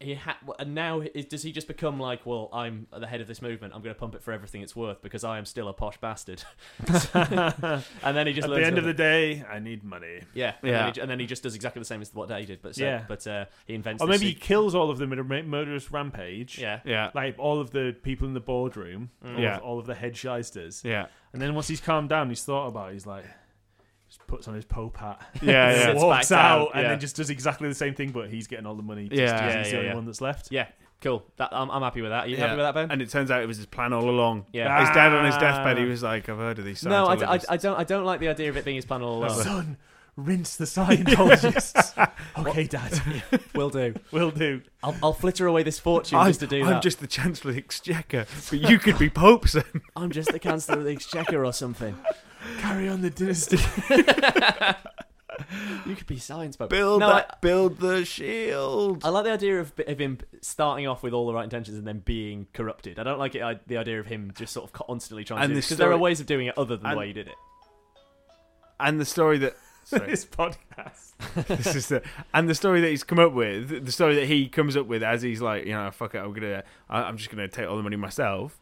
[SPEAKER 2] He ha- and now is, does he just become like, well, I'm the head of this movement. I'm going to pump it for everything it's worth because I am still a posh
[SPEAKER 3] *laughs*
[SPEAKER 2] bastard. *laughs* and then he just
[SPEAKER 3] At the
[SPEAKER 2] learns
[SPEAKER 3] end of the
[SPEAKER 2] another-
[SPEAKER 3] day, I need money.
[SPEAKER 2] yeah, and,
[SPEAKER 1] Yeah.
[SPEAKER 2] Then he, and then he just does exactly the same as what they did, but so,
[SPEAKER 3] Yeah.
[SPEAKER 2] but uh, he invents.
[SPEAKER 3] Or
[SPEAKER 2] this
[SPEAKER 3] maybe he
[SPEAKER 2] se-
[SPEAKER 3] kills all of them in a ma- murderous rampage.
[SPEAKER 2] yeah. Mm.
[SPEAKER 1] yeah,
[SPEAKER 3] Like all of the people in the boardroom, all,
[SPEAKER 1] Yeah.
[SPEAKER 3] of, all of the head shysters.
[SPEAKER 1] yeah,
[SPEAKER 3] And then once he's calmed down, he's thought about it, he's like, just puts on his Pope hat.
[SPEAKER 1] *laughs* yeah, yeah.
[SPEAKER 2] Sits back
[SPEAKER 3] walks
[SPEAKER 2] down,
[SPEAKER 3] out and
[SPEAKER 1] yeah.
[SPEAKER 3] then just does exactly the same thing, but he's getting all the money. Just
[SPEAKER 1] Yeah.
[SPEAKER 3] because
[SPEAKER 1] Yeah,
[SPEAKER 2] yeah,
[SPEAKER 3] he's the only
[SPEAKER 2] yeah.
[SPEAKER 3] one
[SPEAKER 1] *laughs*
[SPEAKER 3] that's left.
[SPEAKER 2] Yeah, cool. That, I'm, I'm happy with that. Are you
[SPEAKER 1] Yeah.
[SPEAKER 2] happy with that, Ben?
[SPEAKER 1] And it turns out it was his plan all along.
[SPEAKER 2] Yeah. Ah.
[SPEAKER 1] His dad on his deathbed, he was like, I've heard of these
[SPEAKER 2] no, I, I,
[SPEAKER 1] Scientologists."
[SPEAKER 2] I don't. I don't like the idea of it being his plan
[SPEAKER 1] *laughs*
[SPEAKER 2] all along.
[SPEAKER 3] Son, rinse the Scientologists. okay,
[SPEAKER 1] *laughs*
[SPEAKER 3] Dad,
[SPEAKER 2] Will do.
[SPEAKER 3] will do.
[SPEAKER 2] I'll, I'll flitter away this fortune
[SPEAKER 1] I'm,
[SPEAKER 2] just to do
[SPEAKER 1] I'm
[SPEAKER 2] that.
[SPEAKER 1] just the Chancellor of the Exchequer, but you could be Pope,
[SPEAKER 2] *laughs*
[SPEAKER 1] son.
[SPEAKER 2] I'm just the Chancellor of the Exchequer or something.
[SPEAKER 3] Carry on the dynasty.
[SPEAKER 2] You could be science, but
[SPEAKER 1] Build,
[SPEAKER 2] no,
[SPEAKER 1] that, build the shield.
[SPEAKER 2] I, I like the idea of, of him starting off with all the right intentions and then being corrupted. I don't like it, I, the idea of him just sort of constantly trying
[SPEAKER 1] And
[SPEAKER 2] to
[SPEAKER 1] the
[SPEAKER 2] because there are
[SPEAKER 1] story-
[SPEAKER 2] ways of doing it other than the
[SPEAKER 1] and-
[SPEAKER 2] way he did it.
[SPEAKER 1] and the story
[SPEAKER 2] *laughs*
[SPEAKER 1] that. Sorry.
[SPEAKER 3] this podcast.
[SPEAKER 1] this is the, and the story that he's come up with, the story that he comes up with as he's like, you know, fuck it, I'm gonna, I- I'm just gonna take all the money myself,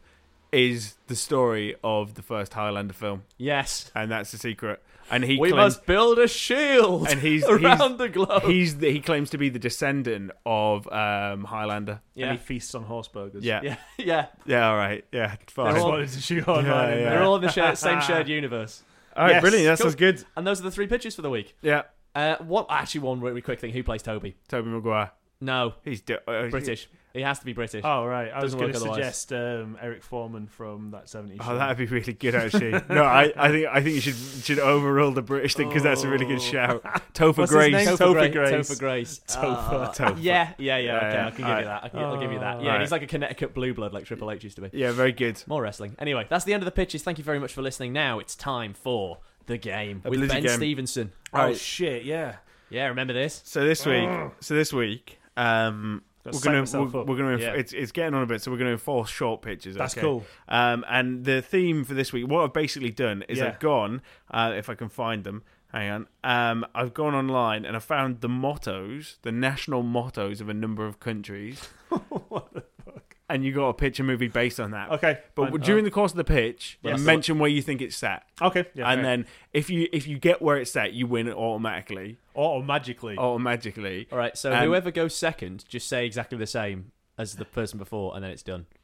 [SPEAKER 1] is the story of the first Highlander film,
[SPEAKER 2] Yes,
[SPEAKER 1] and that's the secret. And he
[SPEAKER 2] we
[SPEAKER 1] claims,
[SPEAKER 2] must build a shield
[SPEAKER 1] and he's
[SPEAKER 2] *laughs* around
[SPEAKER 1] he's,
[SPEAKER 2] the globe.
[SPEAKER 1] he's the, he claims to be the descendant of um, Highlander.
[SPEAKER 2] yeah,
[SPEAKER 3] And he feasts on horse burgers.
[SPEAKER 1] Yeah, yeah,
[SPEAKER 2] *laughs* yeah, yeah.
[SPEAKER 1] all right, yeah,
[SPEAKER 3] I
[SPEAKER 1] fine.
[SPEAKER 3] just
[SPEAKER 2] all-
[SPEAKER 3] wanted to shoot on
[SPEAKER 1] Yeah,
[SPEAKER 3] right in
[SPEAKER 1] yeah.
[SPEAKER 3] there.
[SPEAKER 1] *laughs*
[SPEAKER 2] They're all in the shared, same shared universe.
[SPEAKER 1] all right,
[SPEAKER 3] Yes.
[SPEAKER 1] brilliant. That
[SPEAKER 2] Cool.
[SPEAKER 1] sounds good.
[SPEAKER 2] And those are the three pitches for the week.
[SPEAKER 1] Yeah,
[SPEAKER 2] Uh, what? Actually, one really quick thing. Who plays Toby?
[SPEAKER 1] Toby Maguire.
[SPEAKER 2] No,
[SPEAKER 1] He's do- uh,
[SPEAKER 2] British. He has to be British.
[SPEAKER 3] Oh right, I was
[SPEAKER 2] Doesn't
[SPEAKER 3] going to
[SPEAKER 2] work otherwise.
[SPEAKER 3] suggest um, Eric Foreman from that '70s.
[SPEAKER 1] Oh, that'd be really good, actually. no, I, I think I think you should should overrule the British thing because that's a really good shout. Topher
[SPEAKER 2] What's his
[SPEAKER 1] Grace.
[SPEAKER 2] name?
[SPEAKER 3] Oh. *laughs* Topher
[SPEAKER 2] Gra-
[SPEAKER 3] Grace.
[SPEAKER 2] Topher Grace.
[SPEAKER 3] Topher.
[SPEAKER 2] Uh,
[SPEAKER 1] *laughs* Topher.
[SPEAKER 2] Yeah, yeah, yeah.
[SPEAKER 1] Yeah,
[SPEAKER 2] Okay,
[SPEAKER 1] yeah.
[SPEAKER 2] I can give
[SPEAKER 1] Alright.
[SPEAKER 2] you that. I can, I'll give you that. Yeah,
[SPEAKER 1] Alright.
[SPEAKER 2] he's like a Connecticut blue blood, like Triple H used to be.
[SPEAKER 1] Yeah, very good.
[SPEAKER 2] More wrestling. Anyway, that's the end of the pitches. Thank you very much for listening. Now it's time for the game
[SPEAKER 1] A
[SPEAKER 2] with
[SPEAKER 1] Blizzard
[SPEAKER 2] Ben
[SPEAKER 1] game.
[SPEAKER 2] Stevenson.
[SPEAKER 3] oh
[SPEAKER 1] Alright.
[SPEAKER 3] shit, yeah.
[SPEAKER 2] Yeah, remember this?
[SPEAKER 1] So this week, so this week, um,
[SPEAKER 3] Gotta
[SPEAKER 1] we're
[SPEAKER 3] psych
[SPEAKER 1] gonna
[SPEAKER 3] myself
[SPEAKER 1] we're,
[SPEAKER 3] up.
[SPEAKER 1] we're gonna
[SPEAKER 2] Yeah.
[SPEAKER 1] it's it's getting on a bit, so we're gonna enforce short pitches.
[SPEAKER 3] That's
[SPEAKER 1] okay? *laughs*
[SPEAKER 3] cool.
[SPEAKER 1] Um, and the theme for this week, what I've basically done is
[SPEAKER 3] Yeah.
[SPEAKER 1] I've gone, uh, if I can find them. Hang on. Um, I've gone online and I found the mottos, the national mottos of a number of countries,
[SPEAKER 3] what the fuck?
[SPEAKER 1] and you got to pitch a movie based on that.
[SPEAKER 3] Okay,
[SPEAKER 1] But
[SPEAKER 3] fine. Oh.
[SPEAKER 1] during the course of the pitch,
[SPEAKER 2] Yes.
[SPEAKER 1] mention where you think it's set,
[SPEAKER 3] okay, yeah,
[SPEAKER 1] and
[SPEAKER 3] okay.
[SPEAKER 1] then if you if you get where it's set, you win it automatically,
[SPEAKER 3] or Oh, magically.
[SPEAKER 1] Oh, automatically.
[SPEAKER 2] All right, so
[SPEAKER 1] Um,
[SPEAKER 2] whoever goes second, just say exactly the same as the person before, and then it's done.
[SPEAKER 3] *laughs*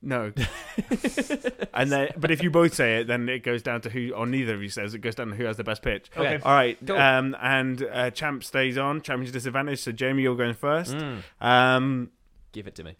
[SPEAKER 1] No. and then, but if you both say it, then it goes down to who, or neither of you says it goes down to who has the best pitch.
[SPEAKER 2] Okay.
[SPEAKER 1] All right.
[SPEAKER 2] Cool.
[SPEAKER 1] Um, and uh, champ stays on. Champion's disadvantage. So Jamie, you're going first.
[SPEAKER 3] Mm.
[SPEAKER 1] Um,
[SPEAKER 2] Give it to me.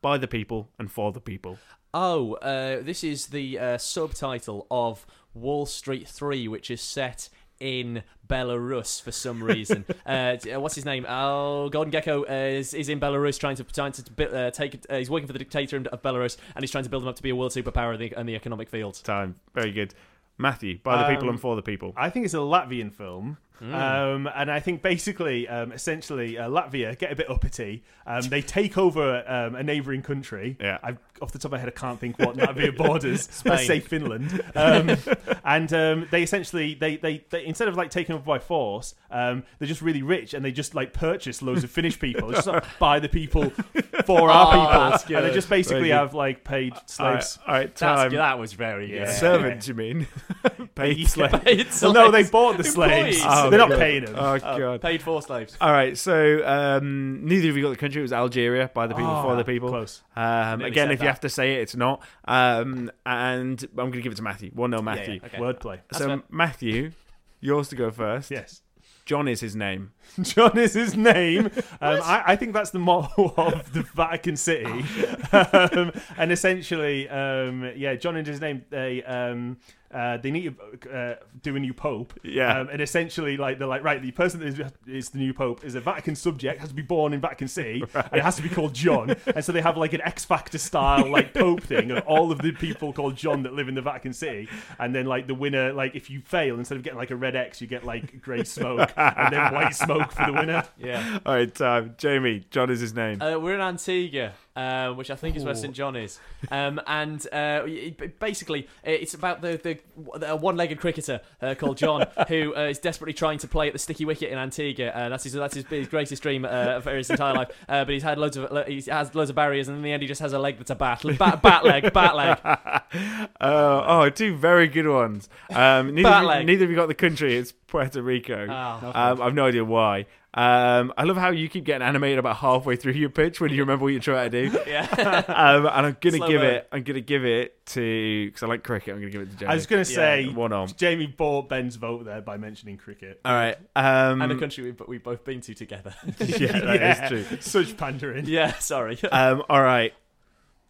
[SPEAKER 1] by the people and for the people.
[SPEAKER 2] Oh, uh, this is the uh, subtitle of Wall Street 3, which is set in Belarus for
[SPEAKER 3] *laughs*
[SPEAKER 2] some reason. uh, d- uh, what's his name? Oh, Gordon Gecko uh, is, is in Belarus trying to, trying to bu- uh, take. Uh, he's working for the dictator in- of Belarus and he's trying to build him up to be a world superpower in the, in the economic field.
[SPEAKER 1] Time. Very good. Matthew, by the people
[SPEAKER 3] Um,
[SPEAKER 1] and for the people.
[SPEAKER 3] I think it's a Latvian film.
[SPEAKER 1] Hmm.
[SPEAKER 3] Um, and I think basically, um, essentially, uh, Latvia get a bit uppity. Um, they take over um, a neighbouring country.
[SPEAKER 1] Yeah.
[SPEAKER 3] I've, off the top of my head, I can't think
[SPEAKER 1] *laughs*
[SPEAKER 3] what Latvia borders. Let's say Finland. Um, and um, they essentially, they, they, they instead of like taking over by force, um, they're just really rich and they just like purchase loads of Finnish people. They just like, buy the people
[SPEAKER 1] *laughs*
[SPEAKER 3] for
[SPEAKER 2] Oh,
[SPEAKER 3] our
[SPEAKER 2] that's
[SPEAKER 3] people. *laughs* And they
[SPEAKER 2] good.
[SPEAKER 3] just basically
[SPEAKER 1] Very Ah, good.
[SPEAKER 3] have like paid
[SPEAKER 1] All right,
[SPEAKER 3] slaves.
[SPEAKER 1] all right,
[SPEAKER 5] That's,
[SPEAKER 1] time.
[SPEAKER 5] that was very good.
[SPEAKER 3] Yeah.
[SPEAKER 5] Servants, you mean?
[SPEAKER 3] *laughs*
[SPEAKER 1] *laughs*
[SPEAKER 3] Paid slaves.
[SPEAKER 2] *laughs* It's
[SPEAKER 3] *laughs* Well,
[SPEAKER 2] like- *laughs*
[SPEAKER 3] no, they bought the slaves.
[SPEAKER 2] Employees.
[SPEAKER 1] Oh,
[SPEAKER 3] they're not
[SPEAKER 1] God.
[SPEAKER 3] paying them.
[SPEAKER 1] Oh
[SPEAKER 6] Uh,
[SPEAKER 1] god.
[SPEAKER 6] paid for slaves.
[SPEAKER 1] All right, so um, neither of you got the country. It was Algeria by the people
[SPEAKER 3] Oh,
[SPEAKER 1] for the people.
[SPEAKER 3] Close.
[SPEAKER 1] Um,
[SPEAKER 3] Nearly
[SPEAKER 1] again,
[SPEAKER 3] said
[SPEAKER 1] if you
[SPEAKER 3] that.
[SPEAKER 1] have to say it, it's not. Um, and I'm going to give it to Matthew. One 0 Matthew.
[SPEAKER 2] Okay.
[SPEAKER 3] Wordplay.
[SPEAKER 1] So Matthew, yours to go first.
[SPEAKER 3] Yes.
[SPEAKER 1] John is his name.
[SPEAKER 3] *laughs* John is his name. Um, I, I think that's the motto *laughs* of the Vatican City. *laughs* um, and essentially, um, yeah, John and his name, they um, uh, they need to uh, do a new pope.
[SPEAKER 1] Yeah.
[SPEAKER 3] Um, and essentially, like they're like, right, the person that is, is the new pope is a Vatican subject, has to be born in Vatican City, and it has to be called John. and so they have like an X Factor style like pope thing of all of the people called John that live in the Vatican City, and then like the winner, like if you fail, instead of getting like a red X, you get like grey smoke and then white smoke for
[SPEAKER 1] *laughs*
[SPEAKER 3] the winner.
[SPEAKER 2] yeah.
[SPEAKER 1] All right, time. Jamie, John is his name.
[SPEAKER 2] Uh, we're in Antigua, uh, which I think is where St John is, um, and uh, y- y- basically uh, it's about the the, the one-legged cricketer uh, called *laughs* John who uh, is desperately trying to play at the sticky wicket in Antigua. Uh, that's his that's his, his greatest dream uh, for his entire life. Uh, but he's had loads of he has loads of barriers, and in the end he just has a leg that's a bat bat, bat leg bat *laughs* leg.
[SPEAKER 1] Uh, oh, two very good ones.
[SPEAKER 3] *laughs*
[SPEAKER 1] Um, neither, of you,
[SPEAKER 2] Bartleg.
[SPEAKER 1] neither of you got the country. It's Puerto Rico.
[SPEAKER 3] Uh,
[SPEAKER 2] Oh.
[SPEAKER 1] Um, I've no idea why. Um, I love how you keep getting animated about halfway through your pitch when you remember what you're trying to do.
[SPEAKER 2] *laughs* Yeah.
[SPEAKER 1] Um, and I'm gonna
[SPEAKER 2] Slow
[SPEAKER 1] give
[SPEAKER 2] burn.
[SPEAKER 1] it. I'm gonna give it to because I like cricket. I'm gonna give it um, to Jamie.
[SPEAKER 3] I was gonna say
[SPEAKER 1] one on.
[SPEAKER 3] Jamie bought Ben's vote there by mentioning cricket. *laughs*
[SPEAKER 1] All right. Um,
[SPEAKER 2] *laughs* and the country we've, we've both been to together. *laughs*
[SPEAKER 1] *laughs* yeah, that is
[SPEAKER 3] Yeah,
[SPEAKER 1] true.
[SPEAKER 3] Such pandering.
[SPEAKER 2] yeah, sorry.
[SPEAKER 1] Um, all right,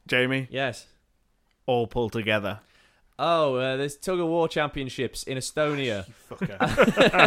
[SPEAKER 1] Jamie.
[SPEAKER 2] yes.
[SPEAKER 1] All pulled together.
[SPEAKER 2] Oh, uh, there's tug of war championships in Estonia.
[SPEAKER 3] Fucker.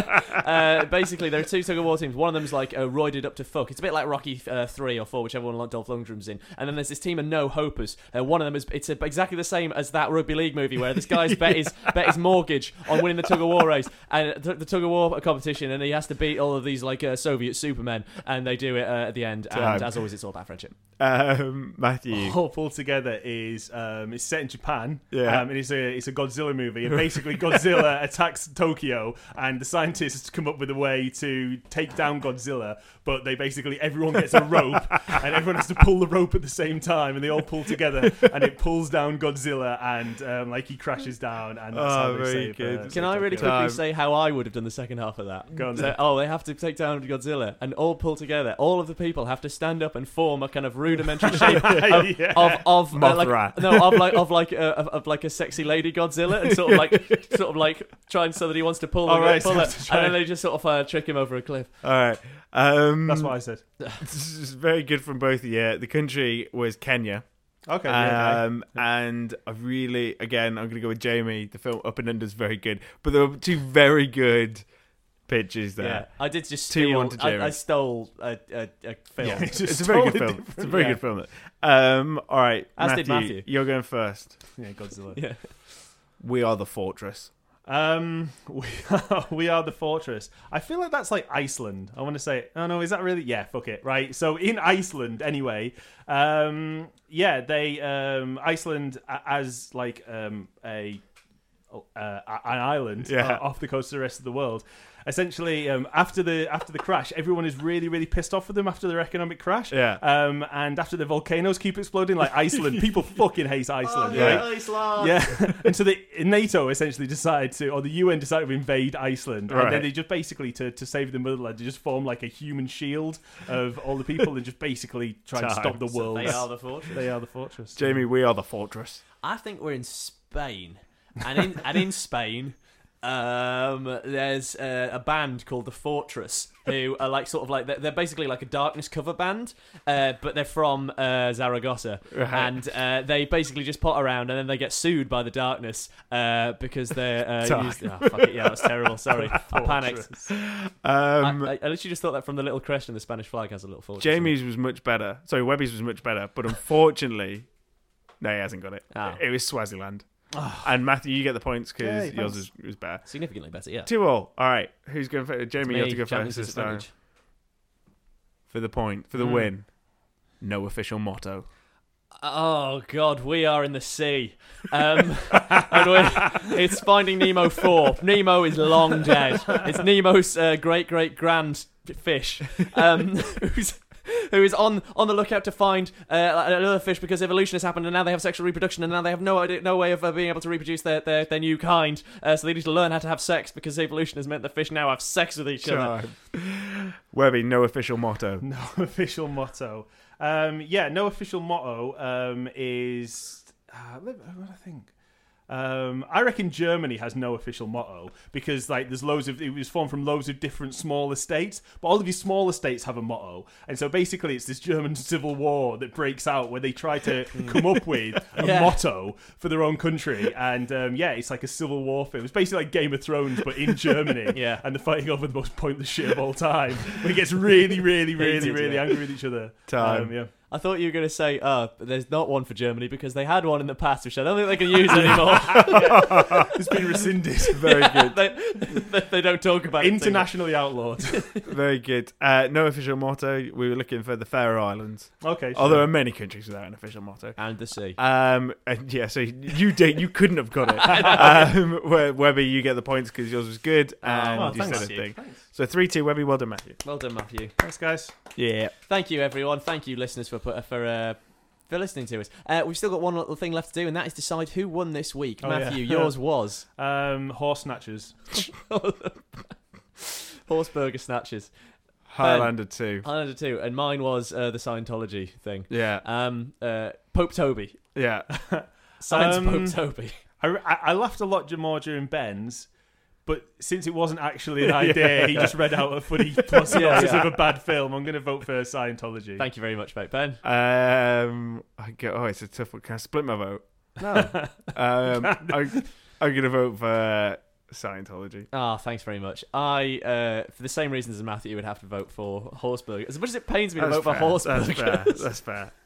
[SPEAKER 2] *laughs* uh, basically, there are two tug of war teams. One of them's like uh, roided up to fuck. It's a bit like Rocky uh, three or four, whichever one Dolph Lundgren's in. And then there's this team of no hopers. Uh, one of them is it's uh exactly the same as that rugby league movie where this guy's bet his bet his mortgage on winning the tug of war race and the, the tug of war competition, and he has to beat all of these like uh, Soviet supermen, and they do it uh, at the end.
[SPEAKER 1] Time.
[SPEAKER 2] And as always, it's all about friendship.
[SPEAKER 1] Um, Matthew.
[SPEAKER 3] All pulled together is um, it's set in Japan.
[SPEAKER 1] Yeah.
[SPEAKER 3] Um, and it's a it's a Godzilla movie, and
[SPEAKER 1] *laughs*
[SPEAKER 3] basically Godzilla attacks Tokyo, and the scientists come up with a way to take down Godzilla. But they basically everyone gets
[SPEAKER 1] *laughs*
[SPEAKER 3] a rope, and everyone has to pull the rope at the same time, and they all pull together, and it pulls down Godzilla, and um, like he crashes down, and that's
[SPEAKER 1] Oh,
[SPEAKER 3] how they
[SPEAKER 1] very
[SPEAKER 3] save,
[SPEAKER 1] good.
[SPEAKER 3] uh, save
[SPEAKER 2] Can I really
[SPEAKER 3] Tokyo.
[SPEAKER 2] quickly
[SPEAKER 1] Time.
[SPEAKER 2] say how I would have done the second half of that?
[SPEAKER 3] Go on
[SPEAKER 2] So,
[SPEAKER 3] then.
[SPEAKER 2] oh, they have to take down Godzilla and all pull together. All of the people have to stand up and form a kind of
[SPEAKER 3] *laughs*
[SPEAKER 2] rudimentary shape of
[SPEAKER 3] Yeah.
[SPEAKER 2] of, of uh,
[SPEAKER 1] Mothra.
[SPEAKER 2] like no of like of like uh, of, of like a sexy lady Godzilla and sort of
[SPEAKER 3] *laughs*
[SPEAKER 2] like sort of like trying so that he wants to pull,
[SPEAKER 3] All
[SPEAKER 2] the-
[SPEAKER 3] right,
[SPEAKER 2] pull
[SPEAKER 3] so *laughs*
[SPEAKER 2] it,
[SPEAKER 3] to try
[SPEAKER 2] and then
[SPEAKER 3] and-
[SPEAKER 2] they just sort of uh, trick him over a cliff.
[SPEAKER 1] All right. Um,
[SPEAKER 3] That's what I said.
[SPEAKER 1] *laughs* This is very good from both of you. The country was Kenya.
[SPEAKER 3] Okay.
[SPEAKER 1] Um, and I really, again, I'm going to go with Jamie. The film Up and Under is very good, but there were two very good pitches there.
[SPEAKER 2] Yeah, I did just
[SPEAKER 1] Two, one
[SPEAKER 2] steal.
[SPEAKER 1] to Jerry.
[SPEAKER 2] I, I stole a, a, a film.
[SPEAKER 1] Yeah, it's,
[SPEAKER 3] *laughs* It's
[SPEAKER 1] a very good
[SPEAKER 3] totally
[SPEAKER 1] film. It's a very good film. Um, all right,
[SPEAKER 2] As
[SPEAKER 1] Matthew,
[SPEAKER 2] did Matthew.
[SPEAKER 1] you're going first.
[SPEAKER 3] yeah, Godzilla.
[SPEAKER 2] Yeah.
[SPEAKER 1] We are the fortress.
[SPEAKER 3] Um, *laughs* we are, we are the fortress. I feel like that's like Iceland. I want to say, oh no, is that really? Yeah, fuck it, right? So in Iceland, anyway, um, yeah, they um, Iceland a- as like um a uh, a- an island
[SPEAKER 1] Yeah.
[SPEAKER 3] uh, off the coast of the rest of the world. Essentially, um, after the after the crash, everyone is really really pissed off with them after their economic crash.
[SPEAKER 1] Yeah.
[SPEAKER 3] Um, and after the volcanoes keep exploding, like
[SPEAKER 1] *laughs*
[SPEAKER 3] Iceland, people fucking hate
[SPEAKER 2] Oh,
[SPEAKER 3] Iceland,
[SPEAKER 1] yeah.
[SPEAKER 3] right? Yeah, *laughs* and so the NATO essentially decided to, or the UN decided to invade Iceland, and
[SPEAKER 1] Right.
[SPEAKER 3] then they just basically to, to save the motherland, they just form like a human shield of all the people and just basically
[SPEAKER 1] *laughs*
[SPEAKER 3] try and
[SPEAKER 1] Time.
[SPEAKER 3] stop the world.
[SPEAKER 2] They are the fortress.
[SPEAKER 3] *laughs* They are the fortress.
[SPEAKER 1] Jamie, we are the fortress.
[SPEAKER 2] I think we're in Spain, and in
[SPEAKER 1] *laughs*
[SPEAKER 2] and in Spain, um, there's a, a band called the Fortress who are like sort of like they're, they're basically like a darkness cover band, uh, but they're from uh, Zaragoza, and uh, they basically just pot around, and then they get sued by the darkness uh, because they're uh, used. Oh, fuck it, yeah, that was
[SPEAKER 1] *laughs*
[SPEAKER 2] terrible. Sorry, I panicked. I,
[SPEAKER 1] Um,
[SPEAKER 2] I, I literally just thought that from the little crest and the Spanish flag has a little fortress. in it.
[SPEAKER 1] Jamie's was much better. Sorry, Webby's was much better, but unfortunately, *laughs* no, he hasn't got it.
[SPEAKER 2] Oh.
[SPEAKER 1] It was Swaziland. And Matthew, you get the points because
[SPEAKER 7] Yay,
[SPEAKER 1] yours
[SPEAKER 7] thanks.
[SPEAKER 1] is, is better.
[SPEAKER 2] Significantly better, yeah.
[SPEAKER 1] Two all. All right. Who's going for
[SPEAKER 2] It's
[SPEAKER 1] Jamie?
[SPEAKER 2] me,
[SPEAKER 1] You have to go
[SPEAKER 2] Japanese
[SPEAKER 1] first this time
[SPEAKER 2] disadvantage.
[SPEAKER 1] for the point for the
[SPEAKER 3] Hmm.
[SPEAKER 1] win. No official motto.
[SPEAKER 2] Oh God, we are in the sea, um, *laughs* and we're, it's Finding Nemo four. Nemo is long dead. It's Nemo's uh, great great grand fish, um, *laughs* who's who is on on the lookout to find uh, another fish because evolution has happened and now they have sexual reproduction and now they have no idea, no way of uh, being able to reproduce their their, their new kind. Uh, so they need to learn how to have sex because evolution has meant the fish now have sex with each other.
[SPEAKER 1] Time. Webby, no official motto.
[SPEAKER 3] No *laughs* official motto. Um, yeah, no official motto um, is. Uh, let- what do I think? Um, I reckon Germany has no official motto because like there's loads of it was formed from loads of different smaller states, but all of these smaller states have a motto, and so basically it's this German *laughs* civil war that breaks out where they try to
[SPEAKER 2] *laughs*
[SPEAKER 3] come up with a
[SPEAKER 2] Mm. Yeah.
[SPEAKER 3] motto for their own country, and um, yeah, it's like a civil warfare. It's basically like Game of Thrones
[SPEAKER 2] *laughs*
[SPEAKER 3] but in Germany,
[SPEAKER 2] Yeah.
[SPEAKER 3] and they're fighting over the most pointless shit of all time. But it gets really, really, really,
[SPEAKER 2] *laughs* Hated,
[SPEAKER 3] really
[SPEAKER 2] yeah.
[SPEAKER 3] angry with each other.
[SPEAKER 1] Time.
[SPEAKER 2] *laughs*
[SPEAKER 3] Um, yeah.
[SPEAKER 2] I thought you were going to say, "Oh, but there's not one for Germany because they had one in the past, which I don't think they can use anymore."
[SPEAKER 3] *laughs* It's been
[SPEAKER 2] *laughs*
[SPEAKER 3] rescinded.
[SPEAKER 1] Very good.
[SPEAKER 2] they, they, they don't talk about it too much.
[SPEAKER 3] *laughs* Internationally outlawed.
[SPEAKER 1] Very good. Uh, no official motto. We were looking for the Faroe Islands.
[SPEAKER 3] Okay.
[SPEAKER 1] Oh,
[SPEAKER 2] um,
[SPEAKER 1] there are many countries without an official motto.
[SPEAKER 2] and the sea.
[SPEAKER 1] Um, and yeah, so you did. You couldn't have
[SPEAKER 2] *laughs*
[SPEAKER 1] got it. um, We- Webby, you get the points because yours was good, and
[SPEAKER 3] Oh,
[SPEAKER 1] you said
[SPEAKER 3] thanks,
[SPEAKER 1] a
[SPEAKER 2] Matthew.
[SPEAKER 1] thing. So three two. Webby, well done, Matthew.
[SPEAKER 2] Well done, Matthew.
[SPEAKER 3] Thanks, guys.
[SPEAKER 1] Yeah.
[SPEAKER 2] Thank you, everyone. Thank you, listeners, for put- for uh, for listening to us. Uh, we've still got one little thing left to do, and that is decide who won this week.
[SPEAKER 3] Oh,
[SPEAKER 2] Matthew,
[SPEAKER 3] yeah.
[SPEAKER 1] *laughs*
[SPEAKER 2] yours was
[SPEAKER 3] Um, horse snatchers.
[SPEAKER 2] horse burger snatches.
[SPEAKER 1] Highlander two.
[SPEAKER 2] Highlander two, and mine was uh, the Scientology thing.
[SPEAKER 1] Yeah.
[SPEAKER 2] Um, uh, Pope Toby,
[SPEAKER 1] Yeah.
[SPEAKER 2] science
[SPEAKER 3] Um,
[SPEAKER 2] Pope Toby. *laughs*
[SPEAKER 3] I, I, I laughed a lot more during Ben's, but since it wasn't
[SPEAKER 2] *laughs*
[SPEAKER 3] actually an idea, he just read out a funny *laughs* plus
[SPEAKER 2] Yeah,
[SPEAKER 3] synopsis
[SPEAKER 2] yeah.
[SPEAKER 3] of a bad film. I'm going to vote for Scientology.
[SPEAKER 2] Thank you very much, mate. Ben,
[SPEAKER 1] Um, I go. Oh, it's a tough one. Can I split my vote?
[SPEAKER 2] *laughs*
[SPEAKER 1] No. um, I, I'm gonna vote for Scientology.
[SPEAKER 2] ah, thanks very much. I, uh, for the same reasons as Matthew, would have to vote for horse burger. As much as it pains me to
[SPEAKER 1] That's
[SPEAKER 2] vote
[SPEAKER 1] fair.
[SPEAKER 2] for horse
[SPEAKER 1] That's fair.
[SPEAKER 2] burger,
[SPEAKER 1] That's fair.
[SPEAKER 2] *laughs*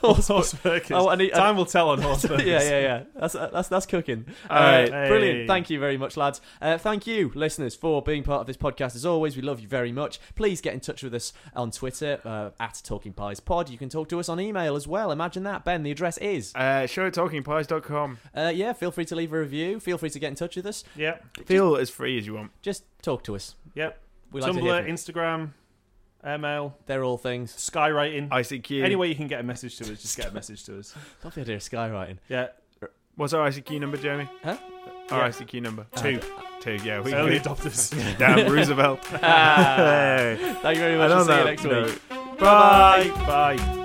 [SPEAKER 2] horse
[SPEAKER 3] *laughs* Horse burgers.
[SPEAKER 2] Oh, I need, I-
[SPEAKER 3] Time will tell on horse burgers.
[SPEAKER 2] *laughs* yeah, yeah, yeah. That's uh, that's that's cooking.
[SPEAKER 1] All right.
[SPEAKER 2] Uh, Brilliant.
[SPEAKER 3] Hey.
[SPEAKER 2] Thank you very much, lads. Uh, thank you, listeners, for being part of this podcast. As always, we love you very much. Please get in touch with us on Twitter uh, at Talking Pies Pod. You can talk to us on email as well. Imagine that, Ben. The address is.
[SPEAKER 1] Uh, show at talkingpies.com.
[SPEAKER 2] Uh, yeah, feel free to leave a review. Feel free to get in touch with us.
[SPEAKER 3] Yeah.
[SPEAKER 1] Feel as free as you want.
[SPEAKER 2] Just talk to us.
[SPEAKER 3] Yep.
[SPEAKER 2] We like to hear
[SPEAKER 3] Tumblr,
[SPEAKER 2] from you.
[SPEAKER 3] Instagram, email,
[SPEAKER 2] They're all things.
[SPEAKER 3] skywriting.
[SPEAKER 1] ICQ.
[SPEAKER 3] Any way you can get a message to us, just get a message to us.
[SPEAKER 2] Love the idea of skywriting.
[SPEAKER 3] Yeah.
[SPEAKER 1] What's our ICQ number, Jamie?
[SPEAKER 2] Huh? Uh,
[SPEAKER 1] Our
[SPEAKER 3] Yeah.
[SPEAKER 1] ICQ number.
[SPEAKER 3] Two.
[SPEAKER 1] Two. Yeah. We
[SPEAKER 3] Early adopters.
[SPEAKER 1] Damn Roosevelt.
[SPEAKER 2] *laughs* Ah,
[SPEAKER 1] Hey.
[SPEAKER 2] thank you very
[SPEAKER 1] And
[SPEAKER 2] much.
[SPEAKER 1] on
[SPEAKER 2] and see you
[SPEAKER 1] that
[SPEAKER 2] next week.
[SPEAKER 1] note,
[SPEAKER 3] Bye. Bye.